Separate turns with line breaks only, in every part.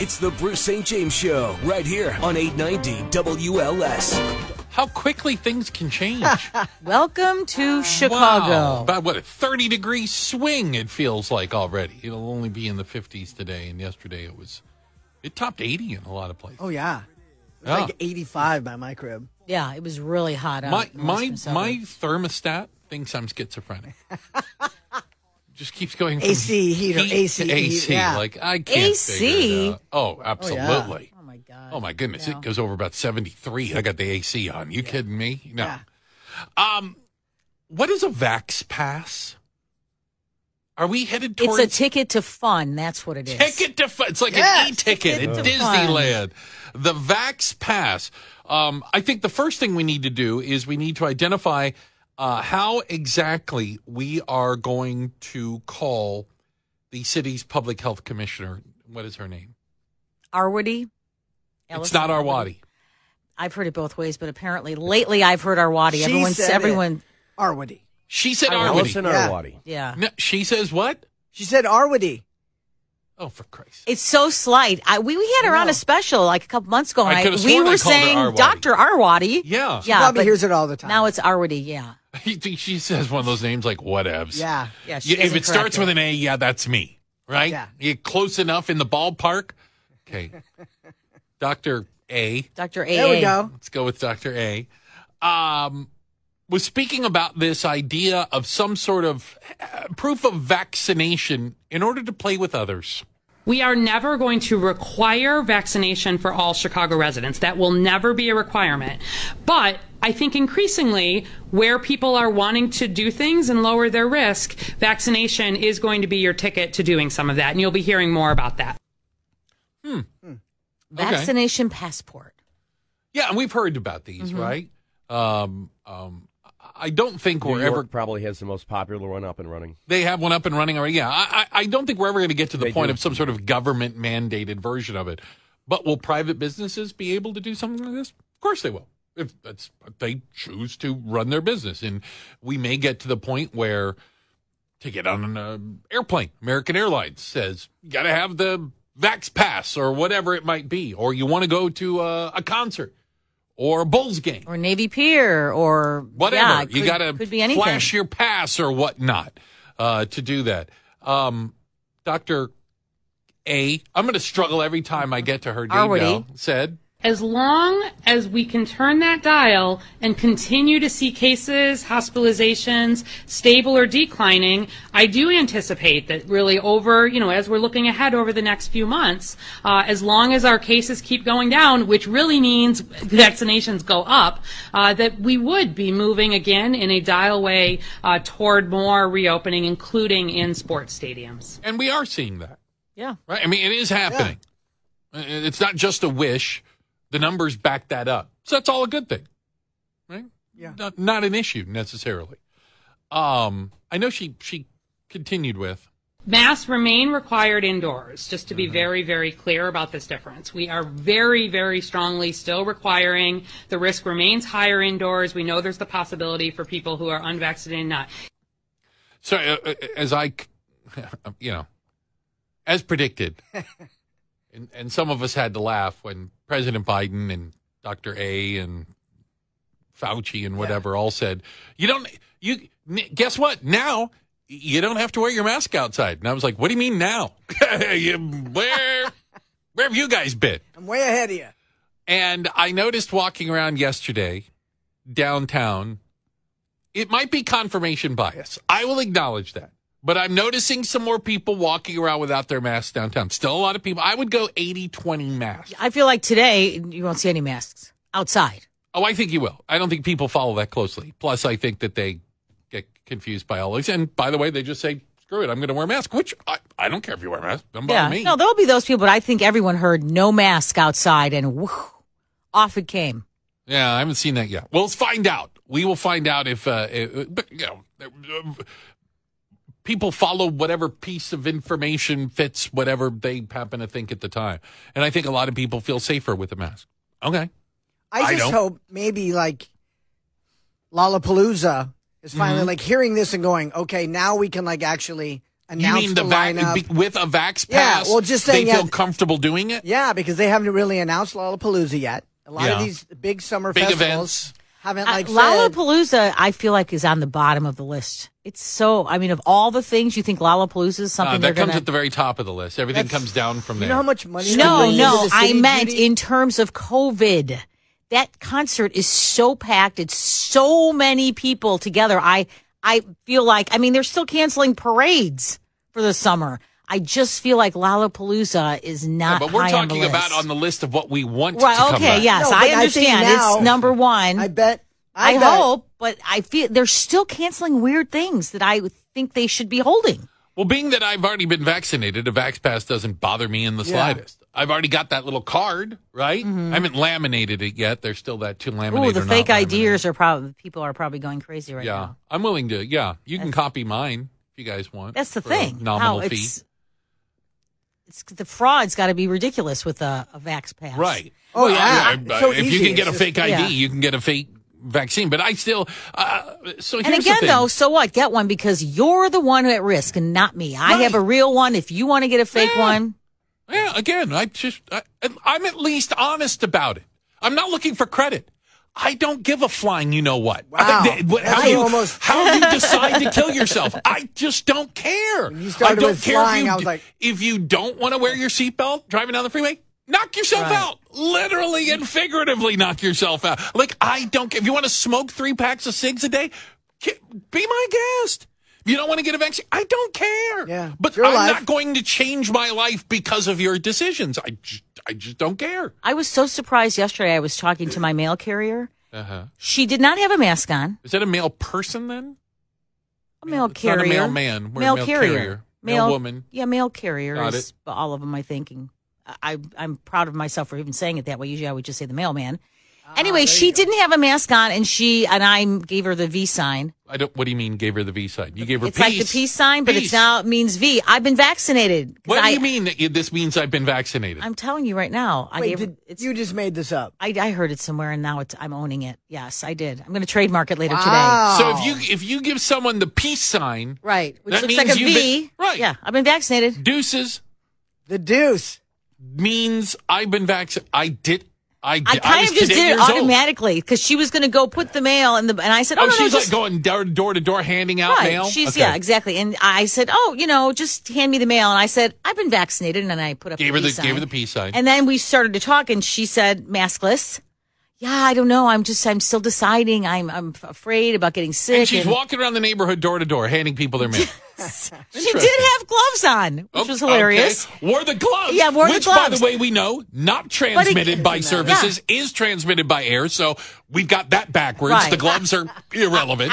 It's the Bruce St. James Show right here on 890 WLS.
How quickly things can change.
Welcome to Chicago.
Wow. About what, a 30 degree swing, it feels like already. It'll only be in the 50s today, and yesterday it was, it topped 80 in a lot of places. Oh.
Oh yeah. It was
Yeah.
like 85 by my crib.
Yeah, it was really hot out.
my,
in
my,
Western
my
suburbs.
thermostat thinks I'm schizophrenic. Just keeps going from
AC heater,
heat
AC,
to AC.
yeah.
Like, I can't figure
AC?
it out. Oh, absolutely.
Oh my god.
Oh my goodness,
No.
it goes over about 73. I got the AC on. You kidding me? No.
Yeah.
Um what is a vax pass? Are we headed
It's
towards
a ticket to fun. That's what it is.
ticket to fun? It's like
Yes,
an e-ticket
ticket
at
to fun.
Disneyland. The vax pass. Um I think the first thing we need to do is we need to identify uh, how exactly we are going to call the city's public health commissioner. What is her name?
Arwady.
It's not Arwadi.
I've heard it both ways, but apparently lately I've heard Arwadi.
She
Everyone's
said it.
everyone.
Arwady.
She said Arwadi.
Allison
Yeah.
Arwadi.
Yeah.
No, she says what?
She said Arwady.
Oh, for Christ!
It's so slight. I, we, we had her on a special like a couple months ago.
I
and
could've
we
sworn I
were
called her
saying
Arwady.
Dr. Arwadi.
Yeah,
Yeah.
Probably
but
hears it all the time.
Now it's Arwadi. Yeah.
she says one of those names like whatevs.
yeah.
Yeah. She
You- if
doesn't
it starts
correct
with an A, yeah, that's me, right?
Yeah.
You're close enough in the ballpark. Okay, Doctor A.
Dr. A.
There we go.
Let's go with Doctor A. Um, was speaking about this idea of some sort of uh, proof of vaccination in order to play with others.
We are never going to require vaccination for all Chicago residents. That will never be a requirement. But I think increasingly, where people are wanting to do things and lower their risk, vaccination is going to be your ticket to doing some of that. And you'll be hearing more about that.
Okay.
Vaccination passport.
Yeah, and we've heard about
Mm-hmm.
these, right? Um, um, I don't think
New
we're
York
ever
probably has the most popular one up and running.
They have one up and running already. Yeah, I, I I don't think we're ever going to get to the
They
point
do.
of some sort of government mandated version of it. But will private businesses be able to do something like this? Of course they will. If that's if they choose to run their business, and we may get to the point where to get on an uh, airplane, American Airlines says you got to have the vax pass or whatever it might be, or you want to go to uh, a concert or a Bulls game
Or Navy Pier or
whatever.
Yeah, it
you
could-
got to
could be anything.
flash your pass or whatnot uh, to do that. Um, Doctor A, I'm going to struggle every time I get to her name.
Already.
now, Said
As long as we can turn that dial and continue to see cases, hospitalizations, stable or declining, I do anticipate that really over, you know, as we're looking ahead over the next few months, uh, as long as our cases keep going down, which really means vaccinations go up, uh, that we would be moving again in a dial way uh, toward more reopening, including in sports stadiums.
and we are seeing that.
Yeah.
Right? I mean, it is happening. Uh, It's not just a wish. The numbers back that up. So that's all a good thing. Right?
Yeah.
Not, not an issue necessarily. Um, I know she she continued with
Masks remain required indoors, just to be very, very clear about this difference. We are very, very strongly still requiring. The risk remains higher indoors. We know there's the possibility for people who are unvaccinated not.
So, uh, uh, as I, c- you know, as predicted, and, and some of us had to laugh when President Biden and Dr. A and Fauci and whatever all said, you don't, you, n- guess what? Now, you don't have to wear your mask outside. And I was like, what do you mean now? You- where, where have you guys been?
I'm way ahead of you.
And I noticed walking around yesterday downtown, it might be confirmation bias. I will acknowledge that. But I'm noticing some more people walking around without their masks downtown. Still a lot of people. I would go 80 20 masks.
I feel like today you won't see any masks outside.
Oh, I think you will. I don't think people follow that closely. Plus, I think that they get confused by all these. And by the way, they just say, screw it, I'm going to wear a mask, which I, I don't care if you wear a mask. Don't bother
Yeah.
me.
No, there'll be those people, but I think everyone heard no mask outside and whoo, off it came.
Yeah, I haven't seen that yet. Well, let's find out. We will find out if, uh, eh, but, you know, eh, um, people follow whatever piece of information fits whatever they happen to think at the time. And I think a lot of people feel safer with a mask. Okay. I
I just
don't.
hope maybe like
Mm-hmm.
Lollapalooza is finally like hearing this and going, okay, now we can like actually
You
announce
mean
the,
the, vac
lineup.
be- with a vax
Yeah,
pass?
well, just saying,
they
yeah,
feel
th-
comfortable doing it.
yeah, because they haven't really announced Lollapalooza yet. A lot of
Yeah.
these big summer
Big
festivals
events.
haven't
Uh,
like said,
Lollapalooza, I feel like is on the bottom of the list. It's so. I mean, of all the things you think Lollapalooza is something
Uh,
they're
that comes
gonna.
at the very top of the list. Everything
That's-
comes down from
You
there.
know how much money? they
no,
raise
no,
for the
I
city,
meant
Judy?
in terms of COVID. That concert is so packed. It's so many people together. I I feel like I mean they're still canceling parades for the summer. I just feel like Lollapalooza is
Yeah,
not.
but we're
high on the
talking about
list.
on the list of what we want to
Right.
come
Okay.
back.
Yes,
No,
I
but I think
understand.
now-
it's number one.
I bet.
I,
I, bet-
hope, but I feel they're still canceling weird things that I think they should be holding.
Well, being that I've already been vaccinated, a vax pass doesn't bother me in the slightest. I've already got that little card, right? I haven't laminated it yet. There's still that to laminate.
Mm-hmm. Ooh, the
or not
fake
laminate.
ideas are probably people are probably going crazy right
Yeah,
now.
I'm willing to. Yeah, you can copy mine if you guys want.
That's the
for a
thing.
Nominal
How
fee.
it's, it's the fraud's got to be ridiculous with a, a vax pass,
Right.
Oh, yeah.
I-
So
if you
easy.
can get a
It's
fake
just-
ID,
yeah.
you can get a fake vaccine. But I still. Uh, so
And
here's
again,
the thing.
though, so what? Get one because you're the one at risk and not me. I have a real one. If you want to get a fake
Yeah.
one,
Yeah, again, I just I, I'm at least honest about it. I'm not looking for credit. I don't give a flying, you know what?
Wow.
I- what-
That's
how you
almost-
how you decide to kill yourself? I just don't care.
you started
I don't
with
care
flying,
if you
I was like-
if you don't want to wear your seatbelt driving down the freeway. Knock yourself out, literally and figuratively. Knock yourself out. Like I don't. care. If you want to smoke three packs of cigs a day, ki- be my guest. If you don't want to get a vaccine, I don't care.
Yeah,
but
it's your
I'm
life.
not going to change my life because of your decisions. I just, I just don't care.
I was so surprised yesterday. I was talking to my mail carrier.
Uh-huh.
She did not have a mask on.
Is that a male person then?
A mail
It's not a
carrier.
mailman. We're a
Mail,
mail
carrier.
carrier. Mail woman.
Yeah, mail carrier
Got
is but all of them, I think. And I, I'm proud of myself for even saying it that way. Usually I would just say the mailman.
Ah,
anyway, she didn't have a mask on and she, and I gave her the V sign.
I don't. What do you mean? Gave her the V sign? You gave her
It's like the peace sign, but it's now it means V. I've been vaccinated. 'Cause
What
I,
do you mean? That you, this means I've been vaccinated.
I'm telling you right now. I
Wait,
gave her-
did,
it's,
you just made this up.
I, I heard it somewhere and now it's, I'm owning it. Yes, I did. I'm going to trademark it later today.
Wow.
so if you if you give someone the peace sign,
Oh. Right. Which
That
looks like a
means you've
V.
been- right.
Yeah. I've been vaccinated.
deuces
The deuce.
means I've been vaccinated. I did. I did.
I kind
was
of just
8
did it
years old.
automatically because she was going to go put the mail in the and I said, "Oh,
Oh,
no, no,
she's
just
like going door, door to door handing out
right."
mail.
She's
Okay.
yeah, exactly." And I said, "Oh, you know, just hand me the mail." And I said, "I've been vaccinated," and then I put up
Gave her the
peace
gave her
sign.
the peace sign.
And then we started to talk, and she said, "Maskless." Yeah, I don't know. I'm just I'm still deciding. I'm I'm f- afraid about getting sick.
And she's walking around the neighborhood door to door, handing people their mail.
she did have gloves on, which
Okay,
was hilarious.
okay. Wore the gloves.
Yeah, wore the
which, by
gloves.
the way, we know not transmitted by services is transmitted by air. So we've got that backwards.
Right.
The gloves are irrelevant.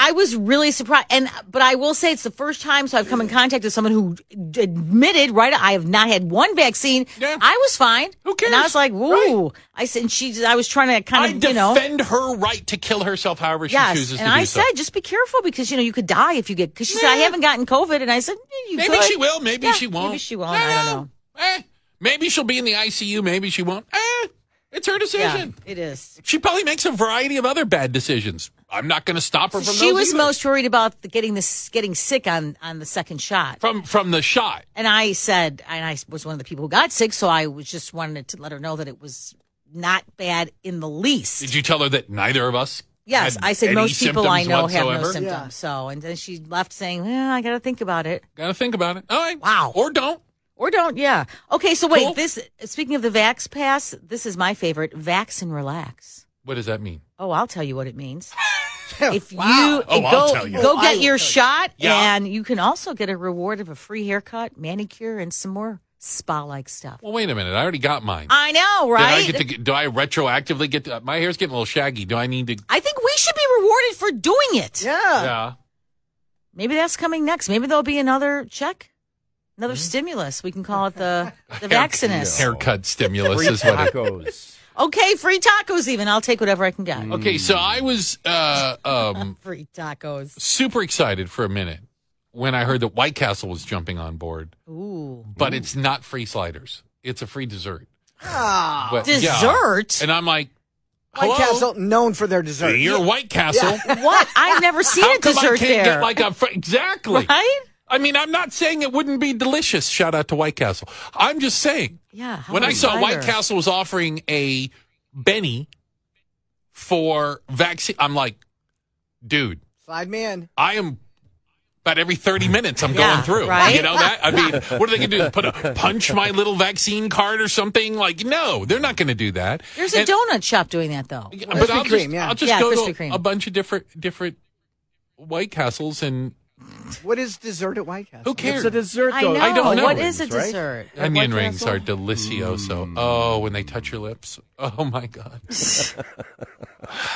I was really surprised, and but I will say it's the first time so I've come in contact with someone who d- admitted, right? I have not had one vaccine.
Yeah.
I was fine.
Who cares?
And I was like, "Woo!" I said, and she, I was trying to kind
I
of, you know,
defend her right to kill herself however she
yes.
chooses
And
to do
I
so.
said, just be careful because you know you could die if you get. Because she said, I
Yeah.
haven't gotten COVID, and I said, "Eh, you
maybe
could."
she will. Maybe
Yeah,
she won't.
Maybe she won't. I don't know.
Eh, maybe she'll be in the ICU. Maybe she won't. Eh, it's her
Yeah,
decision.
it is.
She probably makes a variety of other bad decisions. I'm not going to stop her from
She
those
was
either.
most worried about the getting this getting sick on on the second shot.
from from the shot.
And I said, and I was one of the people who got sick, so I was just wanted to let her know that it was not bad in the least.
Did you tell her that neither of us?
yes,
had
I said
any
most people I
symptoms
know have no
whatsoever?
symptoms.
Yeah.
So, and then she left saying, "Well, I got to think about it,
Gotta think about it. All right.
Wow.
Or don't.
or don't." Yeah. Okay. So wait,
Cool.
this speaking of the Vax Pass, this is my favorite: Vax and relax.
What does that mean?
Oh, I'll tell you what it means. If you
Oh,
go
I'll tell you.
go
Oh, I
get
will
your
tell you.
shot,
Yeah.
and you can also get a reward of a free haircut, manicure, and some more spa-like stuff.
Well, wait a minute. I already got mine.
I know,
Did
right?
I get to, get- do I retroactively get to, uh, my hair's getting a little shaggy. Do I need to?
I think we should be rewarded for doing it.
Yeah.
Yeah.
Maybe that's coming next. Maybe there'll be another check, another
Mm-hmm.
stimulus. We can call it the the vaccinus.
Haircut stimulus
Free
is what it
tacos.
Okay, free tacos. Even I'll take whatever I can get.
Mm. Okay, so I was uh, um,
Free tacos.
super excited for a minute when I heard that White Castle was jumping on board,
Ooh,
but it's not free sliders. It's a free dessert.
Ah.
But- yeah.
dessert.
And I'm like,
White
hello?
Castle, known for their dessert.
You're White Castle.
What? I've never seen
How
a
come I
dessert
can't
there.
get like a fr- exactly?
right?
I mean, I'm not saying it wouldn't be delicious. Shout out to White Castle. I'm just saying.
Yeah, how
When I
much
saw White
lighter?
Castle was offering a Benny for vaccine, I'm like, dude,
Slide me in.
I am about every 30 minutes I'm
Yeah,
going through.
right?
You know that? I mean, what are they going to do? Put a punch my little vaccine card or something? Like, no, they're not going to do that.
There's a
And-
donut shop doing that though.
yeah, but
Krispy
I'll just,
Kreme, yeah.
I'll just
Yeah,
go
Krispy
to
Kreme.
a bunch of different different White Castles, and
What is dessert at White Castle?
who cares?
It's a dessert,
I
though.
know.
I don't know.
What is a
Right?
dessert?
Onion
White
rings
Castle?
are delicioso. Oh, when they touch your lips. Oh my God.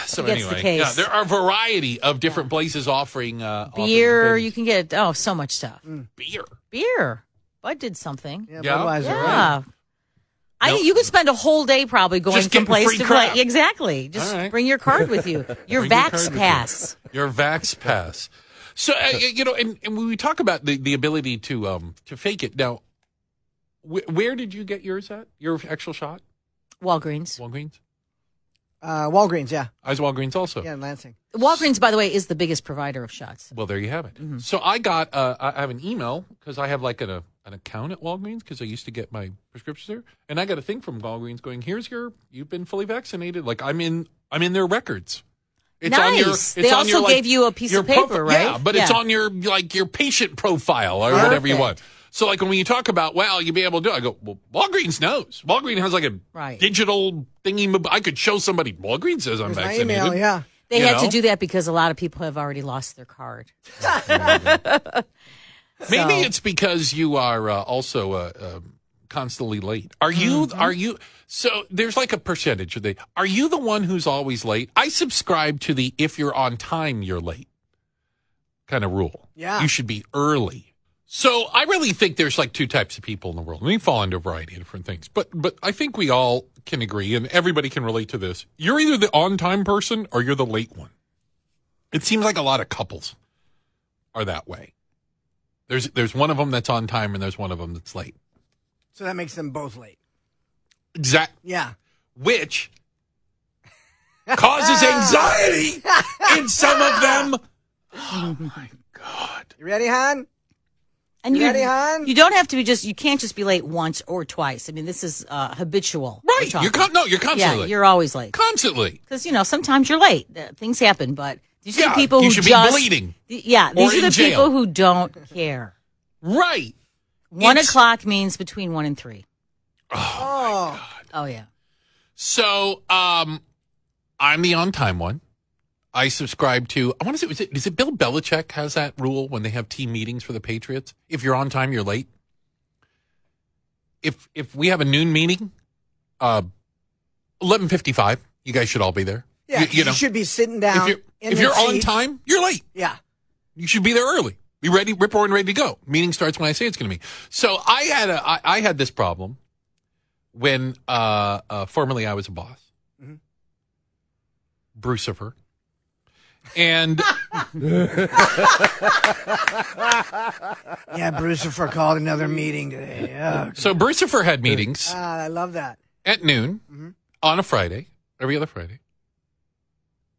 so
Gets the
anyway,
case.
yeah, there are a variety of different places offering uh, offering
Beer.
things.
You can get oh so much stuff.
Mm. beer.
Beer. Bud did something.
Yeah,
Yeah.
Budweiser.
Yeah.
right?
I
Nope.
you could spend a whole day probably going
Just
from
getting
place
free
to
crap.
place. Exactly. Just
All right.
bring your card with you. Your
Bring your
Vax
card with you.
pass.
Your vax pass. So uh, you know, and, and when we talk about the, the ability to um to fake it now. Wh- where did you get yours at? Your actual shot?
Walgreens.
Walgreens.
Uh, Walgreens, yeah.
I was Walgreens also.
Yeah, in Lansing.
Walgreens, by the way, is the biggest provider of shots.
Well, there you have it.
Mm-hmm.
So I got, uh, I I have an email because I have like an, a, an account at Walgreens because I used to get my prescriptions there, and I got a thing from Walgreens going, "Here's your, you've been fully vaccinated." Like I'm in, I'm in their records. It's on your.
Nice.
It's
They
on
also
your, like,
gave you a piece
your
of paper,
profi-
right?
Yeah, but it's
Yeah.
on your like your patient profile or whatever you want. So like when you talk about, well, you'll be able to do. It, I go, well, Walgreens knows. Walgreens has like a
Right.
digital thingy. mob- I could show somebody. Walgreens says I'm
There's my
vaccinated.
email, yeah.
They
You
had to
know?
do that because a lot of people have already lost their card.
Maybe
So-
it's because you are uh, also uh, uh, constantly late. Are you? Are you? So there's like a percentage of the. Are you the one who's always late? I subscribe to the if you're on time, you're late kind of rule.
Yeah.
you should be early. So I really think there's like two types of people in the world. And we fall into a variety of different things. But but I think we all can agree, and everybody can relate to this. You're either the on time person or you're the late one. It seems like a lot of couples are that way. There's there's one of them that's on time and there's one of them that's late.
So that makes them both late.
Exact
Yeah.
which causes anxiety in some of them.
You ready, hon?
And
You
you,
ready, hon?
you don't have to be just. You can't just be late once or twice. I mean, this is uh, habitual. we're
Right.
talking.
You're con- no, you're
yeah,
constantly late.
you're always late
constantly.
because you know sometimes you're late. Uh, things happen, but these are
Yeah,
the people
you
who
should be
just
bleeding.
Th- yeah,
Or
these are
in
the
jail.
people who don't care.
Right.
One
It's-
o'clock means between one and three.
Oh,
Oh yeah.
So um I'm the on time one. I subscribe to I want to say was it is it Bill Belichick has that rule when they have team meetings for the Patriots? If you're on time, you're late. If if we have a noon meeting, uh eleven fifty five, you guys should all be there.
yeah.
you, you know,
should be sitting down.
if you're
in
if
the
you're on
seat.
time, you're late.
Yeah.
You should be there early. Be ready, rip roaring, ready to go. Meeting starts when I say it's going to be. So I had a, I, I had this problem when uh, uh, formerly I was a boss, Brucifer, and
Yeah, Brucifer called another meeting today. Yeah.
so Brucifer had meetings
God, I love that.
at noon
Mm-hmm.
on a Friday, every other Friday.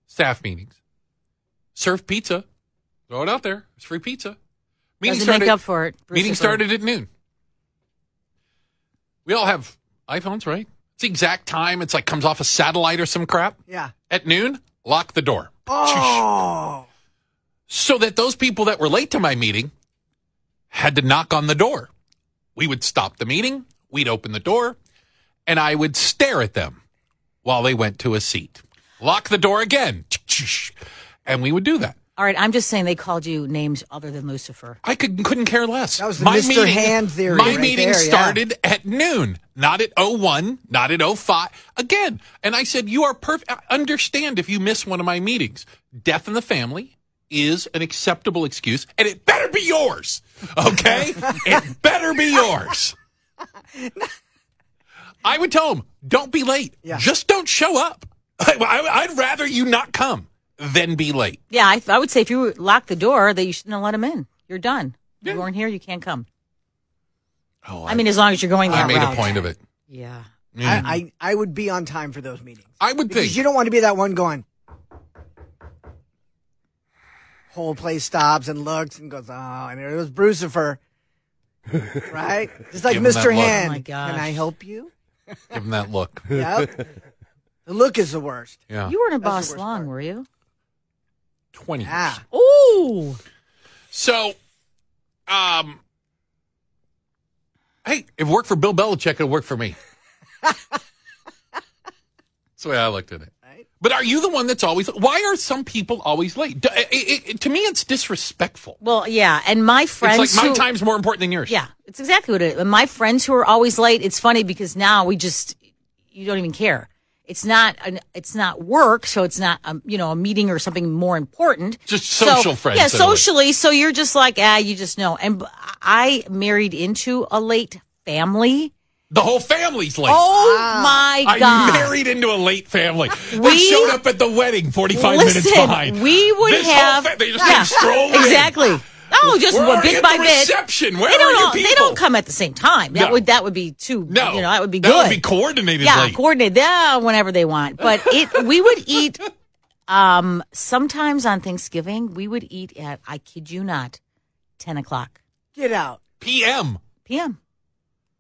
Staff meetings, serve pizza, throw it out there. It's free pizza. Meeting
Doesn't
started-
make up for it. Bruce
Meeting
Zipper.
started at noon. We all have iPhones, right? It's the exact time. It's like comes off a satellite or some crap.
Yeah.
At noon, lock the door.
Oh,
So that those people that were late to my meeting had to knock on the door. We would stop the meeting, we'd open the door, and I would stare at them while they went to a seat. Lock the door again. And we would do that.
All right, I'm just saying they called you names other than Lucifer.
I could, couldn't care less.
That was the Mr. Hand theory
My
right
meeting
there, yeah.
started at noon, not at 01, not at 05. Again, and I said, you are perfect. Understand if you miss one of my meetings. Death in the family is an acceptable excuse, and it better be yours. Okay? it better be yours. I would tell them, don't be late.
Yeah.
Just don't show up. I, I, I'd rather you not come than be late.
Yeah, I, I would say if you lock the door, that you shouldn't have let him in. You're done. You weren't here. You can't come.
Oh,
I mean, as long as you're going that
I made a
route.
point of it.
Yeah.
I, I, I would be on time for those meetings.
I would think.
Because you don't want to be that one going, whole place stops and looks and goes, oh, and there was Brucifer. right? Just like
Give him that
Mr.
look.
Hand.
Oh my gosh.
Can I help you?
Give him that look.
Yep. the look is the worst.
Yeah.
You weren't a
That's the
boss
worst
long,
part.
were you?
20 years.
Ah.
Ooh.
So, um, hey, if it worked for Bill Belichick, it'll work for me. that's the way I looked at it.
Right.
But are you the one that's always? Why are some people always late? D- it- it- it- to me, it's disrespectful.
Well, yeah. And my friends.
it's like my
who-
time's more important than yours.
Yeah, it's exactly what it is. And my friends who are always late, it's funny because now we just you don't even care. It's not an, it's not work, so it's not um, you know a meeting or something more important.
Just
So-
social friends
Yeah,
that are late.
socially. So you're just like ah, you just know. And b- I married into a late family.
the whole family's late.
Oh my
I
god!
married into a late family. they
We-
showed up at the wedding 45 minutes
Listen,
behind.
we would
This whole
have
fa- they just came strolling in.
exactly. Oh, just
We're
one
already
bit
at
by
the
bit.
reception. Where
they
are
don't.
your
all- they
people?
don't come at the same time. That
No.
would that would be too.
No,
you know that would be
that
good.
would be coordinated
yeah,
late.
coordinate yeah, whenever they want. But it we would eat um sometimes on Thanksgiving, we would eat at I kid you not, ten o'clock
Get out.
PM.
PM.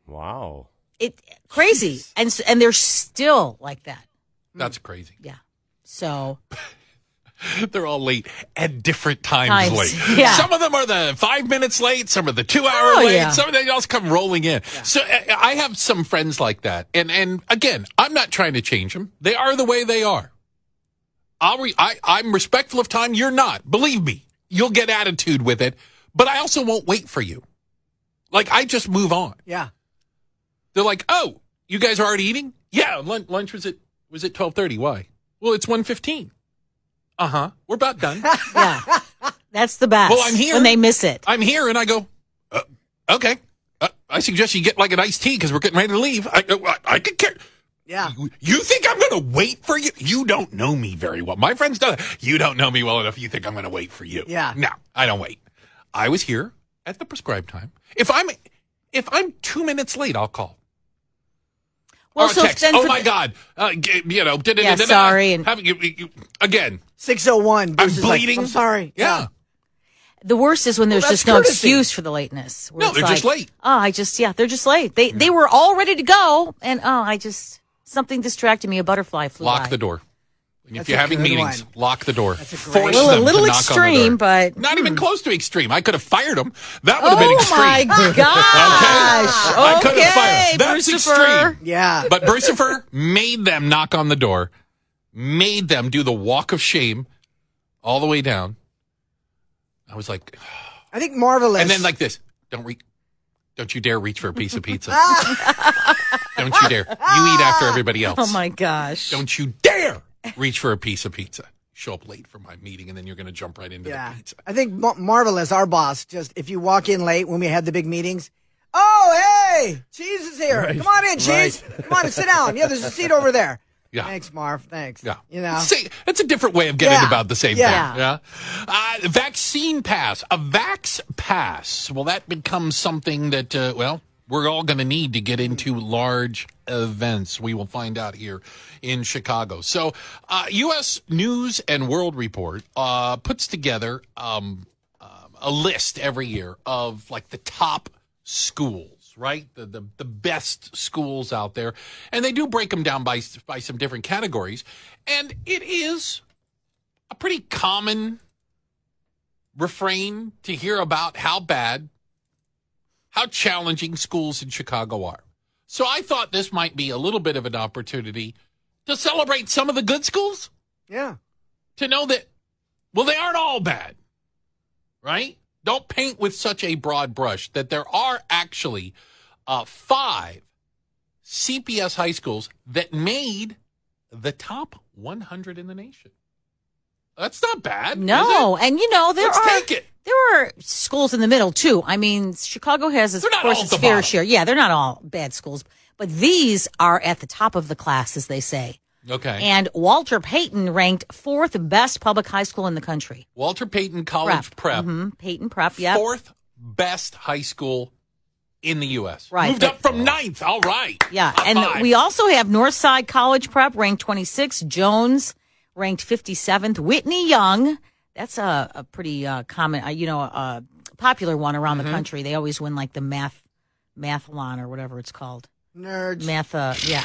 Wow.
It crazy. And s- and they're still like that.
That's crazy.
So
They're all late at different times,
Times,
late.
yeah.
Some of them are the five minutes late. Some are the two hour
Oh,
late.
yeah.
Some of them else come rolling in. So I I have some friends like that, and and again, I'm not trying to change them. They are the way they are. I'll re- I, I'm respectful of time. You're not. Believe me, you'll get attitude with it. But I also won't wait for you. Like I just move on.
Yeah.
They're like, "Oh, you guys are already eating? Yeah, lunch, lunch was at was at twelve thirty. Why? Well, it's one fifteen. Uh huh. We're about done.
yeah. That's the best.
Well, I'm here.
When they miss it.
I'm here, and I go, uh, okay. Uh, I suggest you get like an iced tea because we're getting ready to leave. I I, I could care.
Yeah.
You think I'm going to wait for you? You don't know me very well. My friends know that. You don't know me well enough. You think I'm going to wait for you?
Yeah.
No, I don't wait. I was here at the prescribed time. If I'm if I'm two minutes late, I'll call.
Well,
Or a
so
text.
then
oh
for
my
the-
God, uh, g- you know, da- da-
Yeah,
da- da-
sorry, and-
Have you- you- you- again,
601.
I'm
versus like,
bleeding.
I'm sorry.
Yeah,
The worst is when there's
Well, that's
just no
courtesy.
excuse for the lateness. where
No,
it's
they're just
like,
late.
Oh, I just yeah, they're just late. They they were all ready to go, and oh, I just something distracted me. A butterfly flew
lock
by.
the door. And if
That's
you're
a
having
good
meetings,
one.
lock the door.
That's a great
Force
Well, a
them to
little
knock on the
extreme,
door.
but- hmm.
not even close to extreme. I could have fired them. That would
Oh
have been extreme.
my
I
gosh!
could
okay,
have fired. That's
Lucifer.
extreme.
Yeah.
But Lucifer made them knock on the door, made them do the walk of shame all the way down. I was like,
I think marvelous.
and then like this. Don't re- don't you dare reach for a piece of pizza. don't you dare. You eat after everybody else.
Oh my gosh!
Don't you dare reach for a piece of pizza. Show up late for my meeting, and then you're going to jump right into
yeah.
the pizza.
I think Ma- marvelous. Our boss just if you walk in late when we had the big meetings. Oh hey, cheese is here. Come on in, cheese. Come on, sit down. Yeah, there's a seat over there.
Yeah.
Thanks, Marv. Thanks.
Yeah.
You know.
See, that's a different way of getting
Yeah.
about the same
Yeah.
thing. Yeah. Uh, vaccine pass. A vax pass. Well, that becomes something that, uh, well, we're all going to need to get into large events. We will find out here in Chicago. So, uh, U.S. News and World Report uh, puts together um, um, a list every year of like the top schools, right? The, the the best schools out there, and they do break them down by s- by some different categories, and it is a pretty common refrain to hear about how bad, how challenging schools in Chicago are. So I thought this might be a little bit of an opportunity to celebrate some of the good schools
Yeah.
to know that, well, they aren't all bad, right? Don't paint with such a broad brush that there are actually uh, five CPS high schools that made the top 100 in the nation. That's not bad. is
No,
it?
and you know there
Let's
are
take it.
there are schools in the middle too. I mean, Chicago has its,
They're
of
not
course
all at
its
the
fair
bottom.
share. Yeah, they're not all bad schools, but these are at the top of the class, as they say.
Okay.
And Walter Payton ranked fourth best public high school in the country.
Walter Payton College Prep,
hmm Peyton Prep. Yeah.
fourth best high school in the U.S.
Right.
Moved up from ninth. All right.
Yeah,
Top
and
five.
we also have Northside College Prep ranked 26, Jones ranked 57th, Whitney Young That's a, a pretty uh, common, uh, you know, a popular one around
Mm-hmm.
the country. They always win like the math mathlon or whatever it's called.
Nerds.
Math, uh, yeah.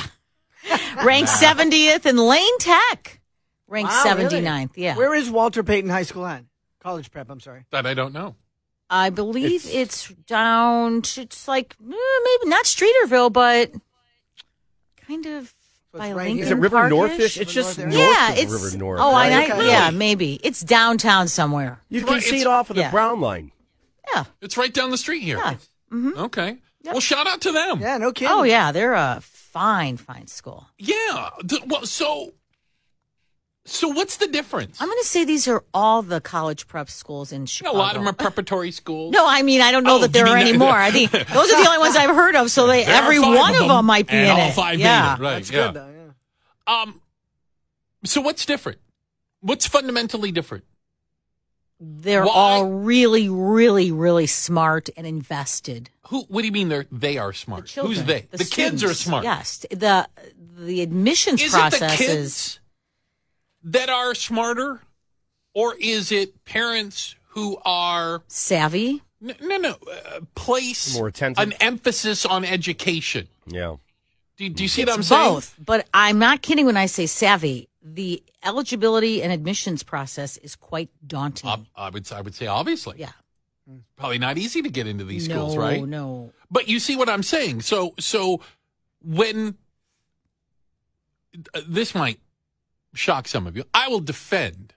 ranked 70th and Lane Tech ranked
Wow, really?
79th. Yeah.
Where is Walter Payton High School on? College prep, I'm sorry.
That I don't know.
I believe it's,
It's-
down. to- It's like eh, maybe not Streeterville, but kind of
So
by
it's right
Lincoln
here.
Is it River
Park-ish?
Northish? It's just
North
north,
area.
yeah,
of
it's
River North.
Oh,
right?
and I,
Okay.
yeah, maybe it's downtown somewhere.
You
Well,
can see
it's-
it off of the
yeah.
Brown Line.
Yeah.
It's right down the street here.
Ah. Yeah. Mm-hmm.
Okay. Well, shout out to them.
Yeah, no kidding.
Oh yeah, they're a fine, fine school.
Yeah. Th- well, so, so what's the difference?
I'm going to say these are all the college prep schools in
You know,
Chicago.
a lot of them are preparatory schools.
No, I mean I don't know
Oh,
that there
you
are
mean
any
that-
more. I think those are the only ones I've heard of. So they,
There are
every
five
one
of
of them might be
and
in
all
it.
five
yeah.
made it. Right.
That's
yeah.
good, though. Yeah.
Um, so what's different? What's fundamentally different?
They're
Why-
all really, really, really smart and invested.
Who? What do you mean? They're they are smart.
Children,
Who's they? The, kids are
students.
smart.
Yes, the the admissions
Is it the
process is
kids that are smarter, or is it parents who are
savvy.
n- no no uh, place
More attentive.
an emphasis on education?
Yeah.
Do, do you see what I'm
It's
saying?
both, but I'm not kidding when I say savvy. The eligibility and admissions process is quite daunting.
Ob- I would I would say obviously.
Yeah.
Probably not easy to get into these
no,
schools, right?
No,
But you see what I'm saying. So so when uh, this might shock some of you, I will defend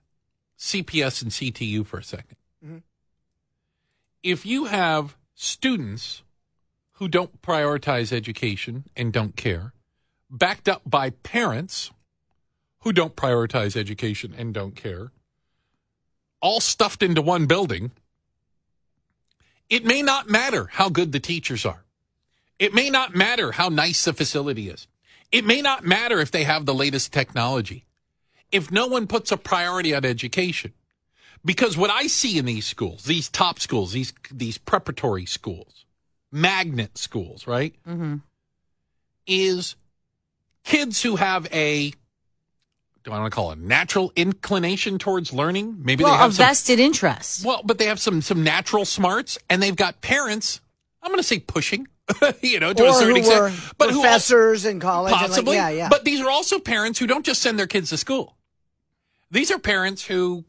CPS and CTU for a 2nd If you have students who don't prioritize education and don't care, backed up by parents who don't prioritize education and don't care, all stuffed into one building, it may not matter how good the teachers are. It may not matter how nice the facility is. It may not matter if they have the latest technology. If no one puts a priority on education, because what I see in these schools, these top schools, these these preparatory schools, magnet schools, right,
hmm
is kids who have a do I want to call it a natural inclination towards learning? Maybe they
well, a
have some
vested interest.
well, but they have some some natural smarts, and they've got parents. I'm going to say pushing, you know, to
or
a certain
who
extent.
were
but who also,
professors in college. and, like,
possibly,
yeah, yeah.
but these are also parents who don't just send their kids to school. These are parents who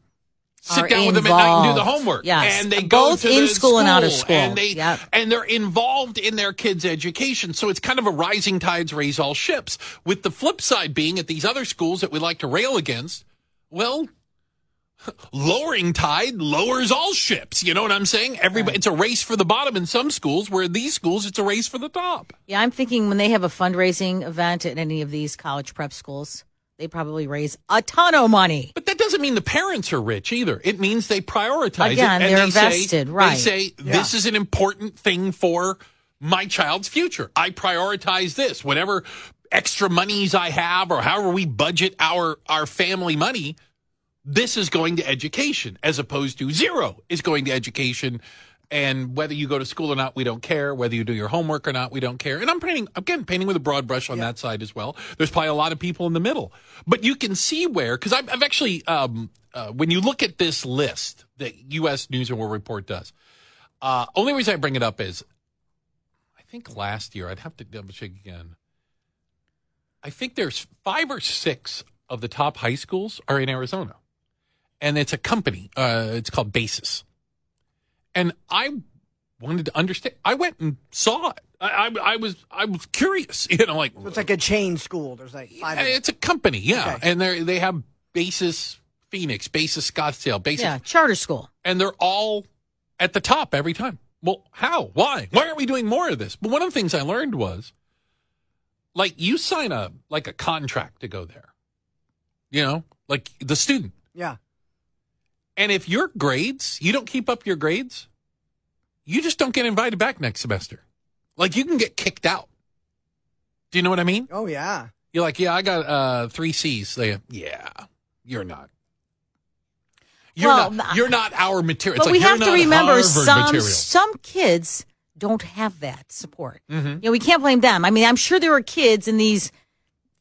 sit
Are
down with them at night and do the
involved.
homework.
Yes.
and they
Both
go to
in
the
school and out of school.
and they
Yep.
and they're involved in their kids' education. So it's kind of a rising tides raise all ships. With the flip side being at these other schools that we like to rail against, well, lowering tide lowers all ships. You know what I'm saying? Everybody, it's a race for the bottom in some schools. Where in these schools, it's a race for the top.
Yeah, I'm thinking when they have a fundraising event at any of these college prep schools, they probably raise a ton of money.
But that doesn't mean the parents are rich either. It means they prioritize
Again,
it. and
they're
they say-
vested, right.
They say this is an important thing for my child's future. I prioritize this. Whatever extra monies I have, or however we budget our our family money, this is going to education, as opposed to zero is going to education. And whether you go to school or not, we don't care. Whether you do your homework or not, we don't care. And I'm painting again, painting with a broad brush on that side as well. There's probably a lot of people in the middle, but you can see where because I've, I've actually, um, uh, when you look at this list that U.S. News and World Report does, uh, only reason I bring it up is I think last year I'd have to double check again. I think there's five or six of the top high schools are in Arizona, and it's a company. Uh, it's called Basis, and I wanted to understand. I went and saw it. I, I, I was I was curious, you know, like
So it's like a chain school. There's like five.
Yeah,
of them.
Uh, it's a company, yeah,
Okay.
and they they have Basis Phoenix, Basis Scottsdale, Basis
Yeah, charter school.
and they're all at the top every time. Well, how? Why? Why aren't we doing more of this? But one of the things I learned was like you sign a like a contract to go there. You know, like the student.
yeah.
And if your grades, you don't keep up your grades, you just don't get invited back next semester. Like you can get kicked out. Do you know what I mean?
Oh yeah.
You're like, yeah, I got uh three C's. They, yeah, you're not. You're
Well,
not. You're not our material. It's
but
like,
we
you're
have to
not
remember
Harvard
some
material.
some kids don't have that support.
Mm-hmm.
You know, we can't blame them. I mean, I'm sure there are kids in these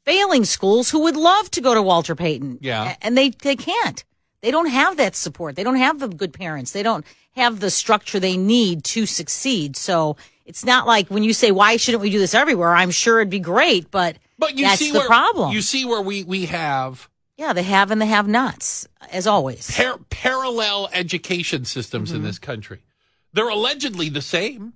failing schools who would love to go to Walter Payton.
Yeah.
a- And they they can't. They don't have that support. They don't have the good parents. They don't have the structure they need to succeed. So it's not like when you say, why shouldn't we do this everywhere? I'm sure it'd be great, but,
But you
that's
see
the
where,
problem.
You see where we we have
yeah, the have and the have nots, as always.
par- parallel education systems
Mm-hmm.
in this country. They're allegedly the same.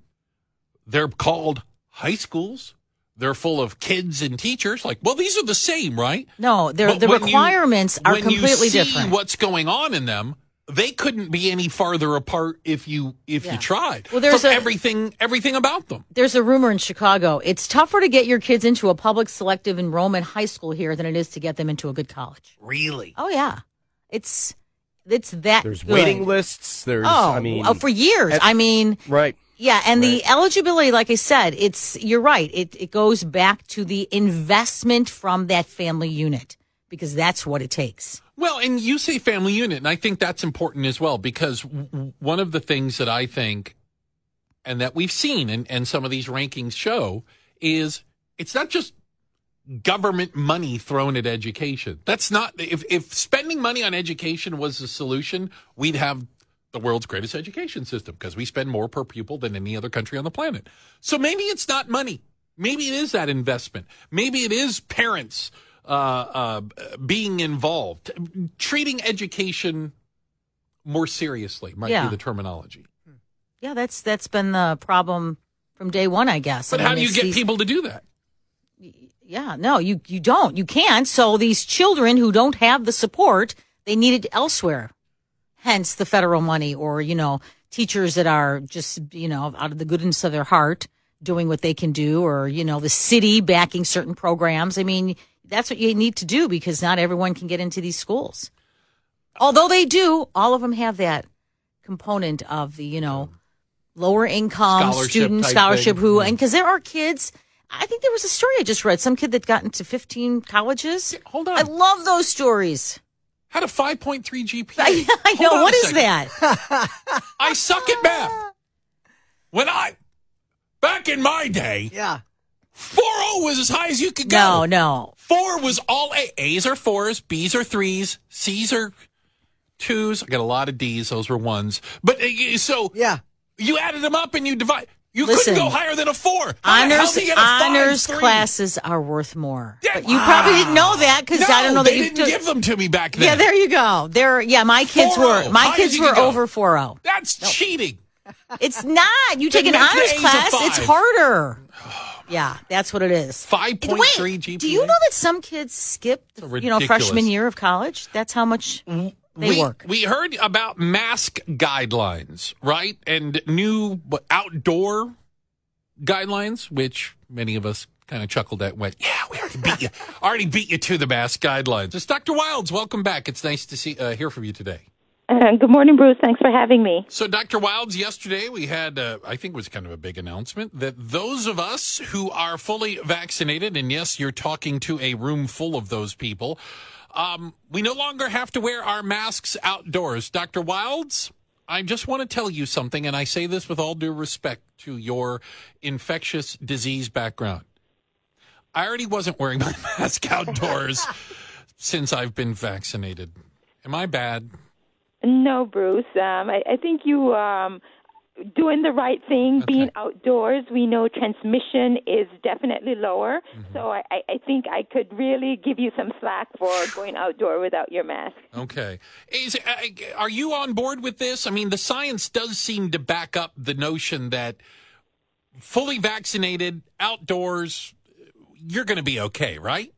They're called high schools. They're full of kids and teachers. Like, well, these are the same, right?
No, they're,
But
the
when you-
requirements are
when
completely
you see
different.
What's going on in them? They couldn't be any farther apart if you if
Yeah.
you tried.
Well, there's
from
a-
everything everything about them.
There's a rumor in Chicago. It's tougher to get your kids into a public selective enrollment high school here than it is to get them into a good college.
Really?
Oh yeah, it's it's that.
There's
good.
waiting lists. There's,
Oh,
I mean,
oh, for years. I mean,
right.
yeah, and the eligibility, like I said, it's you're right. It it goes back to the investment from that family unit because that's what it takes.
Well, and you say family unit, and I think that's important as well because w- w- one of the things that I think and that we've seen and, and some of these rankings show is it's not just government money thrown at education. That's not, if, if spending money on education was the solution, we'd have the world's greatest education system because we spend more per pupil than any other country on the planet. So maybe it's not money. Maybe it is that investment. Maybe it is parents uh, uh, being involved, treating education more seriously might
Yeah.
be the terminology.
Yeah, that's that's been the problem from day one, I guess.
But
I
how
mean,
do you
it's
get
these-
people to do that?
Yeah, no, you you don't, you can't. So these children who don't have the support, they need it elsewhere. Hence the federal money, or you know, teachers that are just you know out of the goodness of their heart doing what they can do, or you know, the city backing certain programs. I mean, that's what you need to do because not everyone can get into these schools. Although they do, all of them have that component of the you know lower income
Scholarship
student
type
scholarship
thing. Mm-hmm.
who and because there are kids i think there was a story i just read some kid that got into 15 colleges
Hold on.
i love those stories
had a 5.3 GPA.
i, I
Hold on
know
a
what is
second.
that
I suck at math. When I back in my day,
Yeah.
4.0 was as high as you could
no
go.
no
Four was all A. A's are fours, B's are threes, C's are twos. I got a lot of D's. Those were ones. But uh, so
Yeah.
you added them up and you divide. You
Listen.
couldn't go higher than a four. How the hell
honors
do you get a five,
honors
three?
classes are worth more
Yeah,
but you probably didn't know that because
No,
i don't know that
they
you
didn't
took-
give them to me back then. oh.
yeah there you go there yeah my kids
4.0.
were my
High as
kids
you
were
could go.
over 4.0
That's cheating.
It's not. You take an
make the
honors
A's a
class, it's
five.
harder. Yeah, that's what it is.
5.3
Wait,
GPA.
Do you know that some kids skip, the,
It's
you know, freshman
ridiculous.
year of college? That's how much they
we,
work.
We heard about mask guidelines, right? And new what, outdoor guidelines, which many of us kind of chuckled at. Went, yeah, we already beat you. already beat you to the mask guidelines. It's Dr. Wilds. Welcome back. It's nice to see uh, hear from you today.
Uh, good morning, Bruce. Thanks for having me.
So, Dr. Wilds, yesterday we had, uh, I think it was kind of a big announcement that those of us who are fully vaccinated, and yes, you're talking to a room full of those people, um, we no longer have to wear our masks outdoors. Dr. Wilds, I just want to tell you something, and I say this with all due respect to your infectious disease background. I already wasn't wearing my mask outdoors since I've been vaccinated. Am I bad?
No, Bruce. Um, I, I think you um, doing the right thing, being outdoors. We know transmission is definitely lower, so I, I, I think I could really give you some slack for going outdoor without your mask.
Okay. Is, uh, are you on board with this? I mean, the science does seem to back up the notion that fully vaccinated outdoors, you're going to be okay, right?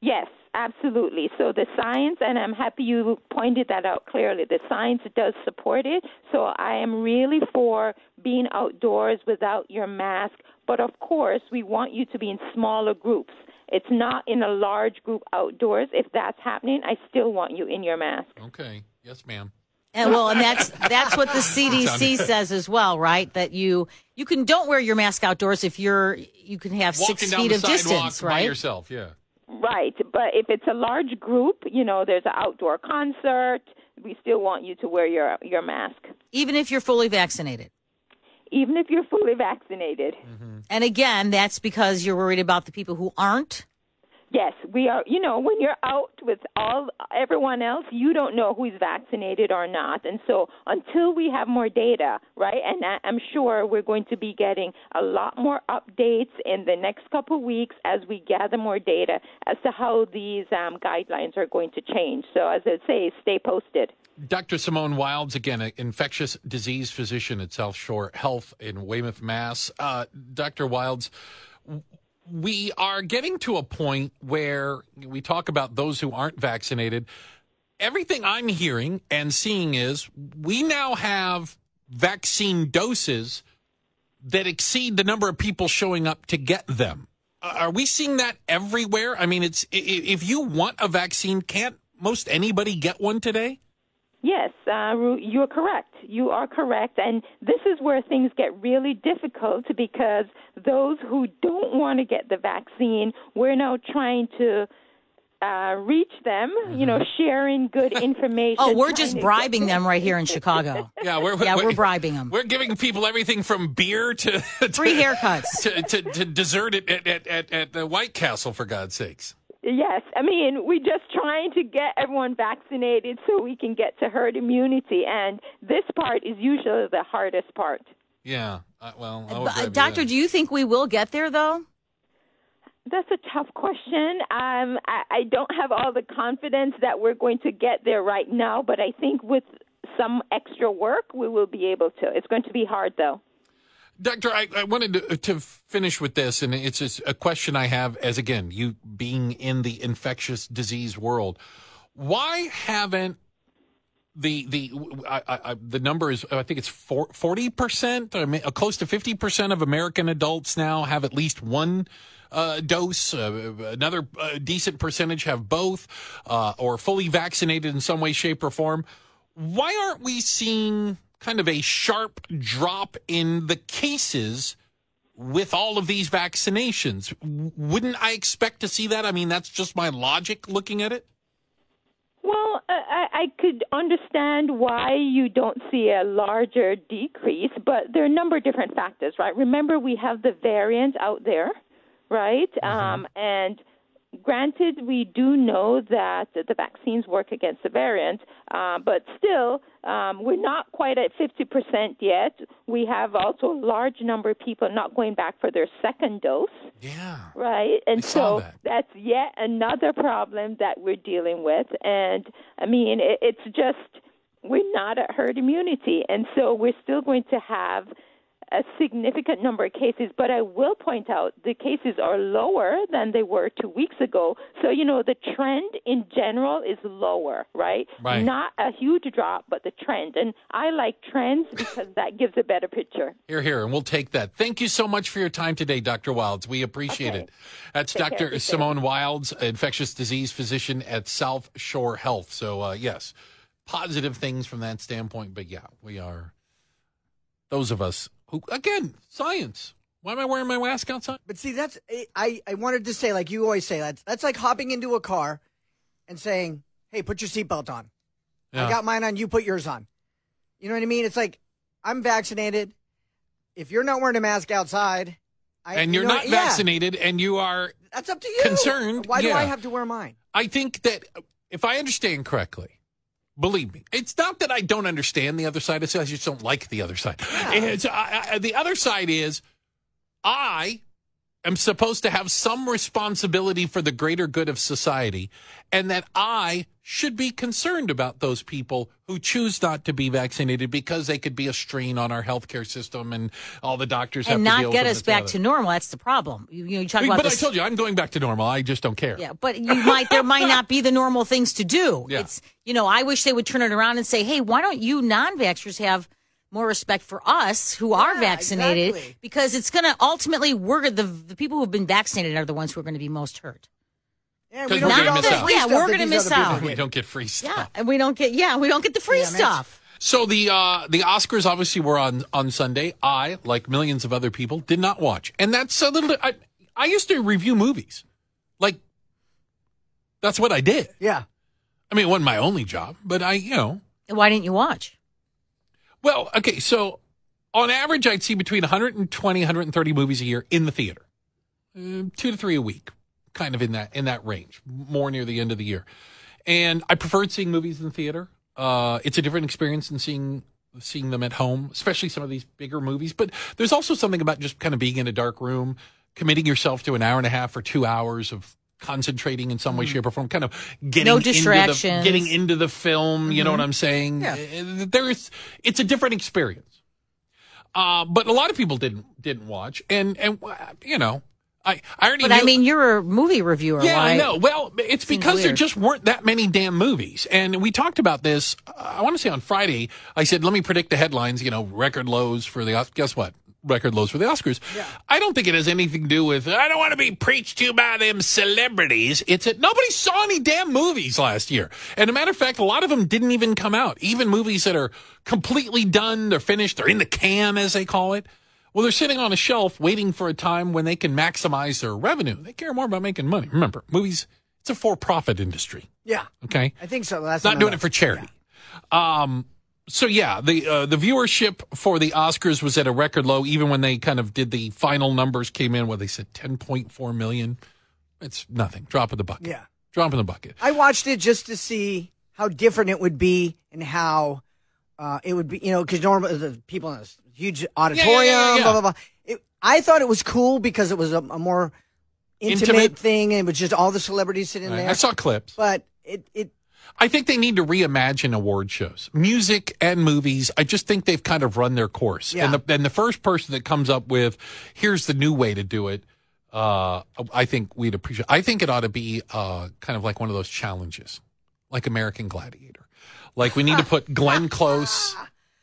Yes, absolutely. So the science, and I'm happy you pointed that out clearly, the science does support it. So I am really for being outdoors without your mask. But of course, we want you to be in smaller groups. It's not in a large group outdoors. If that's happening, I still want you in your mask.
Okay. Yes, ma'am.
And well, and that's that's what the CDC says as well, right? That you you can don't wear your mask outdoors if you're you can have
Walking
six
down
feet
the
of
sidewalk
distance,
by
right?
yourself, yeah.
Right. But if it's a large group, you know, there's an outdoor concert, we still want you to wear your, your mask,
Even if you're fully vaccinated.
even if you're fully vaccinated.
Mm-hmm.
And again, that's because you're worried about the people who aren't.
Yes, we are. You know, when you're out with all everyone else, you don't know who's vaccinated or not, and so until we have more data, right? And I, I'm sure we're going to be getting a lot more updates in the next couple of weeks as we gather more data as to how these um, guidelines are going to change. So, as I say, stay posted.
Dr. Simone Wilds, again, an infectious disease physician at South Shore Health in Weymouth, Mass. Uh, Dr. Wilds, w- we are getting to a point where we talk about those who aren't vaccinated. Everything I'm hearing and seeing is we now have vaccine doses that exceed the number of people showing up to get them. Uh, Are we seeing that everywhere? I mean, it's i- i- if you want a vaccine, can't most anybody get one today?
Yes, uh, Ru- you are correct. You are correct. And this is where things get really difficult because those who don't want to get the vaccine, we're now trying to uh, reach them, you know, sharing good information.
Mm-hmm. Oh, we're
trying to
just
get
bribing them right here in Chicago.
Yeah, we're,
Yeah, we're bribing 'em.
We're giving people everything from beer to, to
Free haircuts.
to, to, to dessert at, at, at, at, at the White Castle, for God's sakes.
Yes, I mean, we're just trying to get everyone vaccinated so we can get to herd immunity. And this part is usually the hardest part.
Yeah. Uh, well, I would
But, uh,
bribing
doctor,
them.
do you think we will get there though?
That's a tough question. Um, I, I don't have all the confidence that we're going to get there right now, but I think with some extra work, we will be able to. It's going to be hard, though.
Doctor, I, I wanted to, uh, to finish with this, and it's just a question I have as again, you being in the infectious disease world. Why haven't the the I, I, I- the number is I think it's forty percent or ma- close to fifty percent of American adults now have at least one uh, dose. Uh, another uh, decent percentage have both, uh, or fully vaccinated in some way, shape, or form. Why aren't we seeing kind of a sharp drop in the cases? With all of these vaccinations, W- wouldn't I expect to see that? I mean, that's just my logic looking at it.
Well, I, I I could understand why you don't see a larger decrease, but there are a number of different factors, right? Remember, we have the variant out there, right? Um, and granted, we do know that the vaccines work against the variant, uh, but still, um, we're not quite at 50% yet. We have also a large number of people not going back for their second dose.
Yeah.
Right. And
I saw
so
that.
that's yet another problem that we're dealing with. And I mean, it, it's just we're not at herd immunity. And so we're still going to have a significant number of cases. But I will point out the cases are lower than they were two weeks ago. So, you know, the trend in general is lower, right?
Right.
Not a huge drop, but the trend. And I like trends because that gives a better picture.
Here, here, and we'll take that. Thank you so much for your time today, Dr. Wilds. We appreciate
Okay.
it. That's
Take care,
Dr.
be safe.
Simone Wilds, infectious disease physician at South Shore Health. So, uh, yes, positive things from that standpoint. But yeah, we are those of us who, again, science. Why am I wearing my mask outside?
But see, that's eh, I, I wanted to say, like you always say, that's that's like hopping into a car and saying, "Hey, put your seatbelt on."
Yeah.
I got mine on. You put yours on. You know what I mean? It's like I'm vaccinated. If you're not wearing a mask outside, I,
and
you
you're
know,
not
yeah,
vaccinated, and you are
That's up to you.
concerned,
Why do
yeah.
I have to wear mine?
I think that if I understand correctly, believe me, it's not that I don't understand the other side. It's I just don't like the other side. It's- I- I- the other side is I am supposed to have some responsibility for the greater good of society and that I should be concerned about those people who choose not to be vaccinated because they could be a strain on our healthcare system and all the doctors have
And
to
not
deal
get
with
us
it together.
back to normal. That's the problem. You, you, know, you talk about
But I
this-
told you, I'm going back to normal. I just don't care.
Yeah, but you might there might not be the normal things to do.
Yeah.
It's you know, I wish they would turn it around and say, "Hey, why don't you non-vaxxers have more respect for us who are vaccinated
exactly.
because it's going to ultimately we're the the people who've been vaccinated are the ones who are going to be most hurt."
Yeah,
'Cause
we don't
we're
get
gonna
all
miss
the
out.
free
Yeah,
stuff
we're
that
gonna
these
miss
other
out.
people
We
get.
don't get free stuff.
Yeah, and we don't get yeah, we don't get the free
Damn it.
stuff.
So the uh, the Oscars obviously were on on Sunday. I, like millions of other people, did not watch, and that's a little. I I used to review movies, like that's what I did.
Yeah,
I mean, it wasn't my only job, but I you know
Why didn't you watch?
well, okay, so on average, I'd see between 120, 130 movies a year in the theater, Um, Uh, two to three a week, kind of in that in that range, more near the end of the year. And I preferred seeing movies in theater. Uh, it's a different experience than seeing seeing them at home, especially some of these bigger movies. But there's also something about just kind of being in a dark room, committing yourself to an hour and a half or two hours of concentrating in some way, shape, or form, kind of getting
Mm. No
Into the,
distractions.
getting into the film. You
Mm-hmm.
know what I'm saying?
Yeah.
Uh, There is. It's a different experience. Uh, but a lot of people didn't didn't watch, and and uh, you know, I I already.
But
knew,
I mean, you're a movie reviewer,
yeah,
right?
I know. Well, it's
Seems
because there
weird.
just weren't that many damn movies. And we talked about this, uh, I want to say on Friday, I said, let me predict the headlines, you know, record lows for the, Os- guess what? Record lows for the Oscars. I don't think it has anything to do with, I don't want to be preached to by them celebrities. It's that nobody saw any damn movies last year. And a matter of fact, a lot of them didn't even come out. Even movies that are completely done, they're finished, they're in the can, as they call it. Well, they're sitting on a shelf waiting for a time when they can maximize their revenue. They care more about making money. Remember, movies, it's a for profit industry.
Yeah,
Okay.
I think so. That's
Not doing it
enough.
for charity. Um, so yeah, the uh, the viewership for the Oscars was at a record low. Even when they kind of did the final numbers came in, where they said ten point four million, it's nothing. Drop in the bucket.
Yeah.
drop in the bucket.
I watched it just to see how different it would be and how uh, it would be, you know, because normally the people in this huge auditorium,
yeah.
blah, blah, blah. It, I thought it was cool because it was a, a more intimate,
Intimate.
thing and it was just all the celebrities sitting there.
I saw clips.
but it, it,
I think they need to reimagine award shows, music and movies. I just think they've kind of run their course.
Yeah.
And, the, and the first person that comes up with, here's the new way to do it, uh, I think we'd appreciate. I think it ought to be uh, kind of like one of those challenges, like American Gladiator. Like we need to put Glenn Close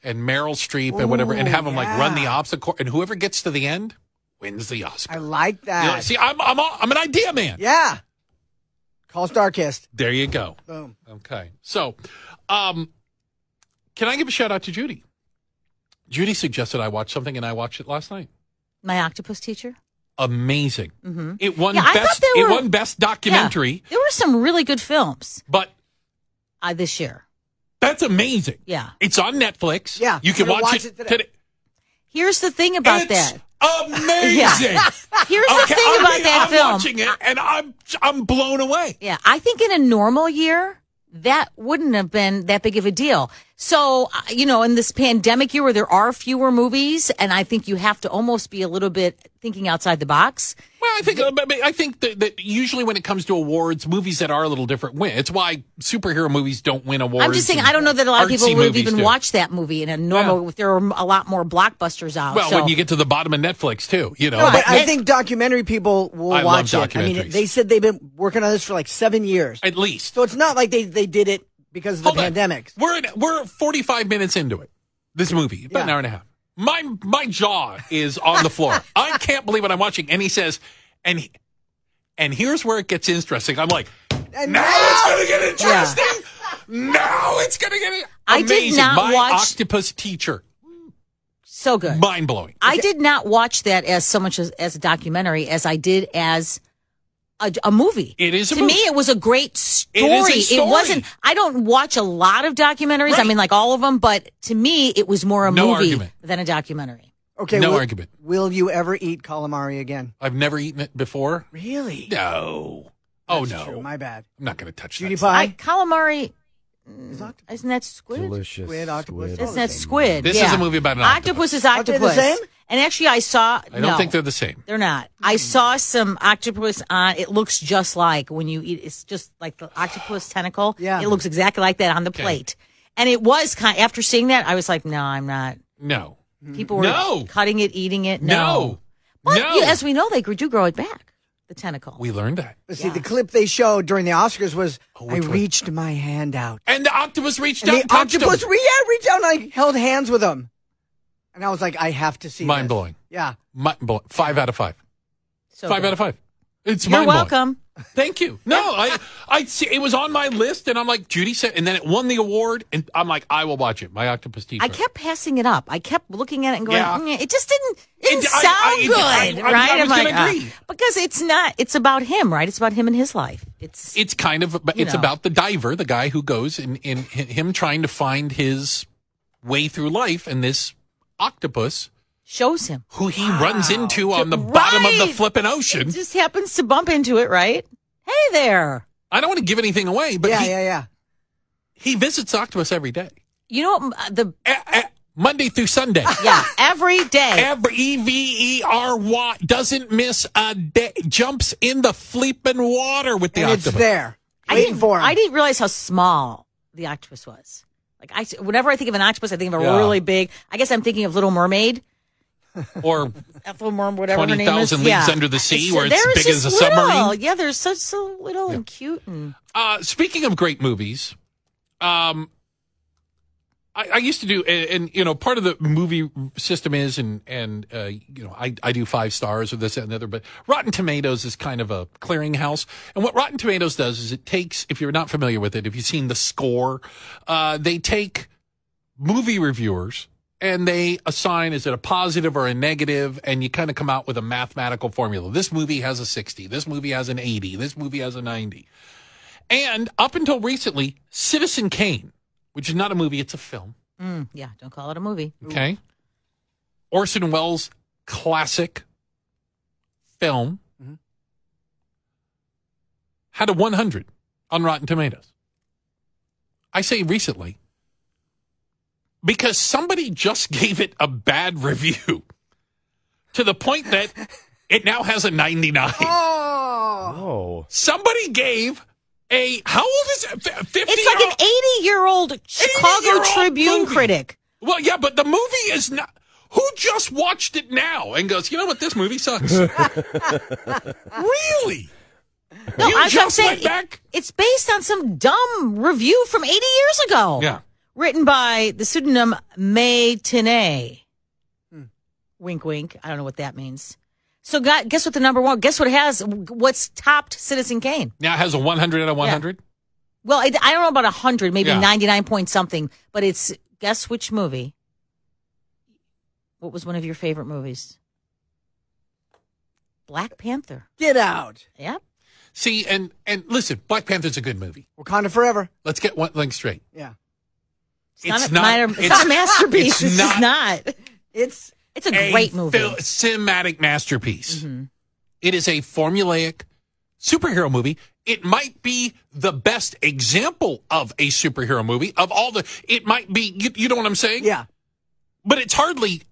and Meryl Streep and whatever, and
Ooh,
have them like run the
yeah.
obstacle, and whoever gets to the end wins the Oscar.
I like
You
that.
know, see, I'm I'm a- I'm an idea man.
yeah. Call Starkist.
There you go.
Boom.
Okay. So, um, can I give a shout out to Judy? Judy suggested I watch something, and I watched it last night.
My octopus teacher.
Amazing! It
Mm-hmm.
won
Yeah, I
best.
thought they
It
were-
won best
Yeah.
documentary,
There were some really good films
but
uh, this year.
that's amazing.
Yeah.
it's on Netflix.
Yeah,
you can
I'm gonna
watch,
watch
it,
it today.
today.
Here's the thing about
it's
that.
amazing.
Here's the
Okay,
thing
I
about
mean,
that
I'm
film.
watching it, and I'm I'm blown away.
Yeah, I think in a normal year, that wouldn't have been that big of a deal. So, uh, you know, in this pandemic year where there are fewer movies, and I think you have to almost be a little bit thinking outside the box.
Well, I think I mean, I think that, that usually when it comes to awards, movies that are a little different win. It's why superhero movies don't win awards.
I'm just saying,
and
I don't know that a lot of
artsy
people would have
movies
even
do.
watched that movie in a normal,
Yeah.
if there were a lot more blockbusters out.
Well,
so.
when you get to the bottom of Netflix too, you know.
No, but
but
I think documentary people will
I love
watch it. I mean,
documentaries.
they said they've been working on this for like seven years.
at least
so it's not like they, they did it because of the
Hold on.
pandemic.
We're in, we're 45 minutes into it. This movie, about an
Yeah.
hour and a half. My my jaw is on the floor. I can't believe what I'm watching. And he says, and he- and here's where it gets interesting. I'm like,
And
now
now-
it's going to get interesting. Now it's going to get.
I did
amazing.
not
My
watch-
Octopus Teacher.
so good.
Mind blowing.
I did not watch that as so much as, as a documentary as I did as a, a movie.
It is a
to
movie.
me. It was a great story.
a story.
wasn't. I don't watch a lot of documentaries. I
Right.
mean, like all of them, but to me, it was more a
No
movie
argument.
than a documentary.
Okay,
No
will,
argument.
Will you ever eat calamari again?
I've never eaten it before.
Really?
No. Oh no.
True, my bad.
I'm not going to touch
Cutie
that.
I,
pie.
calamari
Is octopus-
isn't that squid?
Delicious.
Squid, octopus,
squid.
all
Isn't
the
that
same.
squid?
This
Yeah.
is a movie about an octopus.
octopus. Is
Aren't they
octopus.
the same?
And actually, I saw.
I don't think they're the same.
They're not. I
Hmm.
saw some octopus on. It looks just like when you eat. It's just like the octopus tentacle.
Yeah.
it looks exactly like that on the plate. And it was kind. After seeing that, I was like, no, I'm not.
No.
People were
Mm-hmm. No.
cutting it, eating it. No,
No.
But
No.
you- as we know, they gr- do grow it back. The tentacle.
We learned that.
But see, the clip they showed during the Oscars was I
Oh, which one?
reached my hand out.
And the octopus reached
And
out
the
and touched
octopus
him.
re- yeah, reached out and I held hands with him. And I was like, I have to see this.
Mind blowing.
Yeah.
Mind blowing. Five out of five.
so
five
good.
out of five. It's
You're
mind-blowing.
welcome.
Thank you. No, I, I see. It was on my list, and I'm like, Judy said, and then it won the award, and I'm like, I will watch it. My octopus teacher.
I kept passing it up. I kept looking at it and going,
Yeah.
"Mm, it just didn't, didn't
It- I-
sound
I- it- I-
good,
I- I
right?
was gonna
"Ah."
agree.
because it's not. It's about him, right? It's about him and his life. It's
It's kind of, but
You
it's
know.
about the diver, the guy who goes and in, him trying to find his way through life, and this octopus
shows him.
Who he runs into on the
Right.
bottom of the flipping ocean.
Just happens to bump into it, right? Hey there.
I don't want to give anything away, but
yeah,
he,
yeah, yeah.
he visits Octopus every day,
You know what? m- The
Eh, eh, Monday through Sunday.
yeah, every day.
Every E V E R Y doesn't miss a day. Jumps in the flipping water with the
And it's
octopus.
there.
I
Waiting
didn't-
for him.
I didn't realize how small the octopus was. Like I, whenever I think of an octopus, I think of a
Yeah.
really big. I guess I'm thinking of Little Mermaid,
Or
Ethel Merm, whatever her name is.
20,000 Leagues Under the Sea, where it's
there
big
just
as a submarine.
little. Yeah, they're such so little and cute and
uh, speaking of great movies, um, I, I used to do, and, and you know, part of the movie system is, and and uh, you know, I I do five stars or this that, and the other, but Rotten Tomatoes is kind of a clearinghouse, and what Rotten Tomatoes does is it takes, if you're not familiar with it, if you've seen the score, uh, they take movie reviewers and they assign is it a positive or a negative and you kind of come out with a mathematical formula this movie has a 60 this movie has an 80 this movie has a 90 and up until recently, Citizen Kane, which is not a movie, it's a film.
mm, yeah. Don't call it a movie.
Okay. Orson Welles' classic film had a 100 on Rotten Tomatoes. I say recently because somebody just gave it a bad review to the point that it now has a 99.
Oh,
Oh.
Somebody gave a how old is it? F- 50
It's like an 80 year old Chicago
80-year-old
Tribune
movie.
critic.
Well, yeah, but the movie is not. Who just watched it now and goes, you know what? This movie sucks. really?
No,
You
I'm
just
saying
went back?
it's based on some dumb review from 80 years ago.
Yeah.
Written by the pseudonym May Tenay.
Hmm.
Wink, wink. I don't know what that means. So, gu- guess what the number one, guess what has, what's topped Citizen Kane?
Now it has a 100 out of 100.
Well, it, I don't know about 100, maybe
Yeah.
99 point something, but it's, guess which movie? What was one of your favorite movies? Black Panther.
get out.
Yep.
See, and and listen, Black Panther's a good movie.
Wakanda forever.
Let's get one thing straight.
Yeah.
a-
It's,
a- it's, not a masterpiece. It's,
it's
just not.
It's
It's a, great movie. Mm-hmm.
fil- cinematic masterpiece. It is a formulaic superhero movie. It might be the best example of a superhero movie of all the. It might be. You, you know what I'm saying?
yeah.
But it's hardly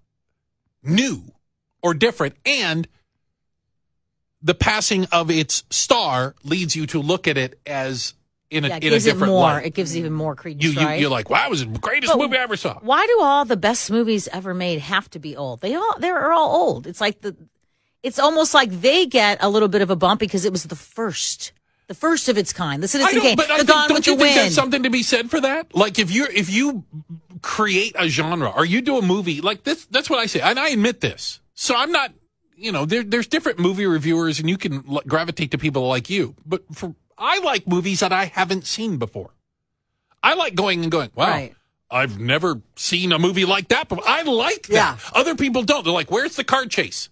new or different. And the passing of its star leads you to look at it as in a
yeah, it
in a
gives it
different
more.
light.
It gives even more credence,
You, you
right?
you're like, wow, it was the greatest
But
movie I ever saw.
Why do all the best movies ever made have to be old? They all they're all old. It's like the, it's almost like they get a little bit of a bump because it was the first, the first of its kind. The Citizen Kane,
but I
the
think,
Gone
don't
with
you
the
think
Wind.
there's something to be said for that? Like if you if you create a genre or you do a movie like this, that's what I say, and I admit this. So I'm not, you know, there, there's different movie reviewers, and you can l- gravitate to people like you. But for I like movies that I haven't seen before. I like going and going. Wow.
Right.
I've never seen a movie like that, but I like that.
Yeah.
Other people don't. They're like, "Where's the car chase?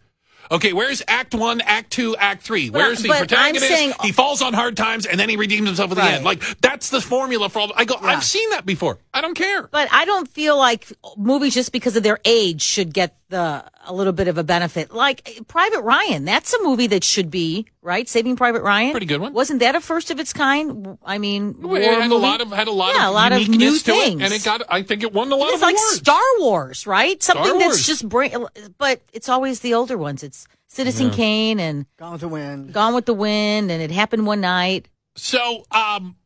Okay, where's Act One, Act Two, Act Three?
But I-
Where's the
but I'm
protagonist?
saying-
he falls on hard times and then he redeems himself at the
Right.
end. Like that's the formula for all. I go, I've seen that before. I don't care.
but I don't feel like movies just because of their age should get the a little bit of a benefit. Like Private Ryan, that's a movie that should be right. Saving Private Ryan,
Pretty good one.
Wasn't that a first of its kind? I mean,
It
war
had a
movie?
lot of had a lot
yeah,
of
a lot of new
uniqueness to
things,
it, and it got. I think it won a lot
It's
of
like
awards.
Star Wars, right? Something
Wars.
that's just bring, but it's always the older ones. It's Citizen Kane and
Gone with the wind.
Gone with the Wind, and it happened one night.
So, um,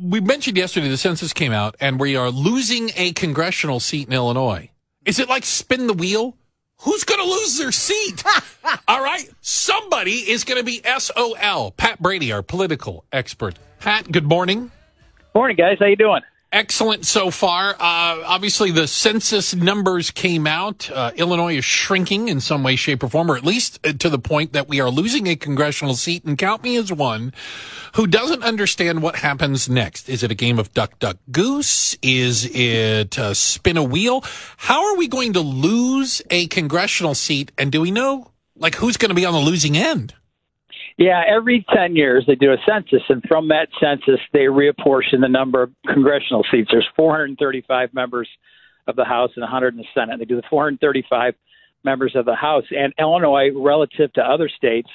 we mentioned yesterday the census came out, and we are losing a congressional seat in Illinois. Is it like spin the wheel? Who's going to lose their seat? All right, somebody is going to be SOL. Pat Brady, our political expert. Pat, good morning.
Morning, guys. How you doing?
Excellent so far. Uh, obviously, the census numbers came out. Uh, Illinois is shrinking in some way, shape, or form, or at least uh, to the point that we are losing a congressional seat. And count me as one who doesn't understand what happens next. Is it a game of duck, duck, goose? Is it uh, spin a wheel? How are we going to lose a congressional seat? And do we know, like, who's going to be on the losing end?
Yeah, every 10 years they do a census, and from that census, they reapportion the number of congressional seats. There's 435 members of the House and 100 in the Senate. They do the 435 members of the House. And Illinois, relative to other states,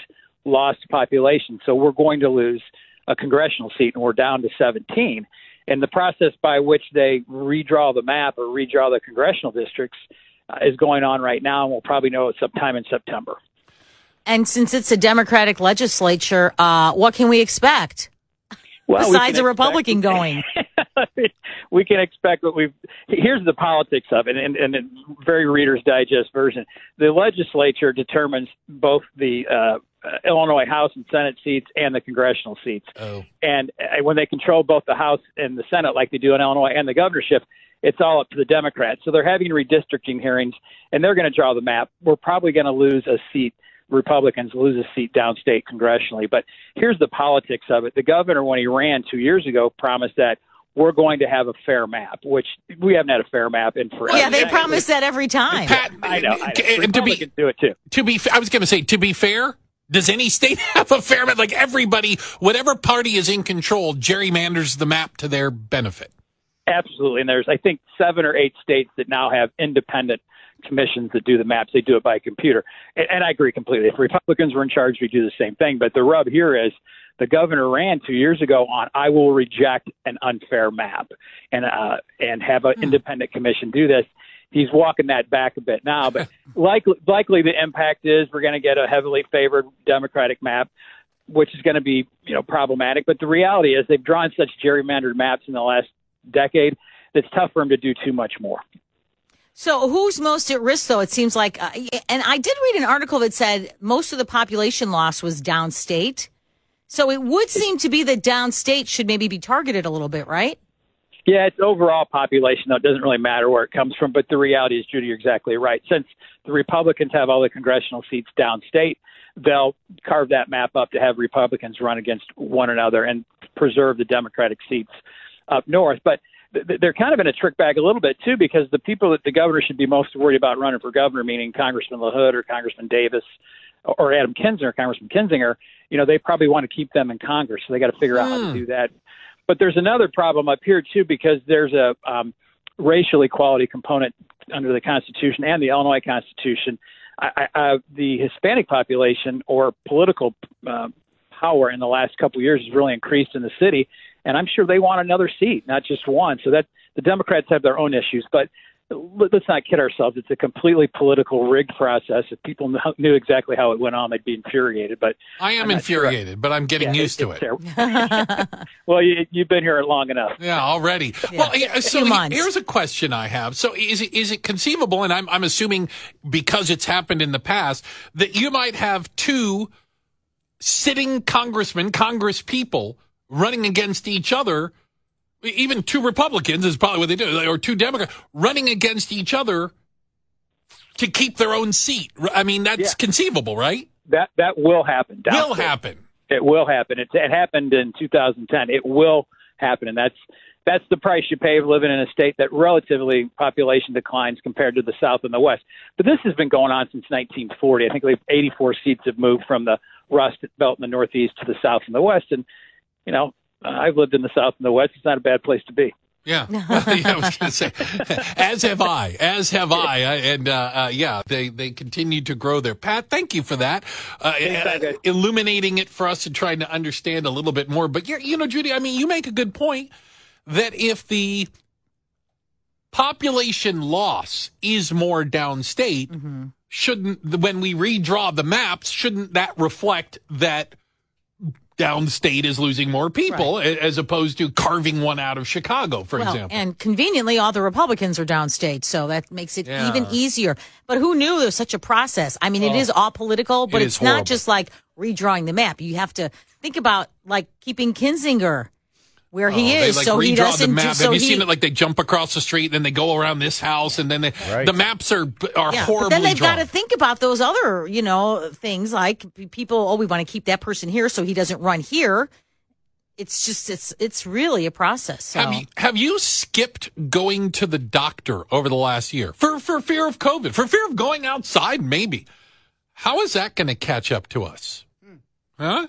lost population. So we're going to lose a congressional seat, and we're down to 17. And the process by which they redraw the map or redraw the congressional districts uh, is going on right now, and we'll probably know it sometime in September.
And since it's a Democratic legislature, uh, what can we expect
Well, we
besides
can
a Republican going?
expect- we can expect what we've. Here's the politics of it, and, and in very Reader's Digest version. The legislature determines both the uh, Illinois House and Senate seats and the congressional seats.
Oh.
And uh, when they control both the House and the Senate, like they do in Illinois and the governorship, it's all up to the Democrats. So they're having redistricting hearings, and they're going to draw the map. We're probably going to lose a seat. Republicans lose a seat downstate congressionally. But here's the politics of it. The governor, when he ran two years ago, promised that we're going to have a fair map, which we haven't had a fair map in forever.
yeah, they promise that every time.
Pat,
I know. I know.
And to be
Republicans do it too.
to be, fa- I was going to say, to be fair, does any state have a fair map? Like everybody, whatever party is in control, gerrymanders the map to their benefit.
Absolutely. And there's, I think, seven or eight states that now have independent commissions that do the maps. They do it by computer. And, and I agree completely. If Republicans were in charge, we'd do the same thing. But the rub here is the governor ran two years ago on, I will reject an unfair map and, uh, and have an independent commission do this. He's walking that back a bit now, but likely, likely the impact is we're going to get a heavily favored Democratic map which is going to be you know problematic. But the reality is they've drawn such gerrymandered maps in the last decade that it's tough for them to do too much more.
So who's most at risk, though? It seems like, uh, and I did read an article that said most of the population loss was downstate. So it would seem to be that downstate should maybe be targeted a little bit, right?
Yeah, it's overall population though. It doesn't really matter where it comes from. But the reality is, Judy, you're exactly right. Since the Republicans have all the congressional seats downstate, they'll carve that map up to have Republicans run against one another and preserve the Democratic seats up north. But th- th- they're kind of in a trick bag a little bit too, because the people that the governor should be most worried about running for governor, meaning Congressman LaHood or Congressman Davis or Adam Kinzinger, Congressman Kinzinger, you know, they probably want to keep them in Congress, so they got to figure out how to do that. But there's another problem up here too, because there's a um, racial equality component under the Constitution and the Illinois Constitution. I, I, I, the Hispanic population or political uh, power in the last couple of years has really increased in the city, and I'm sure they want another seat, not just one. So that the Democrats have their own issues, but let- let's not kid ourselves. It's a completely political rigged process. If people kn- knew exactly how it went on, they'd be infuriated. But
I am
I'm not sure.
infuriated, but I'm getting
yeah,
used to
it's
it.
terrible. well, you, you've been here long enough.
Yeah, already. Well, yeah, so
few
he-
months.
here's a question I have. So is it, is it conceivable, and I'm, I'm assuming because it's happened in the past, that you might have two sitting congressmen, congresspeople running against each other, e, even two Republicans is probably what they do, or two Democrats running against each other to keep their own seat. I mean, that's
Yeah.
conceivable, right?
That that will happen.
Will
Doubtful.
happen.
It will happen. It, it happened in 2010. It will happen, and that's that's the price you pay of living in a state that relatively population declines compared to the South and the West. But this has been going on since 1940. I think like 84 seats have moved from the Rust Belt in the Northeast to the South and the West, and you know. I've lived in the South and the West. It's not a bad place to be.
Yeah. Well, yeah, I was going to say, as have I, as have I. I- And, uh, uh, yeah, they, they continue to grow there. Pat, thank you for that. Uh, uh,
guys.
illuminating it for us and trying to understand a little bit more. But you you know, Judy, I mean, you make a good point that if the population loss is more downstate, shouldn't, when we redraw the maps, shouldn't that reflect that downstate is losing more people a- as opposed to carving one out of Chicago, for
Well,
example?
and conveniently, all the Republicans are downstate, so that makes it
Yeah. Oh,
even easier. But who knew there was such a process? I mean, it is all political, but
it
it's
is
not
horrible.
just like redrawing the map. You have to think about like keeping Kinzinger where he
Oh,
is,
they, like,
so
redraw
he doesn't.
The map.
do-
Have
so
you
he,
seen it? Like they jump across the street, then they go around this house, and then they,
Right.
the maps are are
Yeah,
horribly
but then they've
drawn.
got to think about those other, you know, things like p- people. Oh, we want to keep that person here so he doesn't run here. It's just it's it's really a process. So.
Have you, have you skipped going to the doctor over the last year for for fear of COVID, for fear of going outside? Maybe. How is that going to catch up to us? Huh?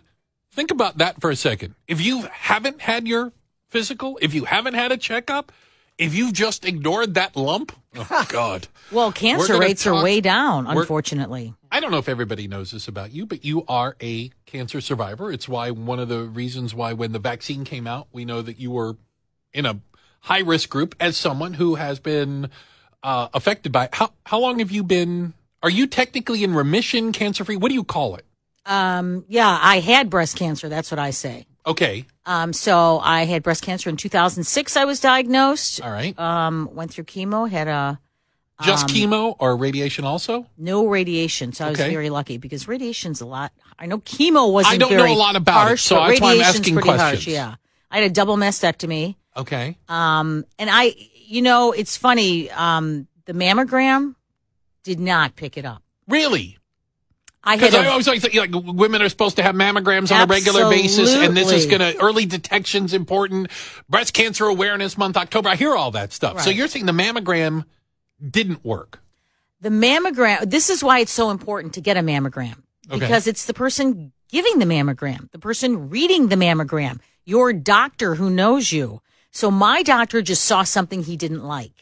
Think about that for a second. If you haven't had your physical, if you haven't had a checkup, If you've just ignored that lump, oh God.
Well, cancer
gonna
rates are
talk-
way down,
we're-
unfortunately.
I don't know if everybody knows this about you, but you are a cancer survivor. It's why one of the reasons why when the vaccine came out, we know that you were in a high risk group as someone who has been uh, affected by how how long have you been are you technically in remission cancer free? What do you call it?
Um, yeah, I had breast cancer. That's what I say.
Okay.
Um, so I had breast cancer in 2006. I was diagnosed.
All right.
Um, went through chemo. Had a
Just chemo or radiation also?
Um, no radiation, so I was
Okay.
very lucky because radiation's a lot. I know chemo wasn't.
I don't know
very
a lot about it,
harsh,
so
but
that's why I'm
radiation's
asking
pretty Harsh,
questions.
yeah, I had a double mastectomy.
Okay.
Um, and I, you know, it's funny. Um, the mammogram did not pick it up.
Really?
I had
Because
a
I always like, to- like women are supposed to have mammograms on a regular basis, and this is
Absolutely.
going to early detection's important. Breast cancer awareness month, October. I hear all that stuff. So
Right.
you're saying the mammogram didn't work?
the mammogram. This is why it's so important to get a mammogram
Okay.
because it's the person giving the mammogram, the person reading the mammogram, your doctor who knows you. So my doctor just saw something he didn't like,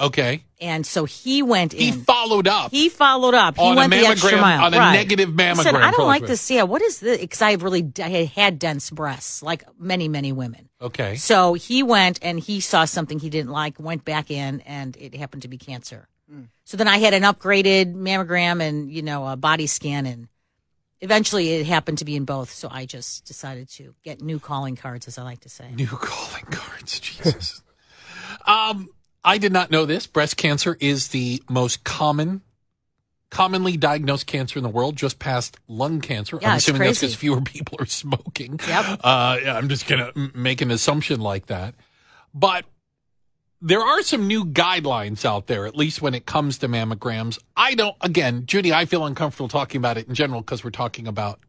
Okay,
and so he went
he
in.
followed up.
He followed up. He
On a
went the extra
mammogram-
mile.
on a
right.
negative
He said,
mammogram
I don't like
profile."
this. Yeah, what is this? Because I have really d- I had dense breasts, like many, many women.
okay,
So he went and he saw something he didn't like, went back in, and it happened to be cancer. So then I had an upgraded mammogram and, you know, a body scan. And eventually it happened to be in both. So I just decided to get new calling cards, as I like to say.
new calling cards. Jesus. um, I did not know this. Breast cancer is the most common. Commonly diagnosed cancer in the world, just past lung cancer.
Yeah,
I'm
it's
assuming that's
crazy.
because fewer people are smoking.
Yep.
Uh, yeah, I'm just going to make an assumption like that. But there are some new guidelines out there, at least when it comes to mammograms. I don't, again, Judy, I feel uncomfortable talking about it in general because we're talking about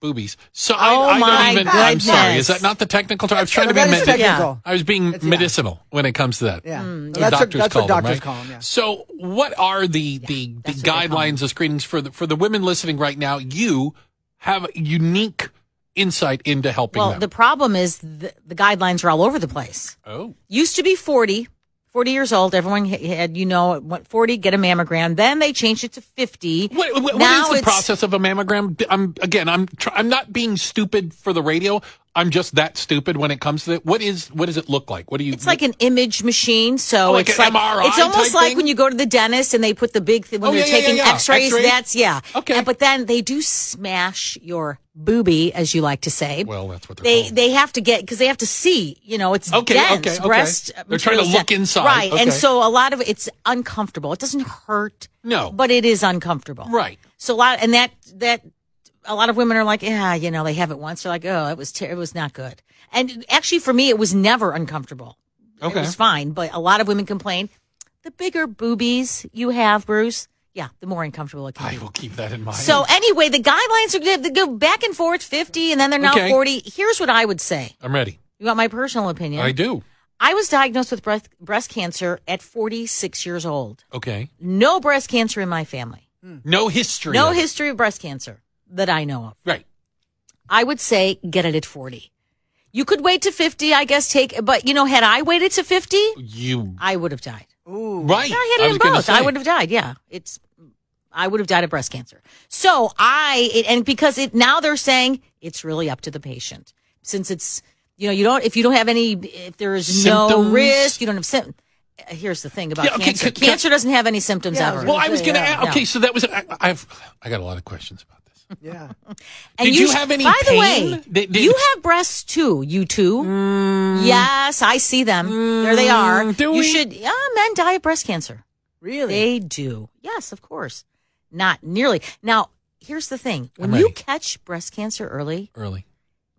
boobies. So
Oh
I, I
my
don't even, I'm sorry.
goodness.
Is that not the technical term? I was trying to be
That is
medi-
technical.
I was being
yeah.
medicinal when it comes to that.
Yeah.
Mm,
So
yeah.
that's what-
doctors
that's
call
what
them,
doctors
right?
call them, yeah.
So, what are the the, the
that's what they call
guidelines of screenings for the for the women listening right now? You have a unique insight into helping
Well,
them.
the problem is the, the guidelines are all over the place.
oh,
used to be 40 40 years old everyone h- had you know went 40 get a mammogram then they changed it to 50
what, what- what
now
is the
it's,
process of a mammogram? I'm again, I'm tr- I'm not being stupid for the radio. I'm just that stupid when it comes to it. What is what does it look like? What do you?
it's like an image machine so
Oh, like
it's
an MRI
it's almost
type
like
thing?
when you go to the dentist and they put the big thing when
Oh,
they're
yeah, yeah,
taking
yeah, yeah.
x-rays
X-ray?
that's yeah
Okay.
And- but then they do smash your boobie as you like to say
well, that's what they're
they
called.
they have to get because they have to see you know it's
Okay,
dense
okay, okay.
breast
They're trying to
material's
look
dense.
inside.
right and
Okay.
so a lot of it's uncomfortable it doesn't hurt
No.
but it is uncomfortable
Right.
so a lot and that that a lot of women are like yeah you know they have it once they're like oh it was ter- it was not good and actually for me it was never uncomfortable
Okay.
it was fine but a lot of women complain the bigger boobies you have Bruce yeah the more uncomfortable it can
I
be
will keep that in mind.
so anyway, the guidelines are good. They go back and forth, fifty, and then they're now
Okay.
forty. Here's what I would say.
I'm ready.
You want my personal opinion?
I do.
I was diagnosed with breast breast cancer at forty six years old.
Okay.
No breast cancer in my family.
No history.
No
of it.
history of breast cancer that I know of.
Right.
I would say get it at forty. You could wait to fifty, I guess. Take, but you know, had I waited to fifty,
You
I would have died.
Oh, right.
I had it
was
in
gonna
both. I
say.
would have died. Yeah, it's I would have died of breast cancer. So I it, and because it now they're saying it's really up to the patient since it's you know you don't if you don't have any if there is no
Symptoms?
risk you don't have symptoms. Here's the thing about
Yeah, okay,
cancer:
c- c-
cancer doesn't have any symptoms
Yeah, I
ever.
was
Well, I was
say,
going to.
yeah.
ask Okay, so that was. I, I've. I got a lot of questions about this.
Yeah.
And
Did you have any
By the
pain?
way,
Did- did-
you have breasts too. You too. Yes, I see them. there they are.
Mm. do
you
we?
should. Yeah, men die of breast cancer.
Really?
They do. Yes, of course. Not nearly. Now, here's the thing. When
I'm
you
ready.
catch breast cancer early,
Early.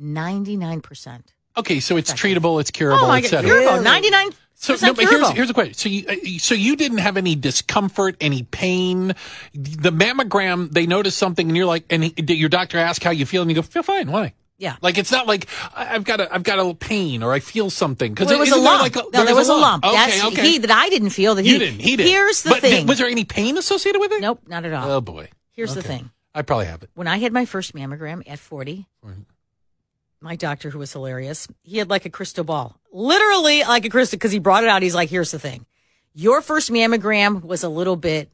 99%.
Okay, so it's treatable, it's curable,
oh my god,
etc.
curable.
Really?
99%
So no, but here's
curable.
here's the question. So you uh, so you didn't have any discomfort, any pain. The mammogram, they notice something, and you're like, and he, your doctor asks how you feel, and you go, feel fine. Why?
yeah.
Like it's not like I- I've got a I've got a little pain or I feel something because
Well, there was a lump.
Like
no, there was a lump.
Okay,
That's
okay.
he that I didn't feel that
you
he
didn't. He did.
Here's the
But did-
thing.
was there any pain associated with it?
nope, not at all.
Oh boy.
here's the
okay.
thing.
I probably have it.
When I had my first mammogram at 40, my doctor, who was hilarious, he had like a crystal ball, literally like a crystal, because he brought it out. He's like, here's the thing. Your first mammogram was a little bit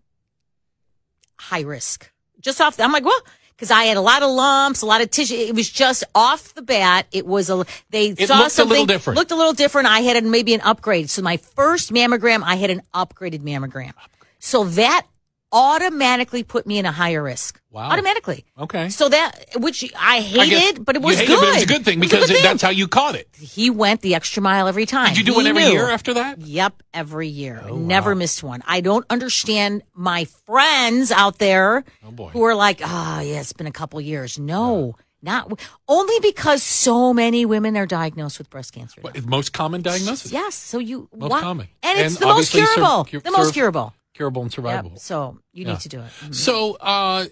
high risk. Just off, the, I'm like, well, because I had a lot of lumps, a lot of tissue. It was just off the bat. It was a, they
It
saw
looked a
something.
little different.
Looked a little different. I had an- maybe an upgrade. So my first mammogram, I had an upgraded mammogram. So that automatically put me in a higher risk.
Wow.
Automatically.
Okay.
So that, which I
I guess
hated, but it
you
was
hate
good.
It, but it's a good thing
It was a
because
good
it- that's how you caught it.
he went the extra mile every time.
Did you do
He
one every
knew.
year after that? Oh,
Yep, every year. I Never missed one. I don't understand my friends out there
Oh, boy.
who are like, ah, yeah, it's been a couple years. No, not w- only because so many women are diagnosed with breast cancer. now.
What, most common diagnosis?
Yes, so you
Most
why-
common.
and it's
And
the most
obviously sur-
curable.
cur-
the most
sur-
curable.
Curable and survivable.
Yep. So you
Yeah.
need to do it. Mhm.
So, uh,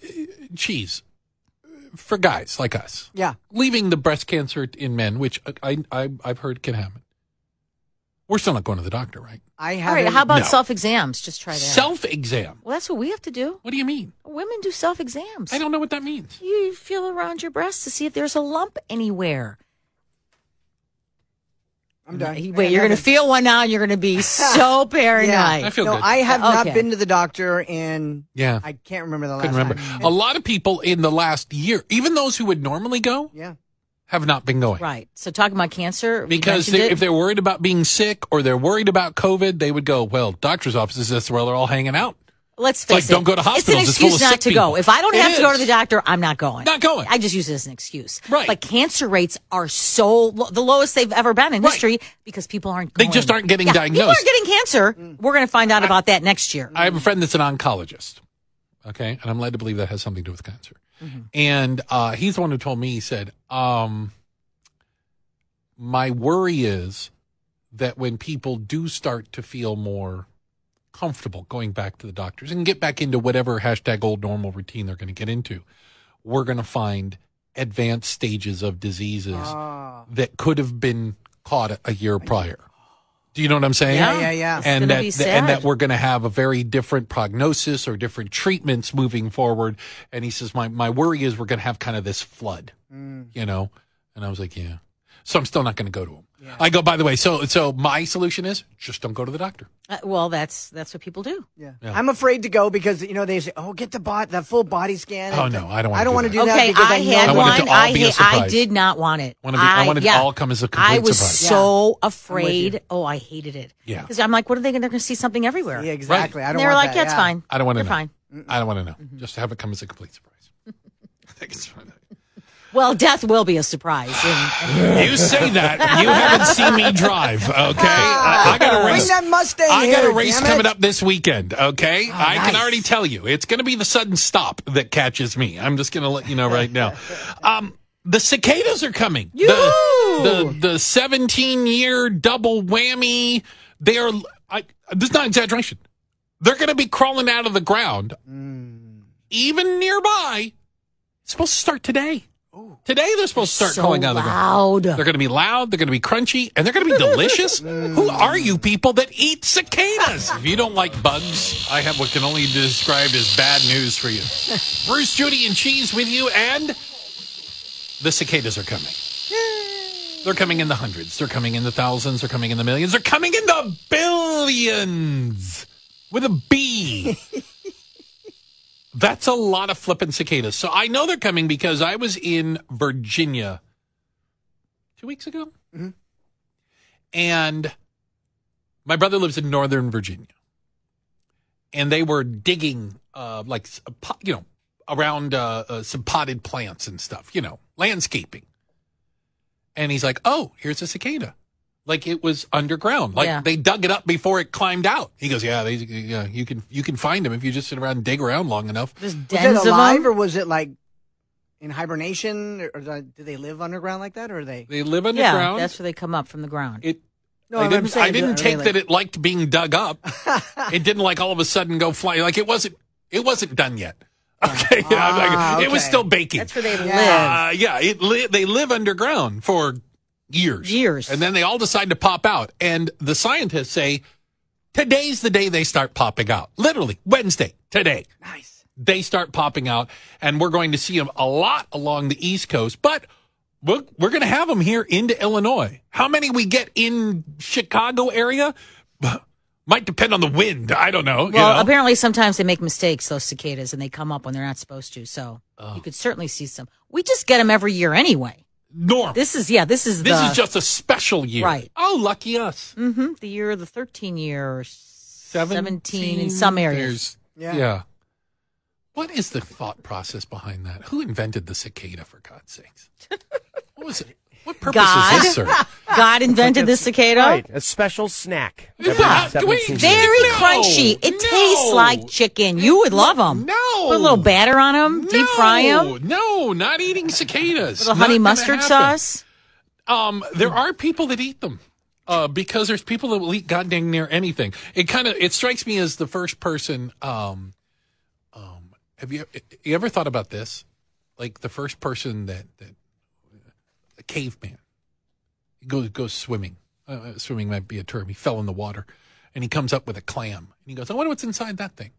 geez, for guys like us,
Yeah.
leaving the breast cancer in men, which I, I I've heard can happen. We're still not going to the doctor, right?
I
All
have.
right, how about
No.
self exams? Just try that.
Self exam.
well, that's what we have to do.
What do you mean?
Women do self exams.
I don't know what that means.
You feel around your breast to see if there's a lump anywhere.
I'm done. I
Wait,
got
you're going to
nothing.
feel one now and you're going to be so paranoid.
I feel
no,
good.
I have
Okay.
not been to the doctor in.
Yeah.
I can't remember the last
Couldn't remember.
time.
A lot of people in the last year, even those who would normally go,
Yeah.
have not been going.
Right. So talking about cancer, we
Because
mentioned
they,
it.
if they're worried about being sick or they're worried about COVID, they would go, well, doctor's offices, that's where they're all hanging out.
let's
like,
face it,
don't go to
It's
hospitals.
an
It's full
excuse
of
not
sick
to go.
people.
If I don't
It
have to go
is.
to the doctor, I'm not going.
Not going.
I just use it as an excuse.
Right.
But cancer rates are so lo- the lowest they've ever been in
Right.
history because people aren't.
They
going.
just aren't getting
Yeah, People
diagnosed.
aren't getting cancer.
Mm.
We're going to find out about that next year.
I have a friend that's an oncologist. Okay. And I'm led to believe that has something to do with cancer. And uh, he's the one who told me, he said, um, My worry is that when people do start to feel more comfortable going back to the doctors and get back into whatever hashtag old normal routine they're going to get into, we're going to find advanced stages of diseases
Oh.
that could have been caught a year prior. Do you know what I'm saying?
Yeah,
yeah, yeah. It's
and
gonna
that
be
th- and
sad.
that we're going to have a very different prognosis or different treatments moving forward. And he says, my my worry is we're going to have kind of this flood,
Mm.
you know. And I was like, yeah. So I'm still not going to go to him. I go, by the way, so so my solution is just don't go to the doctor.
Uh, well, that's that's what people do.
Yeah.
Yeah.
I'm afraid to go because you know they say, "Oh, get the bot the full body scan."
Oh, no, I don't wanna
I don't
do
want to
that.
do that.
Okay,
because
I
know
had
I
that-
want it
one.
to all
I,
be a
ha- I
surprise.
did not want it.
Wanna be- I want it to all come as a complete
I was
surprise.
so afraid. Oh, I hated it.
Yeah.
because I'm like, what are they? going to They're going to see something everywhere.
Yeah, exactly. I
And
don't.
they were
want
like,
that,
yeah, it's fine.
I don't want to
You're
know.
fine.
I don't want to know. Just have it come as a complete surprise. I think it's fine.
Well, death will be a surprise. And,
You say that you haven't seen me drive. Okay, I, I got a
Bring
race.
that Mustang
I got
here,
a race
damn it. Oh,
coming up this weekend. Okay, I can
nice.
already tell you it's going to be the sudden stop that catches me. I'm just going to let you know right now. Um, the cicadas are coming. The, the the 17 year double whammy. They are. I, this is not exaggeration. They're going to be crawling out of the ground, even nearby. It's supposed to start today. Today they're supposed to start
Oh. so
crawling out of the ground.
loud.
They're going to be loud. They're going to be crunchy, and they're going to be delicious. Who are you people that eat cicadas? If you don't like bugs, I have what can only be described as bad news for you. Bruce, Judy, and Cheese with you, and the cicadas are coming. They're coming in the hundreds. They're coming in the thousands. They're coming in the millions. They're coming in the billions with a B. That's a lot of flippin' cicadas. So I know they're coming because I was in Virginia two weeks ago. And my brother lives in Northern Virginia. And they were digging, uh, like, s- a po- you know, around uh, uh, some potted plants and stuff, you know, landscaping. And he's like, oh, here's a cicada. Like it was underground. Like
Yeah.
they dug it up before it climbed out. He goes, yeah, they, yeah, you can you can find them if you just sit around and dig around long enough.
There's
Was
dens
it alive
of
or
them.
was it like in hibernation? Or, or do they live underground like that? Or are they?
They live
Yeah,
underground.
that's where they come up from the ground.
it
No,
I
I'm
didn't.
saying,
I didn't
are they
take
like-
that it liked being dug up. it didn't like all of a sudden go flying. Like it wasn't. It wasn't done yet. Okay, you know, I'm like-
Ah,
it was
okay.
still baking.
That's where they live.
Uh, yeah, it li- they live underground for years.
Years.
And then they all decide to pop out. And the scientists say today's the day they start popping out. Literally, Wednesday, today.
Nice.
They start popping out. And we're going to see them a lot along the East Coast, but We're, we're going to have them here into Illinois. How many we get in Chicago area might depend on the wind. I don't know. you
Well,
know?
apparently sometimes they make mistakes, those cicadas, and they come up when they're not supposed to. So you could certainly see some. We just get them every year anyway.
Norm, this,
This is yeah. This is the,
is just a special year.
Right.
Oh, lucky us.
Mhm, the year of the thirteen year, or seventeen in some areas.
years. Yeah. What is the thought process behind that? Who invented the cicada, for God's sakes? What was it? What purpose
God.
is this, sir?
God invented the cicada.
Right, a special snack. every
Yeah, do we-
17
there-
Very
No,
crunchy. It tastes
no.
like chicken. You would love them.
No.
Put a little batter on them. Deep fry them.
No, No, not eating cicadas.
Little
Not
honey
gonna
mustard
happen.
sauce.
Um, there are people that eat them. Uh, because there's people that will eat god dang near anything. It kind of it strikes me as the first person. Um, um, have you you ever thought about this? Like the first person that that a caveman he goes goes swimming. Uh, swimming might be a term. He fell in the water, and he comes up with a clam, and he goes, "I wonder what's inside that thing."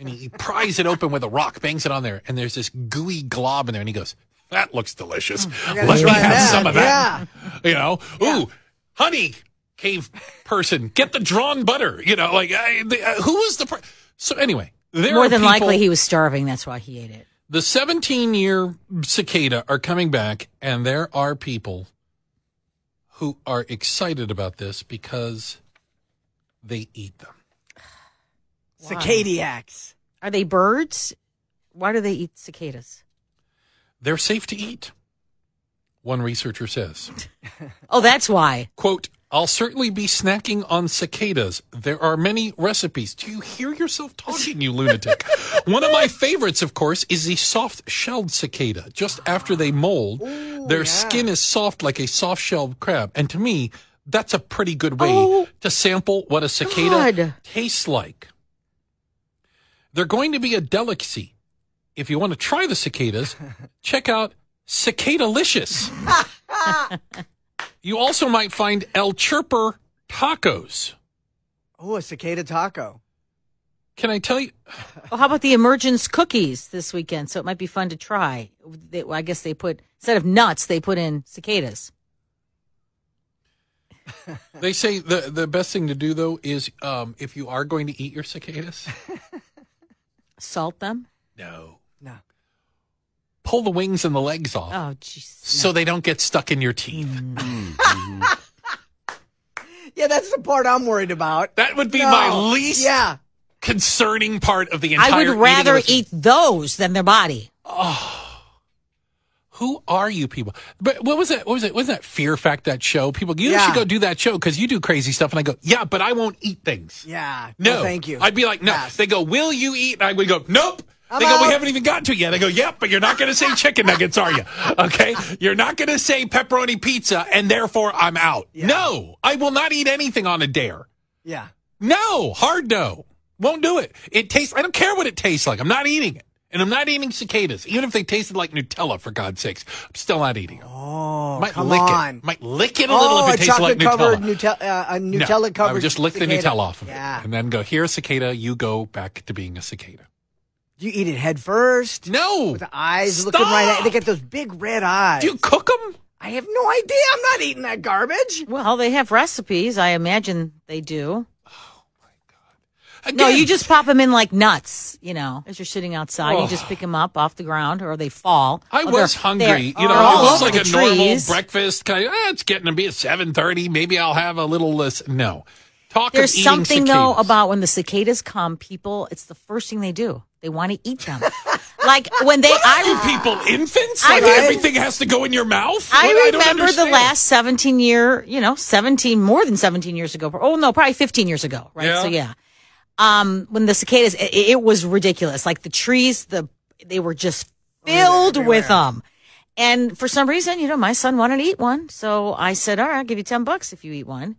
and he, he pries it open with a rock, bangs it on there, and there's this gooey glob in there, and he goes, "That looks delicious.
Mm, gotta
Let me
try
have
that."
some of that." You know, ooh, honey, cave person, get the drawn butter. You know, like I, the, uh, who was the per- so anyway? There
More
are
than
people-
likely, he was starving. That's why he ate it.
the 17 year cicada are coming back, and there are people who are excited about this because they eat them.
Cicadiacs.
Are they birds? Why do they eat cicadas?
They're safe to eat, one researcher says.
Oh, that's why.
Quote, I'll certainly be snacking on cicadas. There are many recipes. Do you hear yourself talking, you lunatic? One of my favorites, of course, is the soft shelled cicada. Just after they mold, their skin is soft like a soft shelled crab. And to me, that's a pretty good way
Oh.
to sample what a cicada
God.
tastes like. They're going to be a delicacy. If you want to try the cicadas, check out Cicadalicious. You also might find El Chirper tacos.
Oh, a cicada taco.
Can I tell you?
Well, how about the emergence cookies this weekend? So it might be fun to try. They, well, I guess they put instead of nuts, they put in cicadas.
They say the, the best thing to do, though, is um, if you are going to eat your cicadas,
Salt them.
no.
No.
Pull the wings and the legs off
Oh, jeez. Mm-hmm.
so they don't get stuck in your teeth.
Yeah, that's the part I'm worried about.
That would be
No.
my least
Yeah.
concerning part of the entire
I would
eating
rather
of a-
eat those than their body.
Oh, Who are you people? But what was that? What was it? Wasn't that Fear Fact that show? People, you
Yeah.
should go do that show because you do crazy stuff. And I go, yeah, but I won't eat things.
Yeah.
No,
Oh, thank you.
I'd be like, no.
Pass.
They go, will you eat? And I would go, nope.
I'm
they go, we
out.
haven't even gotten to it yet. I go, yep, but you're not going to say chicken nuggets, are you? Okay, you're not going to say pepperoni pizza, and therefore I'm out. No, I will not eat anything on a dare.
yeah.
No, hard no. Won't do it. It tastes, I don't care what it tastes like. I'm not eating it. And I'm not eating cicadas. Even if they tasted like Nutella, for God's sakes, I'm still not eating them.
Oh,
Might
come
lick
on.
it. Might lick it a little
oh,
if
a
it tastes like
chocolate covered
Nutella.
Nutella, uh, a
No,
Nutella covered.
I would just lick the
cicada.
Nutella off of
yeah.
it and then go, here, cicada, you go back to being a cicada.
Do you eat it head first?
No.
With the eyes looking right at They get those big red eyes.
Do you cook them?
I have no idea. I'm not eating that garbage.
Well, they have recipes. I imagine they do.
Oh,
No, you just pop them in like nuts, you know, as you're sitting outside. You just pick them up off the ground or they fall.
Oh. I
Oh,
was
they're- they're-
hungry. You know,
they're all
it was
over
like
the
a normal
trees.
breakfast kind of, "Ah, it's getting to be at 7.30. Maybe I'll have a little less. No. Talk of
There's
eating
something though
cicadas.
about when the cicadas come, people. It's the first thing they do. They want to eat them. like when they, I,
people infants?
I
Like
re-
everything has to go in your mouth? What?
I
don't
remember the
understand.
last 17 year, you know, 17 more than 17 years ago. Oh no, probably 15 years ago, right?
Yeah.
So yeah, um, when the cicadas, it, it was ridiculous. Like the trees, the they were just filled with them. And for some reason, you know, my son wanted to eat one, so I said, "All right, I'll give you 10 bucks if you eat one."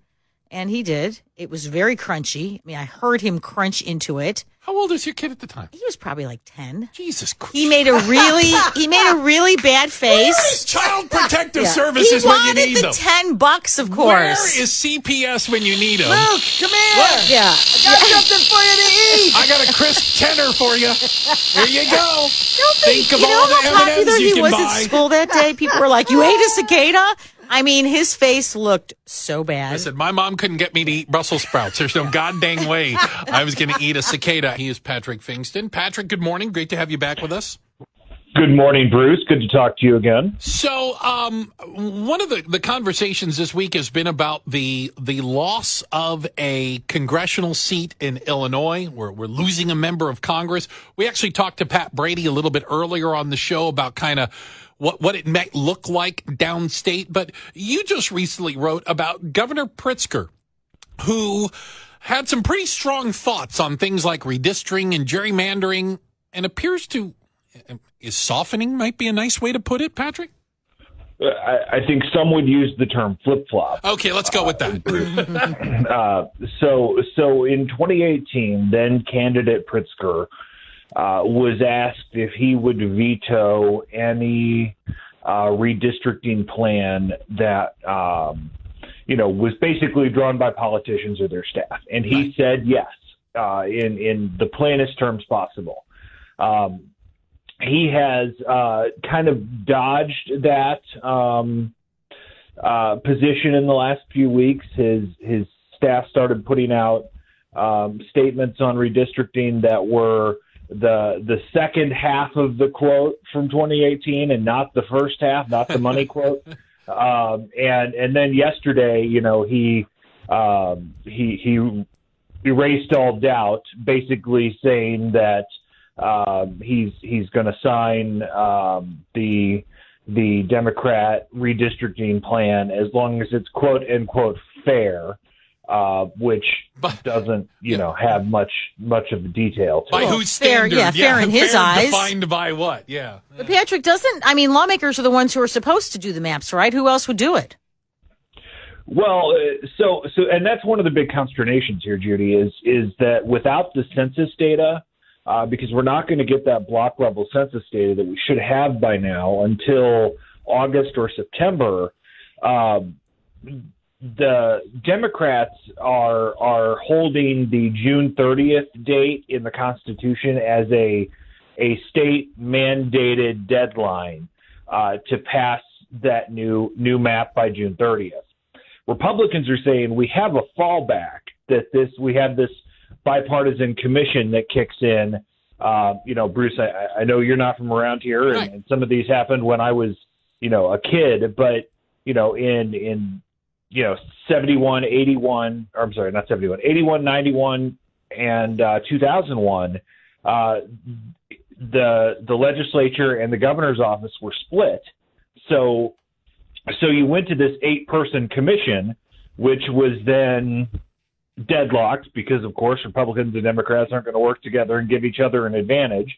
and he did. It was very crunchy. I mean, I heard him crunch into it.
How old is your kid at the time?
He was probably like 10.
Jesus Christ.
He made a really he made a really bad face.
Where's Child Protective
Yeah.
Services
he
when you
wanted
need
the
them?
10 bucks, of
Where
course.
is CPS when you need them?
Luke, come here.
yeah.
Got something for you to eat.
I got a crisp tenner for you. There you go. Think of
you
all
know
the
how popular
M&Ms you
he
can
was
buy.
at school that day? People were like, "You ate a cicada." I mean, his face looked so bad.
I said, my mom couldn't get me to eat Brussels sprouts. There's no goddamn way I was going to eat a cicada. He is Patrick Fingston. Patrick, good morning. Great to have you back with us.
Good morning, Bruce. Good to talk to you again.
So, um, one of the, the conversations this week has been about the the loss of a congressional seat in Illinois. We're, we're losing a member of Congress. We actually talked to Pat Brady a little bit earlier on the show about kind of what what it might look like downstate. But you just recently wrote about Governor Pritzker who had some pretty strong thoughts on things like redistricting and gerrymandering and appears to is softening might be a nice way to put it patrick
Uh, I, I think some would use the term flip flop.
okay let's go with that
Uh, so, so in 2018, then candidate Pritzker uh, was asked if he would veto any uh, redistricting plan that um, you know was basically drawn by politicians or their staff, and he said yes uh, in in the plainest terms possible. Um, he has uh, kind of dodged that. Um, uh, position in the last few weeks. His his staff started putting out um, statements on redistricting that were the the second half of the quote from 2018 and not the first half, not the money quote. Um, and and then yesterday, you know, he um, he he erased all doubt, basically saying that um, he's he's going to sign um, the the Democrat redistricting plan as long as it's quote unquote fair, uh, which
But-
doesn't you know have much much of the detail. To
by
it.
whose
fair-
standard
yeah, fair in his eyes.
defined by what yeah
but Patrick doesn't. I mean, lawmakers are the ones who are supposed to do the maps, right? Who else would do it?
Well, uh, so so, and that's one of the big consternations here, Judy, is is that without the census data, uh, because we're not going to get that block level census data that we should have by now until August or September. Um, the Democrats are are holding the June 30th date in the Constitution as a a state mandated deadline uh, to pass that new new map by June 30th. Republicans are saying we have a fallback that this we have this bipartisan commission that kicks in. Uh, you know, Bruce, I, I know you're not from around here, and,
Right.
and some of these happened when I was, you know, a kid. But you know, in in you know 71, 81, or I'm sorry, not 71, 81, 91, and uh, 2001. Uh, the the legislature and the governor's office were split, so so you went to this eight person commission, which was then deadlocked because, of course, Republicans and Democrats aren't going to work together and give each other an advantage.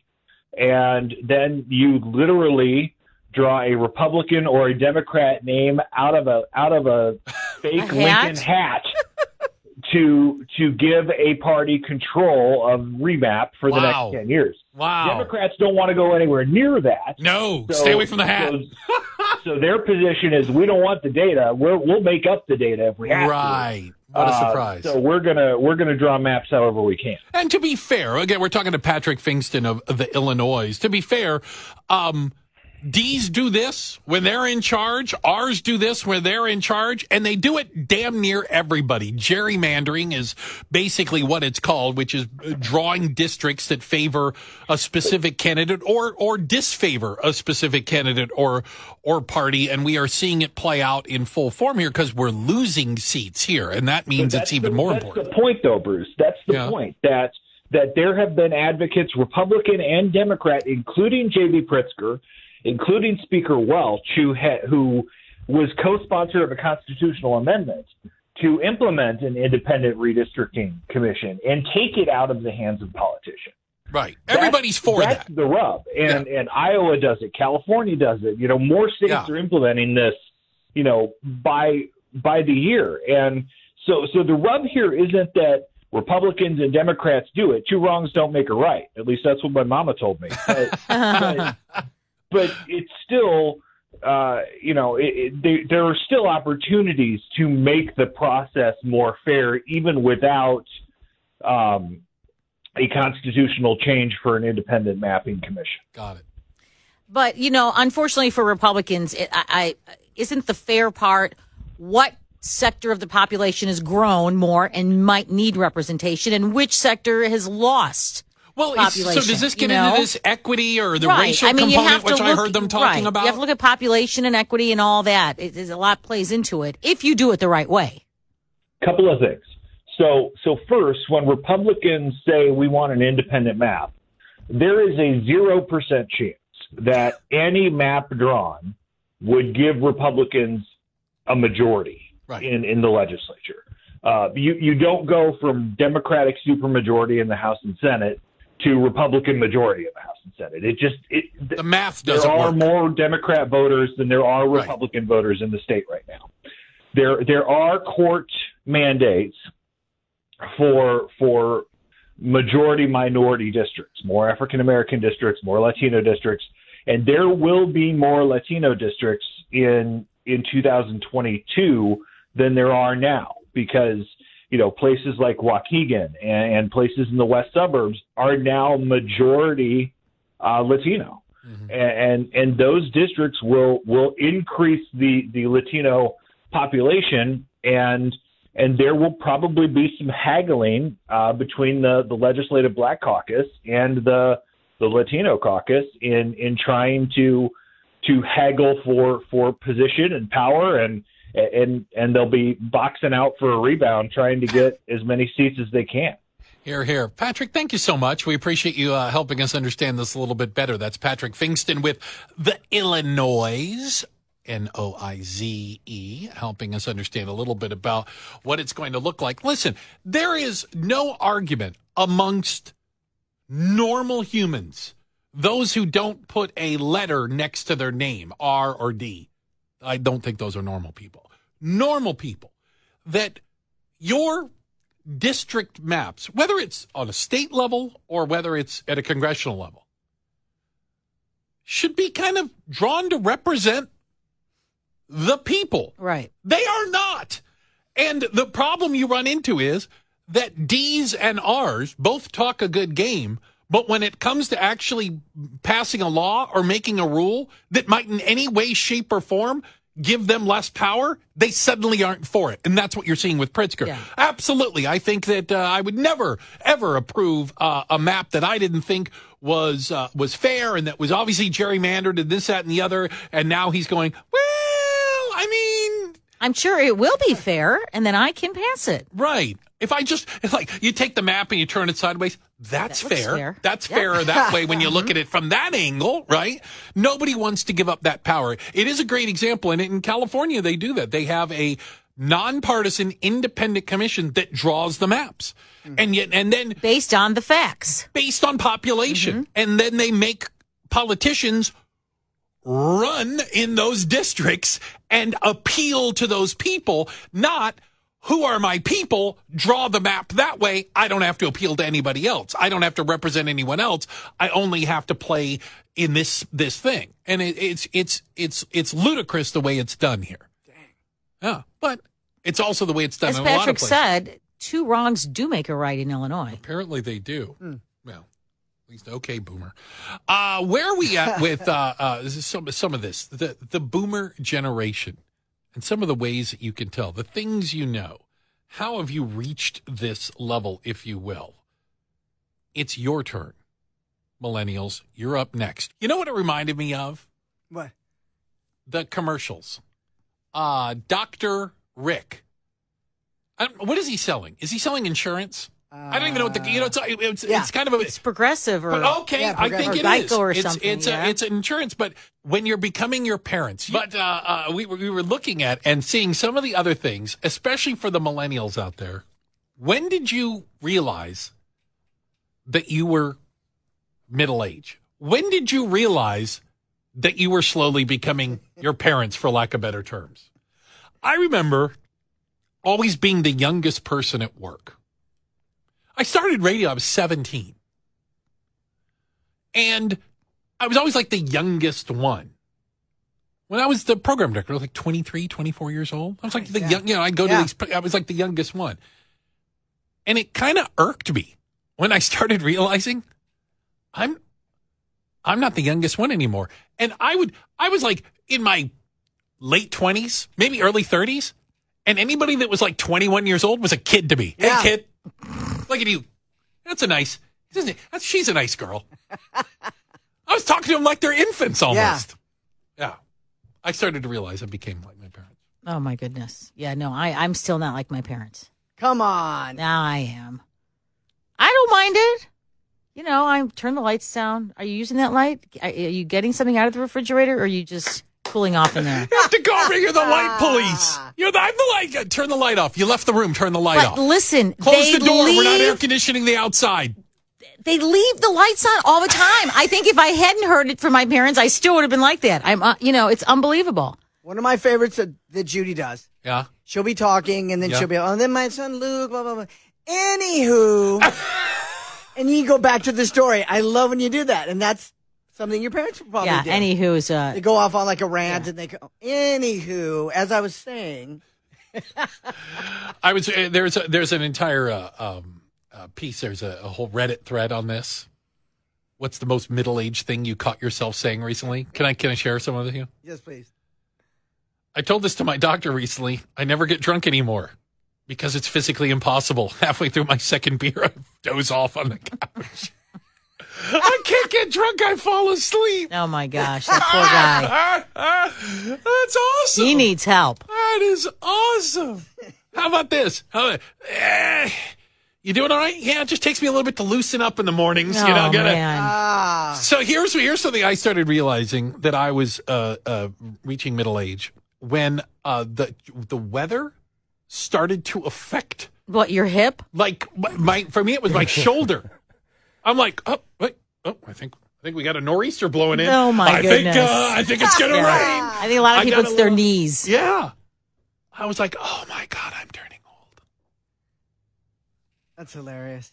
And then you literally draw a Republican or a Democrat name out of a out of a fake
A hat?
Lincoln hat to to give a party control of remap for the
Wow.
next ten years.
wow
Democrats don't want to go anywhere near that.
no
So-
stay away from the hat
So, so their position is we don't want the data. We're, we'll make up the data if we have to.
right what a
Uh,
surprise
so we're gonna we're gonna draw maps however we can.
And to be fair, again, we're talking to Patrick Fingston of, of the Illinois. To be fair, um, D's do this when they're in charge. R's do this when they're in charge, and they do it damn near everybody. Gerrymandering is basically what it's called, which is uh, drawing districts that favor a specific candidate or or disfavor a specific candidate or or party. And we are seeing it play out in full form here because we're losing seats here, and that means it's
That's
even
the,
more
that's
important.
the point, though, Bruce. That's the
Yeah.
point that that there have been advocates, Republican and Democrat, including J.B. Pritzker, including Speaker Welch, who ha- who was co-sponsor of a constitutional amendment to implement an independent redistricting commission and take it out of the hands of politicians.
right? Everybody's for
that's
that.
the rub, and and Iowa does it, California does it. You know, more states
Yeah.
are implementing this. You know, by by the year, and So, so the rub here isn't that Republicans and Democrats do it. Two wrongs don't make a right. At least that's what my mama told me. But, but, but it's still, uh, you know, it, it, there, there are still opportunities to make the process more fair, even without um, a constitutional change for an independent mapping commission.
Got it.
But you know, unfortunately for Republicans, it, I, I isn't the fair part what sector of the population has grown more and might need representation, and which sector has lost.
Well, it's- so
Population,
does this
you
get
know?
into this equity or the
right.
racial
I mean, you
component,
have to
which
look,
I heard them talking
right.
about?
You have to look at population and equity and all that. It, there's a lot plays into it if you do it the right way.
couple of things. So, so first, when Republicans say we want an independent map, there is a zero percent chance that any map drawn would give Republicans a majority
Right.
in in the legislature. Uh, you you don't go from Democratic supermajority in the House and Senate to Republican majority in the House and Senate. It just it,
the math
there
doesn't
are
work.
more Democrat voters than there are
Right.
Republican voters in the state right now. There there are court mandates for for majority minority districts, more African American districts, more Latino districts, and there will be more Latino districts in in 2022 than there are now because you know places like Waukegan and, and places in the west suburbs are now majority uh, Latino, and and those districts will will increase the the Latino population and and there will probably be some haggling uh, between the the legislative black caucus and the the Latino caucus in in trying to to haggle for for position and power and and and they'll be boxing out for a rebound trying to get as many seats as they can.
Here, here. Patrick, thank you so much. We appreciate you uh, helping us understand this a little bit better. That's Patrick Fingston with the Illinois, N O I Z E, helping us understand a little bit about what it's going to look like. Listen, there is no argument amongst normal humans, those who don't put a letter next to their name, R or D. I don't think those are normal people. Normal people that your district maps, whether it's on a state level or whether it's at a congressional level, should be kind of drawn to represent the people.
Right.
They are not. And the problem you run into is that D's and R's both talk a good game, but when it comes to actually passing a law or making a rule that might in any way, shape, or form give them less power, they suddenly aren't for it. And that's what you're seeing with Pritzker.
Yeah.
Absolutely. I think that uh, I would never, ever approve uh, a map that I didn't think was uh, was fair and that was obviously gerrymandered and this, that, and the other. And now he's going, well, I mean,
I'm sure it will be fair, and then I can pass it.
Right. If I just it's like you take the map and you turn it sideways, that's
That looks
fair.
fair.
That's
Yeah.
fairer that way when you look at it from that angle, right? Nobody wants to give up that power. It is a great example, and in California they do that. They have a nonpartisan independent commission that draws the maps, and yet and then
Mm-hmm. Based on the facts. Mm-hmm.
based on population. And then they make politicians run in those districts and appeal to those people, not who are my people, draw the map that way. I don't have to appeal to anybody else. I don't have to represent anyone else. I only have to play in this this thing. And it, it's it's it's it's ludicrous the way it's done here. Yeah. But it's also the way it's done
As
in a lot of
Patrick
places.
said, two wrongs do make a right in Illinois.
Apparently they do. Well, at least okay, boomer. Uh, where are we at with uh, uh, this is some some of this the the boomer generation and some of the ways that you can tell the things you know. How have you reached this level, if you will? It's your turn, millennials. You're up next. You know what it reminded me of?
What?
The commercials. Uh, Doctor Rick. I don't- what is he selling? Is he selling insurance? I don't even know what the you know. It's it's,
yeah.
it's kind of a
It's progressive or
but Oh, okay,
yeah,
I think
or
it is.
Geico or
it's,
something,
It's
yeah.
a, it's insurance, but when you're becoming your parents, but uh, uh, we were- we were looking at and seeing some of the other things, especially for the millennials out there. When did you realize that you were middle age? When did you realize that you were slowly becoming your parents, for lack of better terms? I remember always being the youngest person at work. I started radio, I was 17. And I was always like the youngest one. When I was the program director, I was like 23, 24 years old. I was like the
Yeah.
young, you know, I'd go
Yeah.
to these, I was like the youngest one. And it kind of irked me when I started realizing I'm, I'm not the youngest one anymore. And I would, I was like in my late 20s, maybe early 30s. And anybody that was like 21 years old was a kid to me.
Yeah.
Hey, kid, look at you. That's a nice, isn't it? That's, she's a nice girl. I was talking to them like they're infants almost. Yeah. I started to realize I became like my parents.
Oh my goodness. Yeah, no, I, I'm still not like my parents.
Come on.
Now I am. I don't mind it. You know, I turn the lights down. Are you using that light? Are are you getting something out of the refrigerator or are you just cooling off in there?
You have to go over. You're the light police. You're the, I'm the light. Turn the light off. You left the room. Turn the light
But
off.
listen,
Close
they
the door.
leave
We're not air conditioning the outside.
they leave the lights on all the time. I think if I hadn't heard it from my parents, I still would have been like that. I'm, uh, you know, it's unbelievable.
One of my favorites that, that Judy does.
Yeah.
She'll be talking, and then
Yeah.
she'll be, oh, then my son Luke, blah, blah, blah. Anywho. and you go back to the story. I love when you do that. And that's something your parents would probably
yeah.
do.
Anywho, is uh,
they go off on like a rant, and they go, anywho, as I was saying.
I was uh, there's a, there's an entire uh, um, uh, piece. There's a, a whole Reddit thread on this. What's the most middle aged thing you caught yourself saying recently? Can I can I share some with you?
Yes, please.
I told this to my doctor recently. I never get drunk anymore because it's physically impossible. Halfway through my second beer, I doze off on the couch. I can't get drunk. I fall asleep.
oh my gosh, that poor guy.
That's awesome.
He needs help.
That is awesome. How about this? How about, eh, you doing all right? Yeah, it just takes me a little bit to loosen up in the mornings. you know,
oh
gotta-
man.
Ah,
So here's here's something I started realizing that I was uh, uh, reaching middle age when uh, the the weather started to affect
What your hip?
like my- my for me it was my shoulder. I'm like, oh, wait, oh, I think I think we got a nor'easter blowing in.
Oh, my
I Think,
goodness.
uh, I think it's gonna rain.
I think a lot of
I
people
got a
it's their
little-
knees.
Yeah. I was like, oh my God, I'm turning old.
that's hilarious.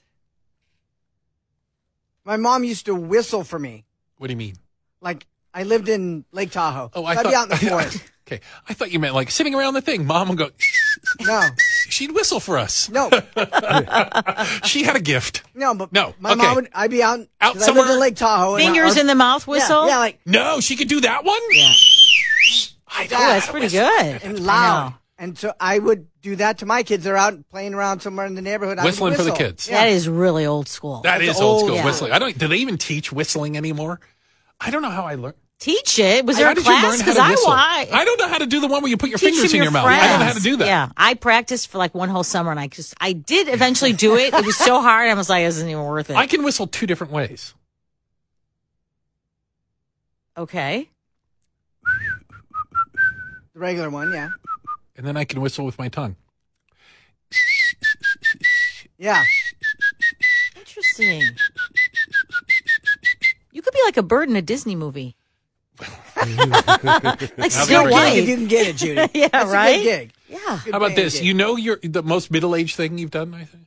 My mom used to whistle for me.
What do you mean?
Like, I lived in Lake Tahoe.
Oh,
So
I
I'd
thought.
be out in the forest.
okay. I thought you meant like sitting around the thing. Mom would go,
no,
she'd whistle for us.
no,
She had a gift.
no, but
No,
My
okay.
mom would. I'd be out, 'cause
Out
I lived
somewhere-
in Lake Tahoe. Oh, and
Fingers
our-
in the mouth whistle.
Yeah, yeah, like
No, she could do that one? Yeah. I know.
Oh, that's pretty good.
and
I
loud.
know.
And so I would do that to my kids. They're out playing around somewhere in the neighborhood. I would
Whistling for the
whistle.
kids.
That is really old school.
That
That's
is old
old
school
school.
whistling. I don't, do they even teach whistling anymore? I don't know how I learned.
Teach it. Was there
how
a
did you
class?
learn how
Because
to
I,
whistle?
I,
I don't know how to do the one where you put your
Teach
fingers
them
in your mouth. I don't know how to
friends.
do that.
Yeah, I practiced for like one whole summer, and I just I did eventually do it. It was so hard. I was like, it isn't even worth it.
I can whistle two different ways.
okay.
The regular one, yeah,
and then I can whistle with my tongue.
yeah.
Interesting. You could be like a bird in a Disney movie. like
That'd be
Snow
Gig, if you
great.
White.
can get it, Judy.
Yeah,
That's A
right?
good gig.
Yeah.
Good
How about
paying
this?
gig.
You know your the most middle aged thing you've done, I think?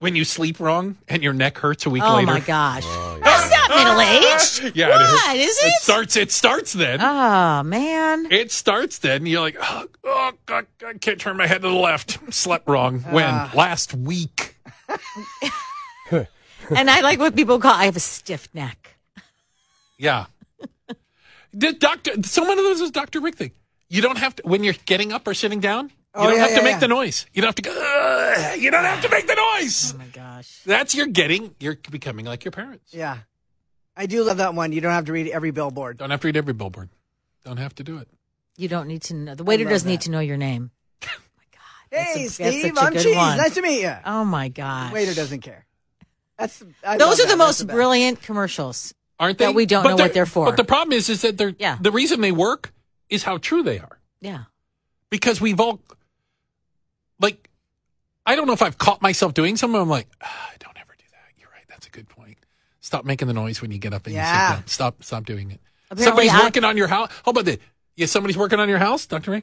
When you sleep wrong and your neck hurts a week
Oh
later.
my gosh. That's not middle aged.
Yeah, it is.
What is
It
it?
starts it starts then.
Oh man.
it starts then. and You're like, oh, oh God, I can't turn my head to the left. Slept wrong. when?
Ah.
Last week.
And I like what people call I have a stiff neck.
Yeah. Did Doctor so one of those is Dr. Rick thing. You don't have to when you're getting up or sitting down, you
Oh,
don't
yeah,
have
yeah,
to make
yeah.
the noise. You don't have to go "Ugh," you don't have to make the noise.
Oh my gosh.
That's you're getting you're becoming like your parents.
Yeah, I do love that one. You don't have to read every billboard.
Don't have to read every billboard. Don't have to do it.
You don't need to know the waiter
love
doesn't need
that.
to know your name. That's
Hey,
a- that's
Steve,
such a
I'm
good
Cheese.
one.
Nice to meet you.
Oh my gosh.
Waiter doesn't care. That's I love
Those are
that.
the
That's
most
best.
brilliant commercials.
Aren't they?
That we don't know what they're for.
But the problem is, is that they're
Yeah.
the reason they work is how true they are.
Yeah.
Because we've all like, I don't know if I've caught myself doing something. I'm like, ah, don't ever do that. You're right. That's a good point. Stop making the noise when you get up and you
Yeah.
sit down. Stop. Stop doing it.
Apparently
somebody's
I-
working on your house. How about that? Yeah, somebody's working on your house, Doctor Ray.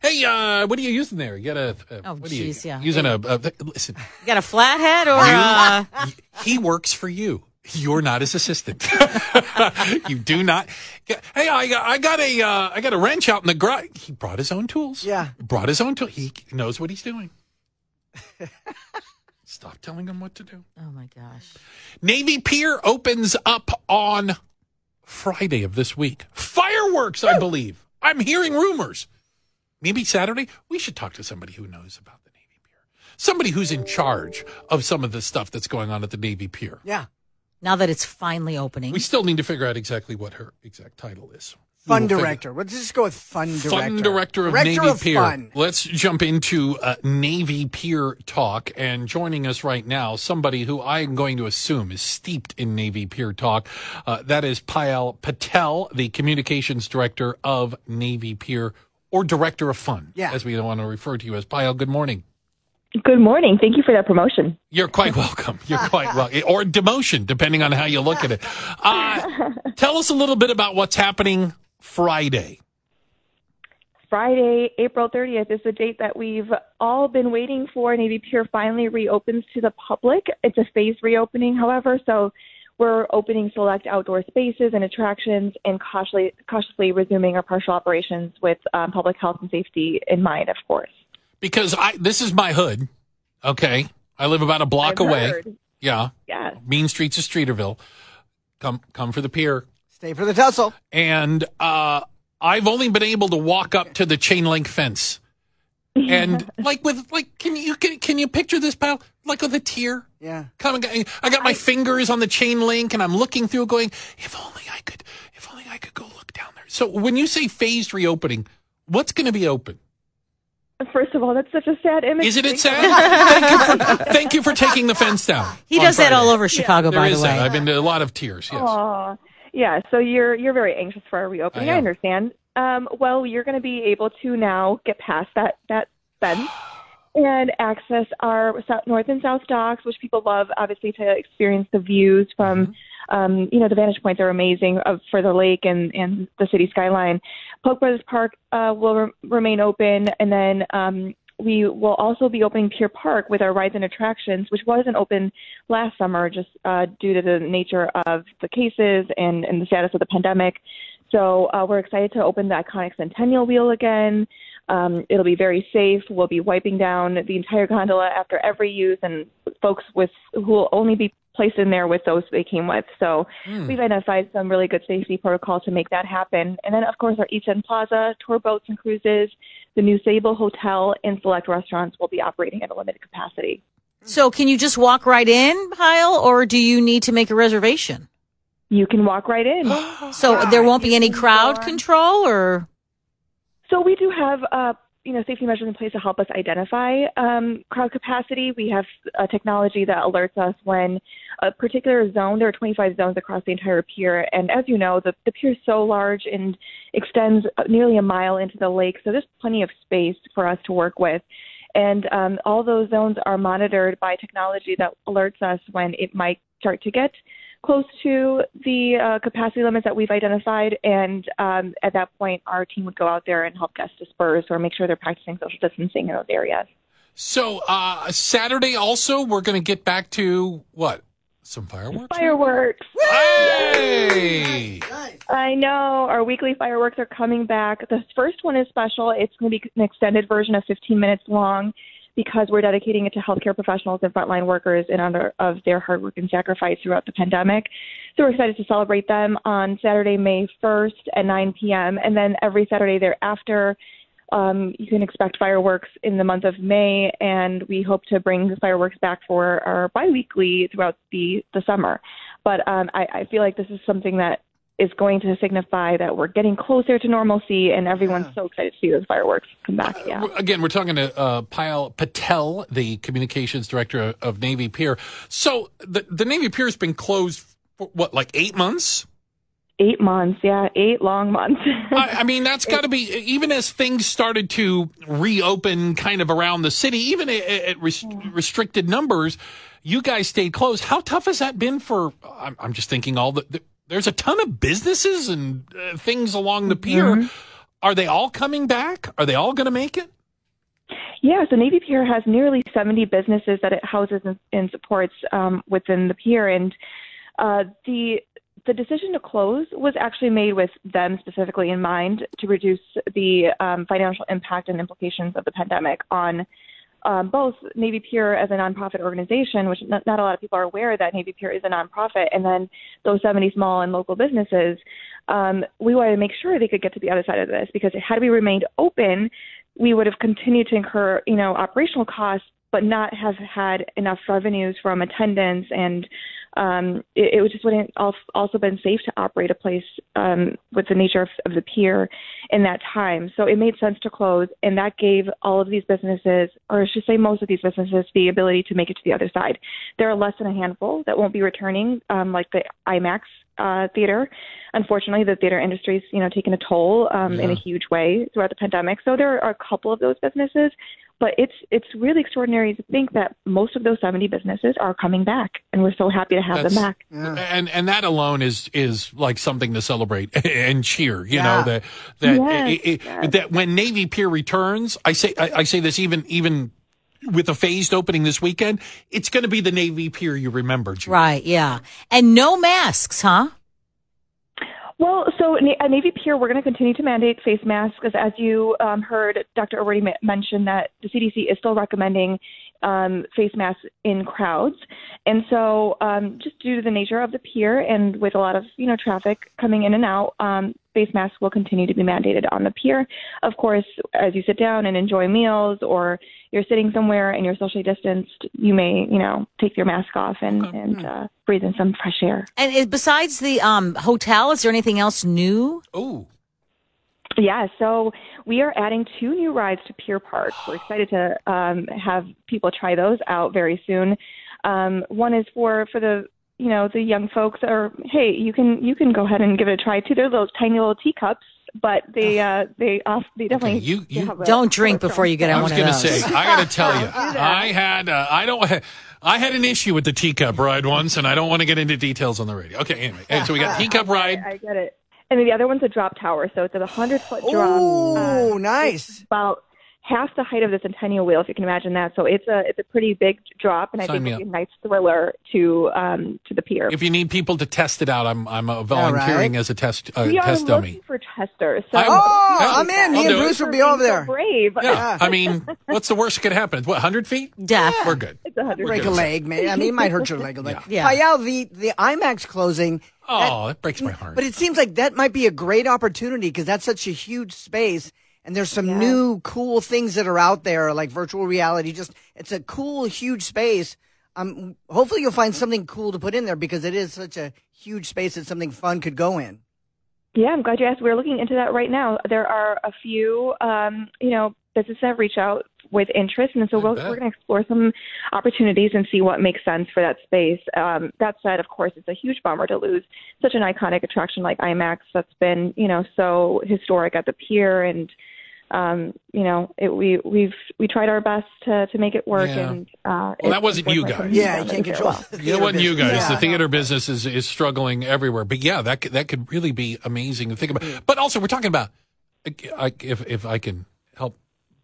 Hey, uh, what are you using there? You got a. a
Oh,
what are you-
jeez, yeah.
Using a. a th- listen,
You got a flathead or uh,
y- he works for you. You're not his assistant. you do not. Hey, I got, I got a, uh, I got a wrench out in the garage. He brought his own tools.
Yeah.
Brought his own tool. He knows what he's doing. Stop telling him what to do.
oh my gosh.
Navy Pier opens up on Friday of this week. Fireworks, I believe. I'm hearing rumors. Maybe Saturday. We should talk to somebody who knows about the Navy Pier. Somebody who's in charge of some of the stuff that's going on at the Navy Pier.
Yeah.
Now that it's finally opening.
We still need to figure out exactly what her exact title is. We
Fun
will figure-
director. Let's just go with fun director.
Fun director of
Director
Navy
of
Pier.
Fun.
Let's jump into uh, Navy Pier talk. And joining us right now, somebody who I'm going to assume is steeped in Navy Pier talk. Uh, that is Payal Patel, the communications director of Navy Pier or director of fun,
Yeah.
as we want to refer to you as. Payal, good morning.
Good morning. Thank you for that promotion.
You're quite welcome. You're quite welcome. Or demotion, depending on how you look at it. Uh, tell us a little bit about what's happening Friday.
Friday, April 30th is the date that we've all been waiting for. Navy Pier finally reopens to the public. It's a phased reopening, however, so we're opening select outdoor spaces and attractions and cautiously, cautiously resuming our partial operations with um, public health and safety in mind, of course.
because I this is my hood. Okay, I live about a block
I've
away.
heard.
Yeah,
Yes.
mean streets of Streeterville. Come, come for the pier,
Stay for the tussle.
and uh, I've only been able to walk up to the chain link fence, and like with like, can you can, can you picture this pal like with a tear?
Yeah.
Coming, I got my fingers on the chain link, and I'm looking through, going, if only I could, if only I could go look down there. So when you say phased reopening, what's going to be open?
First of all, that's such a sad image.
Is it it
Thanks so
sad?
much.
thank, you for, thank you for taking the fence down.
he
on
does that all
Friday.
over Chicago,
There
by
is
the way.
that. I've been to a lot of tears. Yes.
Aw. yeah. So you're you're very anxious for our reopening.
I
I,
am.
understand. Um, well, you're going to be able to now get past that that fence and access our sou- north and south docks, which people love, obviously, to experience the views from. Um, you know the vantage points are amazing of, for the lake and, and the city skyline. Polk Brothers Park uh, will re- remain open, and then um, we will also be opening Pier Park with our rides and attractions, which wasn't open last summer just uh, due to the nature of the cases and, and the status of the pandemic. So uh, we're excited to open the iconic Centennial Wheel again. Um, it'll be very safe. We'll be wiping down the entire gondola after every use, and folks with who will only be placed in there with those they came with. So we've identified some really good safety protocol to make that happen. And then, of course, our East End Plaza, tour boats and cruises, the new Sable Hotel, and select restaurants will be operating at a limited capacity.
So can you just walk right in, Pyle, or do you need to make a reservation?
You can walk right in.
So there won't be any crowd control or
So we do have, uh, you know, safety measures in place to help us identify um, crowd capacity. We have uh, technology that alerts us when a particular zone. There are 25 zones across the entire pier, and as you know, the, the pier is so large and extends uh, nearly a mile into the lake. So there's plenty of space for us to work with. And um, all those zones are monitored by technology that alerts us when it might start to get close to the uh, capacity limits that we've identified. And um, at that point, our team would go out there and help guests disperse or make sure they're practicing social distancing in those areas.
So uh, Saturday also, we're going to get back to what? Some fireworks.
Fireworks.
Hey!
I know our weekly fireworks are coming back. The first one is special. It's going to be an extended version of 15 minutes long because we're dedicating it to healthcare professionals and frontline workers in honor of their hard work and sacrifice throughout the pandemic. So we're excited to celebrate them on Saturday, May 1st at 9 p.m. and then every Saturday thereafter. Um, you can expect fireworks in the month of May, and we hope to bring the fireworks back for our biweekly throughout the, the summer. But um, I, I feel like this is something that is going to signify that we're getting closer to normalcy, and everyone's so excited to see those fireworks come back. Yeah.
We're- Again, we're talking to uh, Payal Patel, the communications director of Navy Pier. So the the Navy Pier has been closed for what, like eight months?
Eight months. Yeah, eight long months.
I, I mean, that's got to be even as things started to reopen, kind of around the city, even at, at res- restricted numbers. You guys stayed closed. How tough has that been for? I'm, I'm just thinking all the, the there's a ton of businesses and uh, things along the pier. Are they all coming back? Are they all going to make it?
Yeah, so Navy Pier has nearly 70 businesses that it houses and, and supports um, within the pier, and uh, the the decision to close was actually made with them specifically in mind to reduce the um, financial impact and implications of the pandemic on um, both Navy Pier as a nonprofit organization, which not, not a lot of people are aware that Navy Pier is a nonprofit, and then those 70 small and local businesses. Um, we wanted to make sure they could get to the other side of this because had we remained open, we would have continued to incur, you know, operational costs, but not have had enough revenues from attendance, and um, it, it just wouldn't al- also been safe to operate a place um, with the nature of, of the pier in that time. So it made sense to close, and that gave all of these businesses, or I should say most of these businesses, the ability to make it to the other side. There are less than a handful that won't be returning, um, like the IMAX uh, theater. Unfortunately, the theater industry's you know taken a toll um, in a huge way throughout the pandemic. So there are a couple of those businesses, but it's it's really extraordinary to think that most of those 70 businesses are coming back, and we're so happy to have them back.
And and that alone is is like something to celebrate and cheer. You
Yeah.
know that that
Yes,
it- it-
yes.
that when Navy Pier returns, I say I, I say this even even with a phased opening this weekend, it's going to be the Navy Pier you remember. Judy.
Right, yeah. And no masks, huh?
Well, so Na- at Navy Pier, we're going to continue to mandate face masks because, as you um, heard, Dr. already ma- mentioned that the CDC is still recommending um, face masks in crowds, and so um, just due to the nature of the pier and with a lot of you know traffic coming in and out, um, face masks will continue to be mandated on the pier. Of course, as you sit down and enjoy meals, or you're sitting somewhere and you're socially distanced, you may you know take your mask off and, and uh, breathe in some fresh air.
And it, besides the um, hotel, is there anything else new?
Oh,
Yeah, so we are adding two new rides to Pier Park. We're excited to um, have people try those out very soon. Um, one is for for the you know the young folks, or hey, you can you can go ahead and give it a try too. They're those tiny little teacups, but they uh, they off they definitely
Oh. you- you-
have a-
Don't drink before you get
I
on
was
one of
going to
those.
say I got to tell you,
that.
I had uh, I don't I had an issue with the teacup ride once, and I don't want to get into details on the radio. Okay, anyway, and so we got teacup ride.
I get it. And then the other one's a drop tower, so it's a hundred foot drop.
Ooh,
uh,
nice.
about half the height of the Centennial Wheel, if you can imagine that. So it's a it's a pretty big drop, and I
Sign
think
me
it'd be
up.
a nice thriller to um, to the pier.
If you need people to test it out, I'm I'm uh, volunteering as a test uh,
we are
test dummy.
looking for testers. So
I'm-
Oh,
Yeah,
I'm in. Me
I'll do
and
it.
Bruce will be
Being so
over there.
brave.
Yeah, I mean, what's the worst that could happen? It's What, 100 feet?
Death.
We're good.
It's a hundred.
Break a
good.
leg, man. I mean, it might hurt your leg a bit.
Yeah.
Payal, the the IMAX closing.
Oh, that breaks my heart.
But it seems like that might be a great opportunity because that's such a huge space, and there's some new cool things that are out there, like virtual reality. Just it's a cool, huge space. Um, hopefully you'll find something cool to put in there because it is such a huge space that something fun could go in.
Yeah, I'm glad you asked. We're looking into that right now. There are a few, um, you know, businesses that reach out with interest, and so we'll,
bet.
we're going to explore some opportunities and see what makes sense for that space. Um, that said, of course, it's a huge bummer to lose such an iconic attraction like IMAX that's been, you know, so historic at the pier, and um, you know, it, we we've we tried our best to to make it work,
Yeah.
and uh,
that
it's
wasn't you
unfortunately
guys.
Yeah,
something
you
that
can't
we did
control.
well.
the
it
theater
wasn't you
business.
guys.
Yeah.
The theater business is, is struggling everywhere. But yeah, that could, that could really be amazing to think about. But also, we're talking about I, if if I can help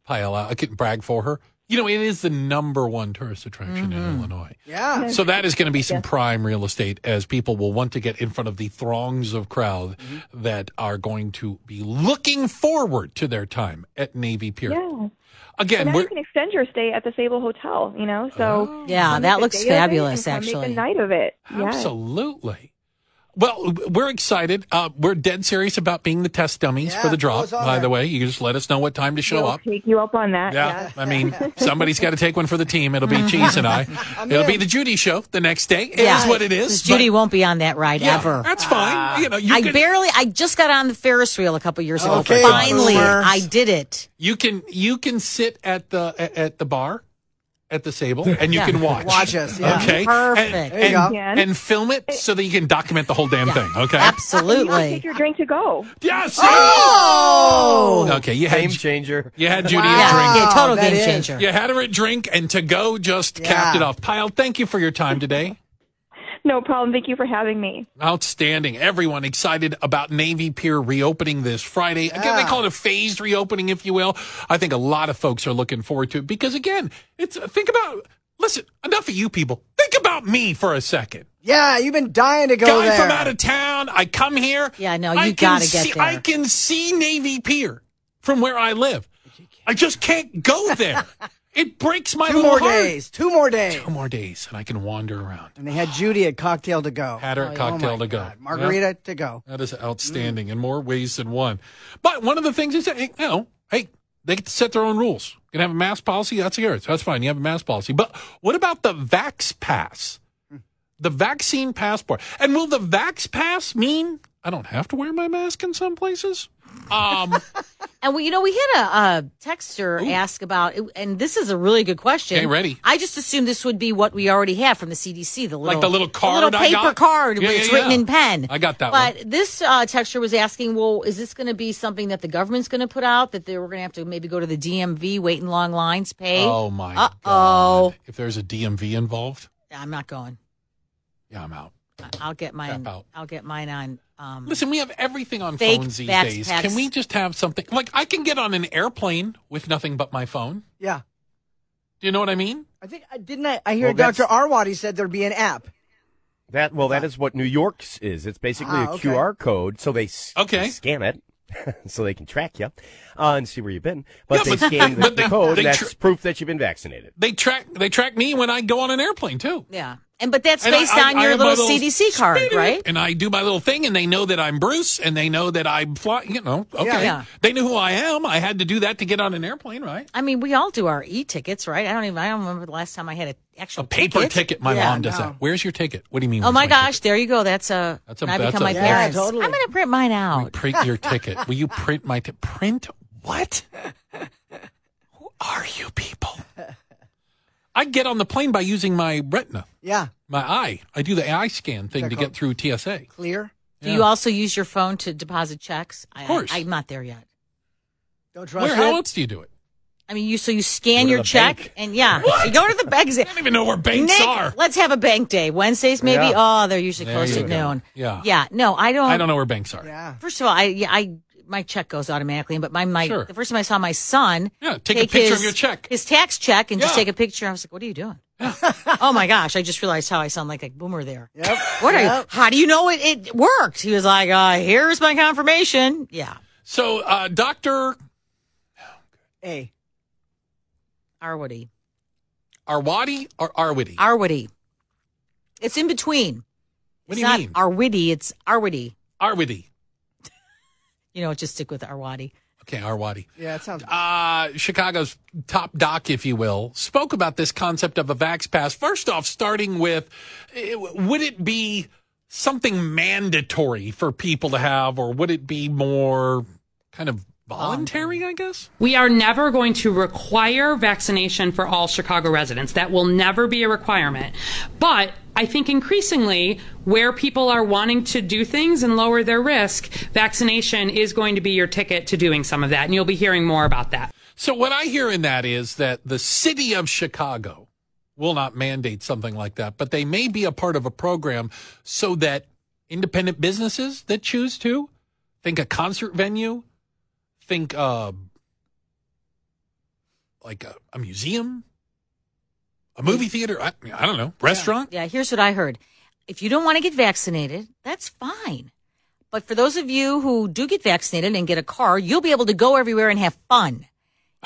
pile out, I can brag for her. You know, it is the number one tourist attraction in Illinois.
Yeah.
So that is going to be some prime real estate as people will want to get in front of the throngs of crowd that are going to be looking forward to their time at Navy Pier.
Yeah.
Again,
now
we're, Oh.
you can extend your stay at the Sable Hotel, you know. So
Yeah,
come
that
make a
looks
day of it
fabulous,
and come make
actually.
a night of it. Yes.
absolutely. Well, we're excited. Uh, we're dead serious about being the test dummies
Yeah,
for the
throw
drop.
us on
By
there.
the way, you just let us know what time to show
We'll
up.
Take you up on that.
Yeah.
Yeah.
I mean, somebody's got to take one for the team. It'll be Cheese and I. It'll be the Judy show the next day. It is what it is.
'Cause Judy
but-
won't be on that ride
Yeah,
ever.
That's
Ah.
fine. You know, you
I
can-
barely, I just got on the Ferris wheel a couple years ago.
Okay,
Finally,
boomer.
I did it.
You can you can sit at the at the bar, at the Sable, and you
Yeah.
can watch.
Watch us, yeah.
Okay.
Perfect.
And,
There you
and-
go.
and film it so that you can document the whole damn thing. Okay.
You can take
Absolutely.
your drink to go.
Yes.
Oh,
Okay. You had
Game changer.
you had Judy
Yeah,
a drink.
yeah, total
that
game
is-
changer.
You had her a drink, and to go just
Yeah.
capped it off. Pyle, thank you for your time today.
No problem. Thank you for having me.
Outstanding. Everyone excited about Navy Pier reopening this Friday. Again, they call it a phased reopening, if you will. I think a lot of folks are looking forward to it because, again, it's think about, listen, enough of you people. Think about me for a second.
Yeah, you've been dying to go
Guy
there.
from out of town, I come here.
Yeah, no,
I
you
can
gotta get
see-
there.
I can see Navy Pier from where I live. I just can't go there. it breaks my
Two
little
more
heart.
days. Two more days.
Two more days, and I can wander around.
And they had Judy at cocktail to go.
Had her
Oh,
cocktail
my
to go.
God. Margarita to go.
That is outstanding in more ways than one. But one of the things is, that, you know, hey, they get to set their own rules. You can have a mask policy. That's yours. That's fine. You have a mask policy. But what about the vax pass? The vaccine passport. And will the vax pass mean I don't have to wear my mask in some places? Um,
And we, you know, we had a, uh texter ask about, and this is a really good question.
Okay, ready.
I just assumed this would be what we already have from the CDC, the little,
like the little card
little
I
paper
got?
card.
Yeah,
where
yeah,
it's written
yeah.
in pen.
I got that
But
one.
this uh, texture was asking, well, is this going to be something that the government's going to put out that they were going to have to maybe go to the DMV, wait in long lines, pay?
Oh my
Uh-oh.
god! If there's a DMV involved,
I'm not going.
yeah, I'm out.
I'll get mine.
out.
I'll get mine on. Um,
Listen, we have everything on
Fake
phones these
fax
days.
packs.
Can we just have something like I can get on an airplane with nothing but my phone?
Yeah.
Do you know what I mean?
I think I didn't I, I hear
Well,
Dr.
that's-
Arwadi said there'd be an app.
That well, that is what New York's is. It's basically
Ah,
a
okay.
QR code, so they s-
Okay.
scan it, so they can track you uh, and see where you've been. But
Yeah,
they
but-
scan the,
but
the
they-
code.
they
and that's
tr-
proof that you've been vaccinated.
They track they track me when I go on an airplane too.
yeah, and but that's
And I-
based
I-
on
I
your
have my
little, CDC card, right?
And I do my little thing, and they know that I'm Bruce, and they know that I'm flying. You know, okay,
Yeah.
they knew who I am. I had to do that to get on an airplane, right?
I mean, we all do our e-tickets, right? I don't even. I don't remember the last time I had an actual
A paper ticket. My
Yeah,
mom does that. Where's your ticket? What do you mean?
Oh
where's
my gosh,
ticket?
there you go. That's a. That's
That's a-
a. When I
that's
become
a
my
bad-
Yeah,
parents.
totally.
I'm going to print mine out.
Print your ticket. Will you print my ticket? Print what? Who are you people? I get on the plane by using my retina,
Yeah.
my eye. I do the eye scan thing to get through TSA.
Clear.
Do
Yeah.
you also use your phone to deposit checks? Of
course.
I, am not there yet.
Don't trust
Where? How
it.
else do you do it?
I mean, you. So you
Go
scan
to
your
the
check,
bank.
and yeah, you go to the bank.
I don't even know where banks
Nick,
are.
let's have a bank day. Wednesdays, maybe.
Yeah.
Oh, they're usually
There
closed
you
at
go.
noon.
Yeah.
Yeah. No, I don't.
I don't know where banks are.
Yeah.
First of all, I yeah, I my check goes automatically, but my my
Sure.
the first time I saw my son,
Yeah, take a picture of your check.
his tax check, and just
Yeah.
take a picture. I was like, "What are you doing?" oh my gosh! I just realized how I sound like a boomer there.
Yep.
What are you?
Yep.
How do you know it, it worked? He was like, uh, "Here's my confirmation." Yeah,
So, uh, Doctor
Hey.
Arwady,
Arwadi or Arwidi?
Arwady. It's in between. it's
what do you
not
mean?
Arwitty. It's Arwady.
Arwidi.
You know, just stick with Arwadi.
Okay, Arwadi.
Yeah, it sounds
uh, Chicago's top doc, if you will, spoke about this concept of a vax pass. First off, starting with, eh, would it be something mandatory for people to have, or would it be more kind of voluntary? I guess.
Um, We are never going to require vaccination for all Chicago residents. That will never be a requirement. But I think increasingly, where people are wanting to do things and lower their risk, vaccination is going to be your ticket to doing some of that. And you'll be hearing more about that.
So what I hear in that is that the city of Chicago will not mandate something like that, but they may be a part of a program so that independent businesses that choose to think a concert venue, think uh, like a, a museum, a movie theater, I, I don't know, restaurant.
Yeah, here's what I heard. If you don't want to get vaccinated, that's fine. But for those of you who do get vaccinated and get a card, you'll be able to go everywhere and have fun.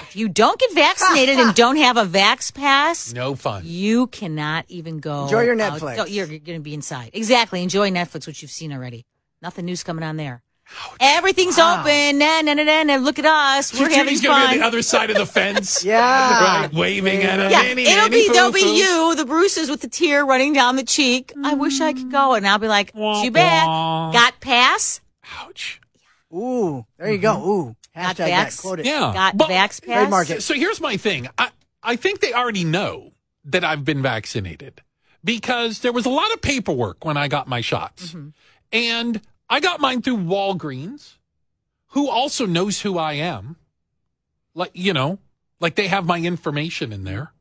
If you don't get vaccinated and don't have a vax pass,
No fun.
you cannot even go.
Enjoy your
out-
Netflix.
Oh, You're, going to be inside. Exactly. Enjoy Netflix, which you've seen already. Nothing new's coming on there. Everything's open. Na, na, na, na, na. Look at us. We're having
Judy's gonna be on
fun.
the other side of the fence.
Yeah.
Right, waving at us.
Yeah,
Nanny,
it'll
nanny,
be
foo,
there'll be
foo.
you, the Bruces with the tear running down the cheek. I wish I could
Mm.
go, and I'll be like,
Wah,
too bad,
wah.
got pass,
Ouch.
Ooh. There you go. Ooh.
Mm-hmm. got
Hashtag that.
vax,
Quote it.
Yeah.
got
But-
vax pass.
Trademark it.
So here's my thing. I, I think they already know that I've been vaccinated because there was a lot of paperwork when I got my shots.
Mm-hmm.
And I got mine through Walgreens, who also knows who I am. Like, you know, like they have my information in there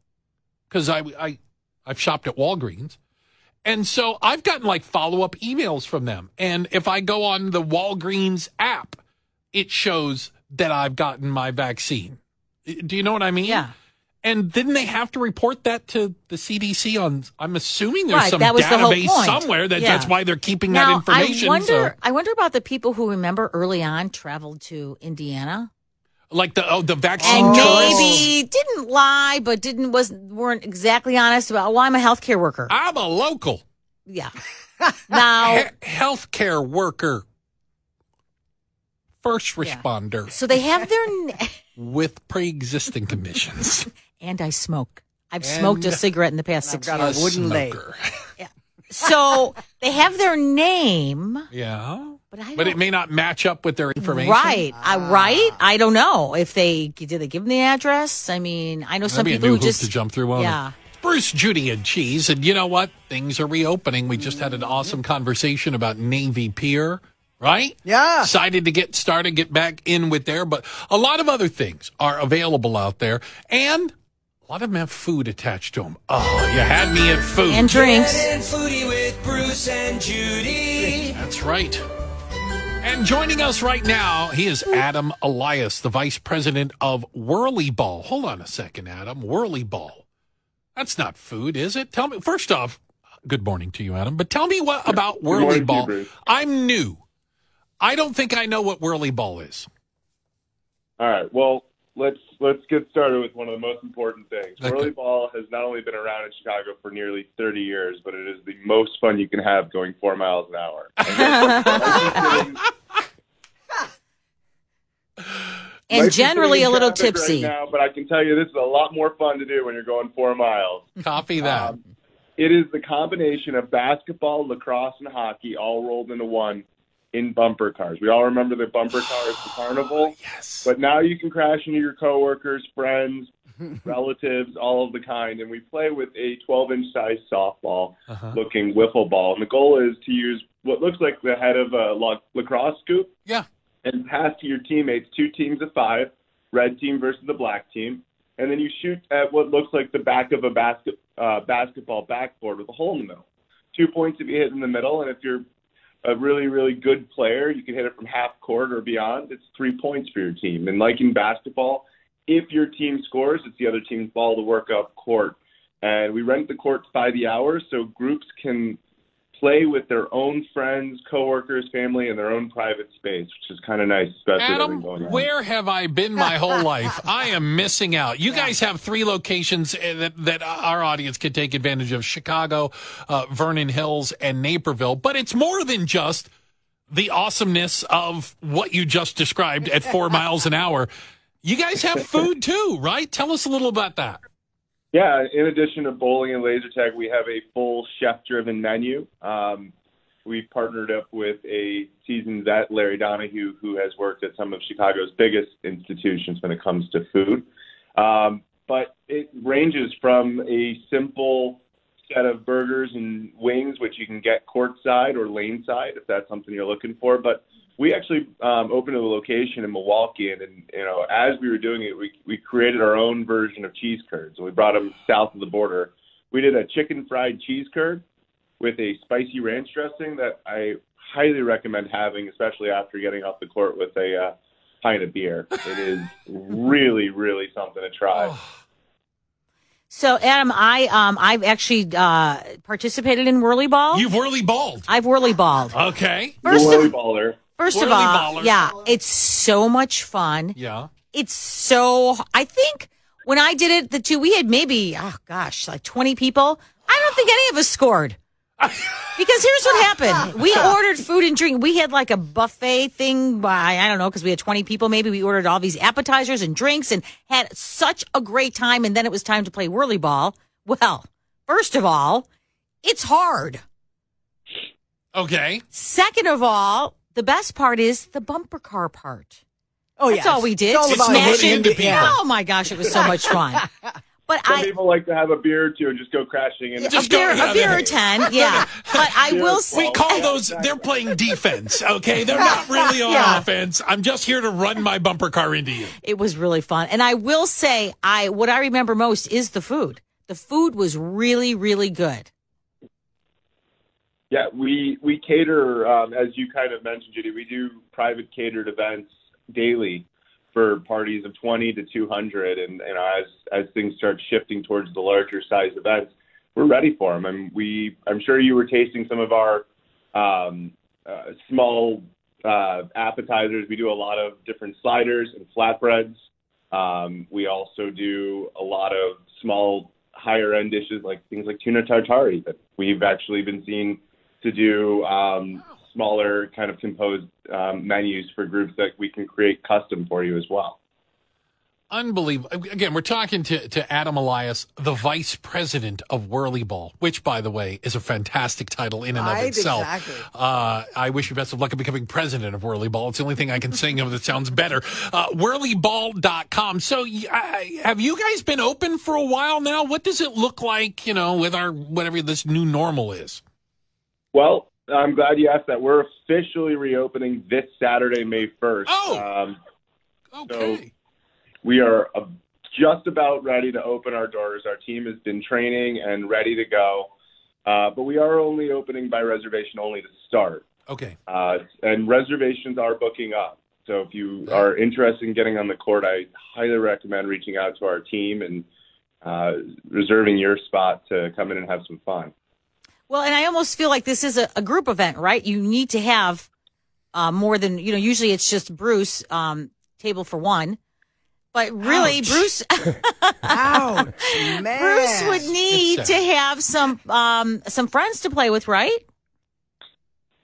because I, I, I've shopped at Walgreens. And so I've gotten like follow up emails from them. And if I go on the Walgreens app, it shows that I've gotten my vaccine. Do you know what I mean?
Yeah.
And didn't they have to report that to the CDC on? I'm assuming there's
Right,
some
that was the whole
database
point.
somewhere that
Yeah.
that's why they're keeping that
Now,
information.
I wonder.
so-
I wonder about the people who remember early on traveled to Indiana
like the oh the vaccine
and
choice.
maybe didn't lie, but didn't was weren't exactly honest about. Well, I'm a healthcare worker.
I'm a local
yeah. now,
he- healthcare worker, first responder
so they have their n-
with pre-existing conditions.
and I smoke. I've smoked a
And
cigarette in the past
I've
six
got
years.
a wooden leg.
Smoker.
So they have their name,
Yeah.
but I don't
But it may not match up with their information. Ah.
Right, I right. I don't know if they did. They give them the address. I mean, I know
That'd
some
be a
people
new
who
hoop
just
to jump through. won't it?
Yeah.
Bruce, Judy, and Cheese. And you know what? Things are reopening. We just had an awesome conversation about Navy Pier, right?
Yeah.
Excited to get started, get back in with there. But a lot of other things are available out there. And a lot of them have food attached to them. Oh, you had me at food.
and drinks.
And foodie with Bruce and Judy.
That's right. And joining us right now, he is Adam Elias, the vice president of Whirly Ball. Hold on a second, Adam. Whirly Ball. That's not food, is it? Tell me. First off, good morning to you, Adam. But tell me what about Whirly
morning to you,
Ball.
Bruce.
I'm new. I don't think I know what Whirly Ball is.
All right. Well, let's let's get started with one of the most important things.
Okay.
Whirly ball has not only been around in Chicago for nearly 30 years, but it is the most fun you can have going four miles an hour. Life
and
is
generally
sitting
a
in
little
traffic
tipsy.
Right now, but I can tell you this is a lot more fun to do when you're going four miles.
Copy that.
Um, it is the combination of basketball, lacrosse, and hockey all rolled into one in bumper cars. We all remember the bumper cars, the carnival.
yes.
But now you can crash into your coworkers, friends, relatives, all of the kind. And we play with a 12 inch size softball
Uh-huh.
looking wiffle ball. And the goal is to use what looks like the head of a lac- lacrosse scoop
Yeah.
and pass to your teammates, two teams of five, red team versus the black team. And then you shoot at what looks like the back of a basket, uh, basketball backboard with a hole in the middle. Two points if you hit in the middle, and if you're a really, really good player, you can hit it from half court or beyond. It's three points for your team. And like in basketball, if your team scores, it's the other team's ball to work up court. And we rent the courts by the hour, so groups can play with their own friends, coworkers, family, and their own private space, which is kind of nice, especially with everything
Adam,
going on.
where have I been my whole life? I am missing out. You guys have three locations eh, that, that our audience can take advantage of Chicago, uh, Vernon Hills, and Naperville. But it's more than just the awesomeness of what you just described at four miles an hour. You guys have food too, right? Tell us a little about that.
Yeah, in addition to bowling and laser tag, we have a full chef-driven menu. Um, we've partnered up with a seasoned vet, Larry Donahue, who has worked at some of Chicago's biggest institutions when it comes to food. Um, but it ranges from a simple set of burgers and wings, which you can get courtside or lane side if that's something you're looking for. But we actually um, opened a location in Milwaukee, and, and you know, as we were doing it, we we created our own version of cheese curds, and we brought them south of the border. We did a chicken fried cheese curd with a spicy ranch dressing that I highly recommend having, especially after getting off the court with a uh, pint of beer. It is really, really something to try.
So, Adam, I um, I've actually uh, participated in whirly ball.
Oh. You've whirly balled.
I've whirly balled.
Okay.
First
Glory
of
baller.
first of
whirly
all,
baller.
yeah, it's so much fun.
Yeah.
It's so. I think when I did it, the two we had maybe oh gosh, like twenty people. I don't think any of us scored. Because here's what happened. We ordered food and drink. We had like a buffet thing by, I don't know, because we had 20 people maybe. We ordered all these appetizers and drinks and had such a great time. And then it was time to play whirly ball. Well, first of all, it's hard.
Okay.
Second of all, the best part is the bumper car part.
Oh yeah,
That's all we did.
It's all about
Smashing
hitting
into people.
Yeah.
Oh my gosh, it was so much fun. But
Some
I,
people like to have a beer or two and just go crashing into
Just
a
go-
beer,
yeah,
a beer or
they-
ten, yeah. But I
Beer
will
as well.
We
say,
call those, they're playing defense, okay? They're not really on
Yeah.
offense. I'm just here to run my bumper car into you.
it was really fun. And I will say, I what I remember most is the food. The food was really, really good.
Yeah, we we cater um, as you kind of mentioned, Judy. We do private catered events daily for parties of 20 to 200, and and as as things start shifting towards the larger size events, we're ready for them. And we, I'm sure you were tasting some of our um, uh, small uh, appetizers. We do a lot of different sliders and flatbreads. Um, we also do a lot of small higher end dishes like things like tuna tartare that we've actually been seen to do um, smaller kind of composed um, menus for groups that we can create custom for you as well.
Unbelievable. Again, we're talking to, to Adam Elias, the vice president of Whirlyball, which, by the way, is a fantastic title in and
Right,
of itself.
exactly.
Uh, I wish you best of luck in becoming president of Whirlyball. It's the only thing I can sing of that sounds better. Uh, whirlyball.com. So, y- I- have you guys been open for a while now? What does it look like, you know, with our whatever this new normal is?
Well, I'm glad you asked that. We're officially reopening this Saturday, May 1st. Oh. Um, So we are uh, just about ready to open our doors. Our team has been training and ready to go, uh, but we are only opening by reservation only to start.
Okay.
Uh, and reservations are booking up. So if you are interested in getting on the court, I highly recommend reaching out to our team and uh, reserving your spot to come in and have some fun.
Well, and I almost feel like this is a, a group event, right? You need to have uh, more than you know. Usually, it's just Bruce um, table for one, but really, Bruce, Bruce would need
It's
uh,
to
sad.
have some um, some friends to play with, right?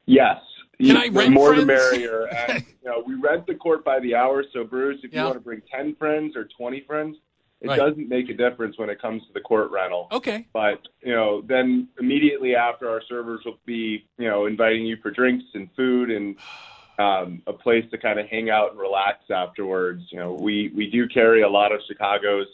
Yes.
Can I
the
rent
more the
friends?
merrier. And, you know, we rent the court by the hour. So Bruce, if
Yeah.
you want to bring ten friends or twenty friends, it
Right.
doesn't make a difference when it comes to the court rental.
Okay.
But you know, then immediately after our servers will be you know inviting you for drinks and food and um, a place to kind of hang out and relax afterwards. You know, we we do carry a lot of Chicago's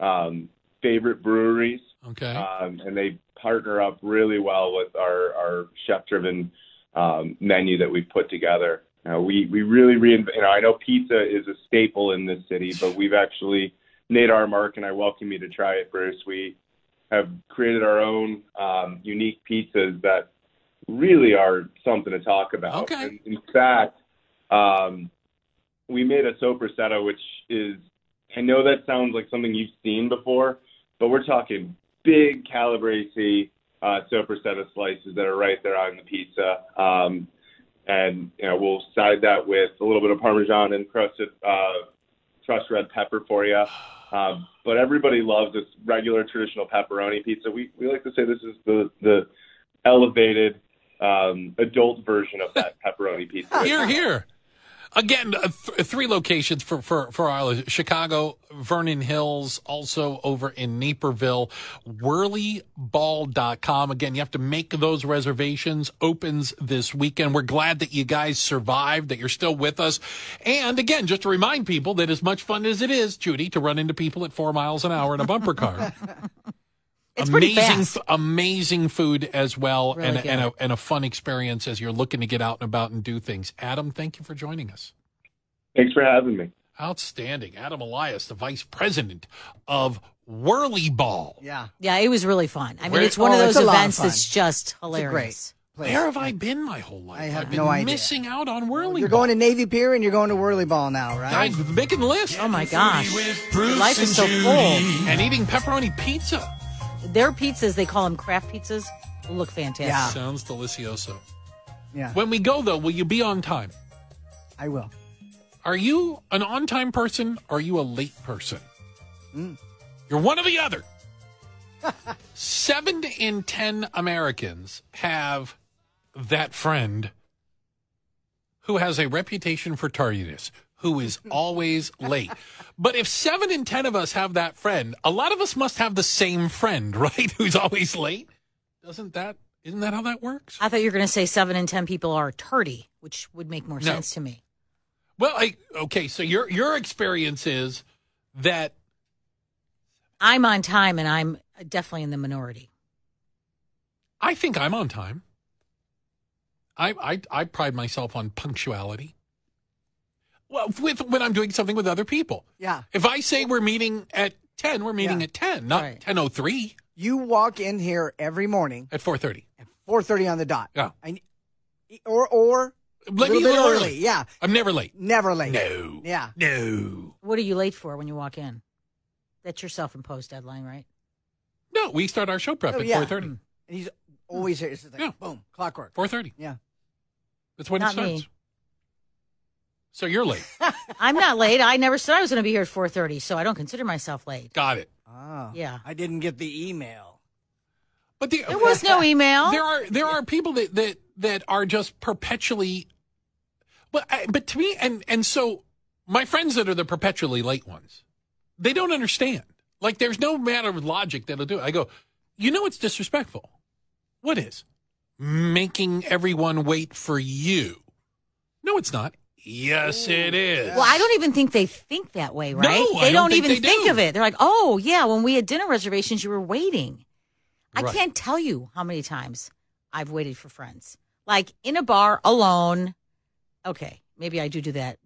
um, favorite breweries.
Okay.
Um, and they partner up really well with our, our chef driven um, menu that we've put together. Uh, we, we really reinvent, you know, I know pizza is a staple in this city, but we've actually, Nate Armark, and I welcome you to try it, Bruce. We have created our own um, unique pizzas that really are something to talk about.
Okay.
And in fact, um, we made a soap risotto, which is, I know that sounds like something you've seen before, but we're talking big calabrese uh, soap risotto slices that are right there on the pizza. Um, and you know, we'll side that with a little bit of Parmesan and crusted uh, crushed red pepper for you. Um, but everybody loves this regular traditional pepperoni pizza. We we like to say this is the the elevated um, adult version of that pepperoni pizza.
Here, here. Again, uh, th- three locations for for for our listeners. Chicago, Vernon Hills, also over in Naperville. Whirlyball.com. Again, you have to make those reservations. Opens this weekend. We're glad that you guys survived, that you're still with us. And again, just to remind people that as much fun as it is, Judy, to run into people at four miles an hour in a bumper car.
It's pretty
amazing,
fast.
f- amazing food as well,
Really
and, a-
good.
and, a, and a fun experience as you're looking to get out and about and do things. Adam, thank you for joining us.
Thanks for having me.
Outstanding. Adam Elias, the vice president of Whirlyball.
Yeah.
Yeah, it was really fun. I mean,
Where-
it's one of
Oh, it's
those
a lot of
events
fun.
that's just
It's a
hilarious.
great place.
Where have I been my whole life?
I have
I've been
no idea.
missing out on Whirlyball.
You're going to Navy Pier and you're going to Whirly Ball now, right?
I'm making the list.
Oh my gosh, Your life is so full.
And eating pepperoni pizza.
Their pizzas, they call them craft pizzas, look fantastic.
Yeah.
Sounds delicioso.
Yeah,
When we go, though, will you be on time?
I will.
Are you an on time person? Or are you a late person?
Mm.
You're one or the other. Seven in 10 Americans have that friend who has a reputation for tardiness, who is always late. But if seven in 10 of us have that friend, a lot of us must have the same friend, right? Who's always late. Doesn't that, isn't that how that works?
I thought you were going to say seven in ten people are tardy, which would make more
No.
sense to me.
Well, I, okay. So your, your experience is that
I'm on time, and I'm definitely in the minority.
I think I'm on time. I I, I pride myself on punctuality. Well, with when I'm doing something with other people.
Yeah.
If I say we're meeting at ten, we're meeting
Yeah.
at ten, not
Right.
ten oh three
You walk in here every morning
at four thirty.
at Four thirty on the dot.
Yeah.
I, or or a
Let
little
me a
bit
little
early.
early.
Yeah.
I'm never late.
Never late.
No.
Yeah.
No.
What are you late for when you walk in? That's your self-imposed deadline, right?
No, we start our show prep
Oh,
at
yeah.
4.30.
And he's
Hmm.
always here. It's just like boom, clockwork.
4.30.
Yeah.
That's when
Not
it starts.
me.
So you're late.
I'm not late. I never said I was going to be here at 4:30, so I don't consider myself late.
Got it.
Oh.
Yeah.
I didn't get the email.
But the,
There was no email.
There are there are people that that that are just perpetually. But I, but to me and and so my friends that are the perpetually late ones, they don't understand. Like there's no matter of logic that'll do it. I go, you know, it's disrespectful. What is making everyone wait for you? No, it's not. Yes, it is.
Well, I don't even think they think that way,
No,
right?
I
they
don't
don't,
think
even
they
think
do.
of it. They're like, "Oh, yeah, when we had dinner reservations, you were waiting." I
Right.
can't tell you how many times I've waited for friends. Like in a bar alone. Okay, maybe I do do that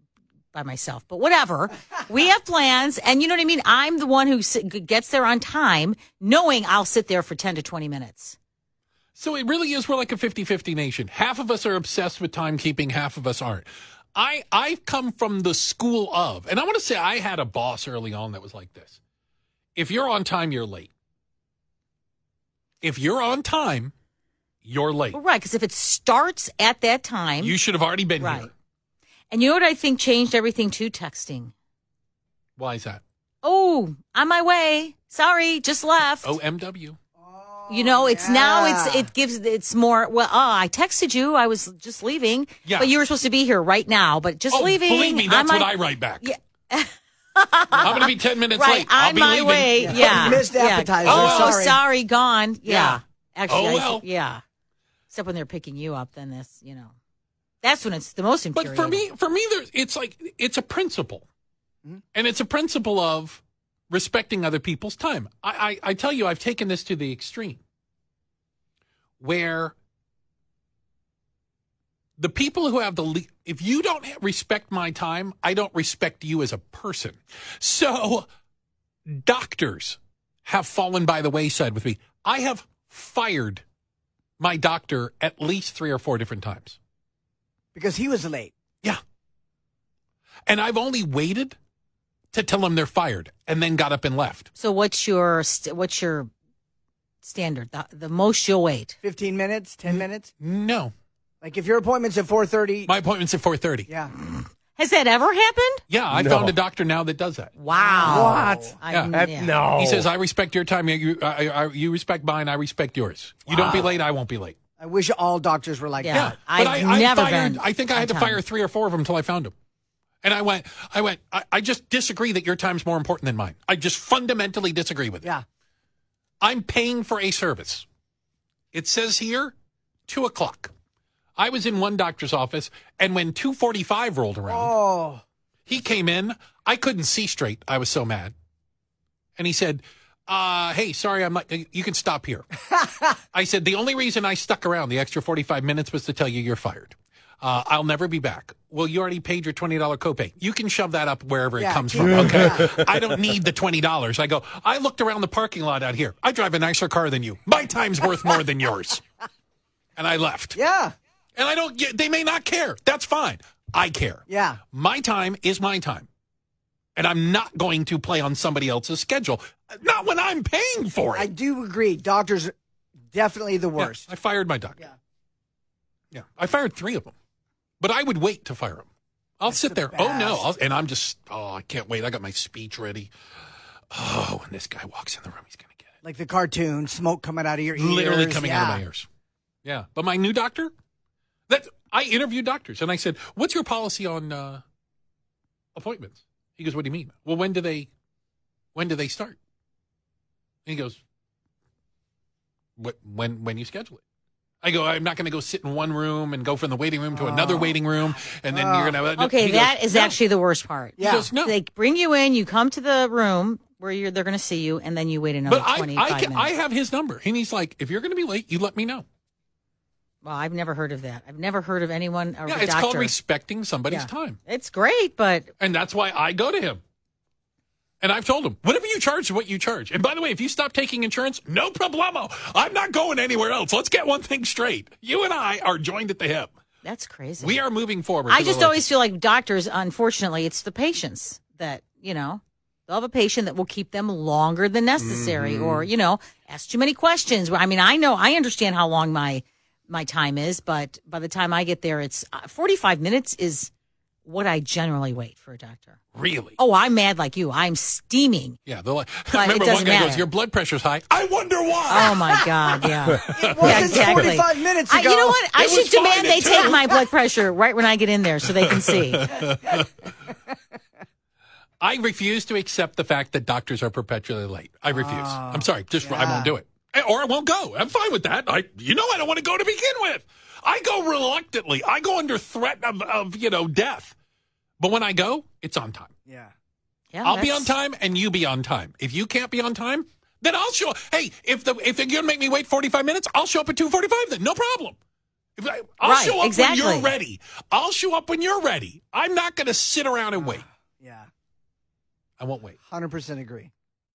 by myself, but whatever. we have plans and you know what I mean? I'm the one who s- g- gets there on time knowing I'll sit there for 10 to 20 minutes.
So it really is we're like a 50-50 nation. Half of us are obsessed with timekeeping, half of us aren't. I I come from the school of, and I want to say I had a boss early on that was like this. If you're on time, you're late. If you're on time, you're late.
Well, right, because if it starts at that time,
You should have already been
Right.
here.
and you know what I think changed everything too? Texting.
Why is that?
Oh, on my way. Sorry, just left.
Oh, OMW.
you know, it's now it's it gives it's more. Well, oh, I texted you. I was just leaving.
Yeah.
But you were supposed to be here right now. But just
oh,
leaving.
Believe me, that's
on
what
my-
I write back.
Yeah.
I'm going to be 10 minutes
right
late. I'll
on
be
my
leaving.
way. Yeah. yeah.
Missed appetizer,
Oh, oh,
sorry.
sorry. gone. Yeah.
Yeah.
Actually,
Oh,
I-
well.
yeah. Except when they're picking you up, then this, you know, that's when it's the most
But
infuriating.
for me, for me, there's, it's like it's a principle, and it's a principle of respecting other people's time. I, I, I tell you, I've taken this to the extreme, where the people who have the le- if you don't ha- respect my time, I don't respect you as a person. So, doctors have fallen by the wayside with me. I have fired my doctor at least three or four different times.
because he was late.
Yeah. And I've only waited to tell them they're fired and then got up and left.
So what's your st- what's your standard? The, the most you'll wait.
Fifteen minutes, ten minutes.
No.
Like if your appointment's at four thirty.
My appointment's at 4:30. Yeah,
Yeah.
Has that ever happened?
I
No.
found a doctor now that does that.
Wow.
What?
I,
Yeah.
That- No.
He says, "I respect your time. You, I, I, you respect mine. I respect yours. You don't be
Ah.
late. I won't be late."
I wish all doctors were like
Yeah.
that.
but I,
I've
I
never
fired.
been
I think I had to
on
fire
time.
three or four of them until I found them. And I went, I went. I, I just disagree that your time's more important than mine. I just fundamentally disagree with it.
Yeah.
I'm paying for a service. It says here, two o'clock. I was in one doctor's office, and when two forty-five rolled around,
Oh.
he came in. I couldn't see straight. I was so mad, and he said, uh, "Hey, sorry, I'm not. You can stop here." I said, "The only reason I stuck around the extra forty-five minutes was to tell you you're fired. Uh, I'll never be back." Well, you already paid your $20 copay. You can shove that up wherever it
Yeah,
comes
keep
from.
it.
Okay. I don't need the $20. I go, I looked around the parking lot out here. I drive a nicer car than you. My time's worth more than yours. And I left.
Yeah.
And I don't get, they may not care. That's fine. I care.
Yeah.
My time is my time. And I'm not going to play on somebody else's schedule. Not when I'm paying for it.
I do agree. Doctors are definitely the
Yeah,
worst.
I fired my doctor.
Yeah.
Yeah. I fired three of them, but I would wait to fire them. I'll sit there. Oh no! I'll, and I'm just. Oh, I can't wait. I got my speech ready. Oh, when this guy walks in the room, he's gonna get
Like the cartoon, smoke coming out of your
it.
ears.
Literally coming
yeah.
out of my ears. Yeah. But my new doctor. That I interviewed doctors and I said, "What's your policy on uh, appointments?" He goes, "What do you mean? Well, when do they, when do they start?" And he goes, "What when when you schedule it?" I go, "I'm not going to go sit in one room and go from the waiting room to another waiting room, and then you're going to."
Oh. Okay, that is actually the worst part.
He
Yeah.
goes, no.
They bring you in, you come to the room where you're they're going to see you, and then you wait another
but I,
25
I, can,
minutes.
I have his number, and he's like, "If you're going to be late, you let me know."
well, I've never heard of that. I've never heard of anyone. Or
yeah,
a
it's
doctor.
called respecting somebody's
Yeah.
time,
It's great, but
and that's why I go to him. And I've told them, whatever you charge is what you charge. And by the way, if you stop taking insurance, no problemo. I'm not going anywhere else. Let's get one thing straight. You and I are joined at the hip.
That's crazy.
We are moving forward.
I
to the
just
left.
always feel like doctors, unfortunately, it's the patients that, you know, they'll have a patient that will keep them longer than necessary
Mhm.
or, you know, ask too many questions. Well, I mean, I know, I understand how long my, my time is, but by the time I get there, it's uh, 45 minutes is what I generally wait for a doctor.
Really?
Oh, I'm mad like you. I'm steaming.
Yeah. They're like,
But it
remember one
doesn't
guy goes,
matter.
Your blood pressure's high. I wonder why.
Oh my God. Yeah.
it
Yeah, exactly. I- you know what? I
It
should
was fine
demand they
at
take
two.
my blood pressure right when I get in there so they can see.
I refuse to accept the fact that doctors are perpetually late. I refuse.
Oh,
I'm sorry. Just I
yeah.
won't do it, Eh, or I won't go. I'm fine with that. I, you know, I don't want to go to begin with. I go reluctantly. I go under threat of, of you know death. But when I go, it's on time.
Yeah.
Yeah,
I'll be
that's-
on time, and you be on time. If you can't be on time, then I'll show. Hey, if the if you're gonna make me wait 45 minutes, I'll show up at 2:45. Then no problem. If I, I'll
Right,
show up when
exactly.
you're ready. I'll show up when you're ready. I'm not gonna sit around and wait.
Yeah.
I won't wait.
Hundred percent agree.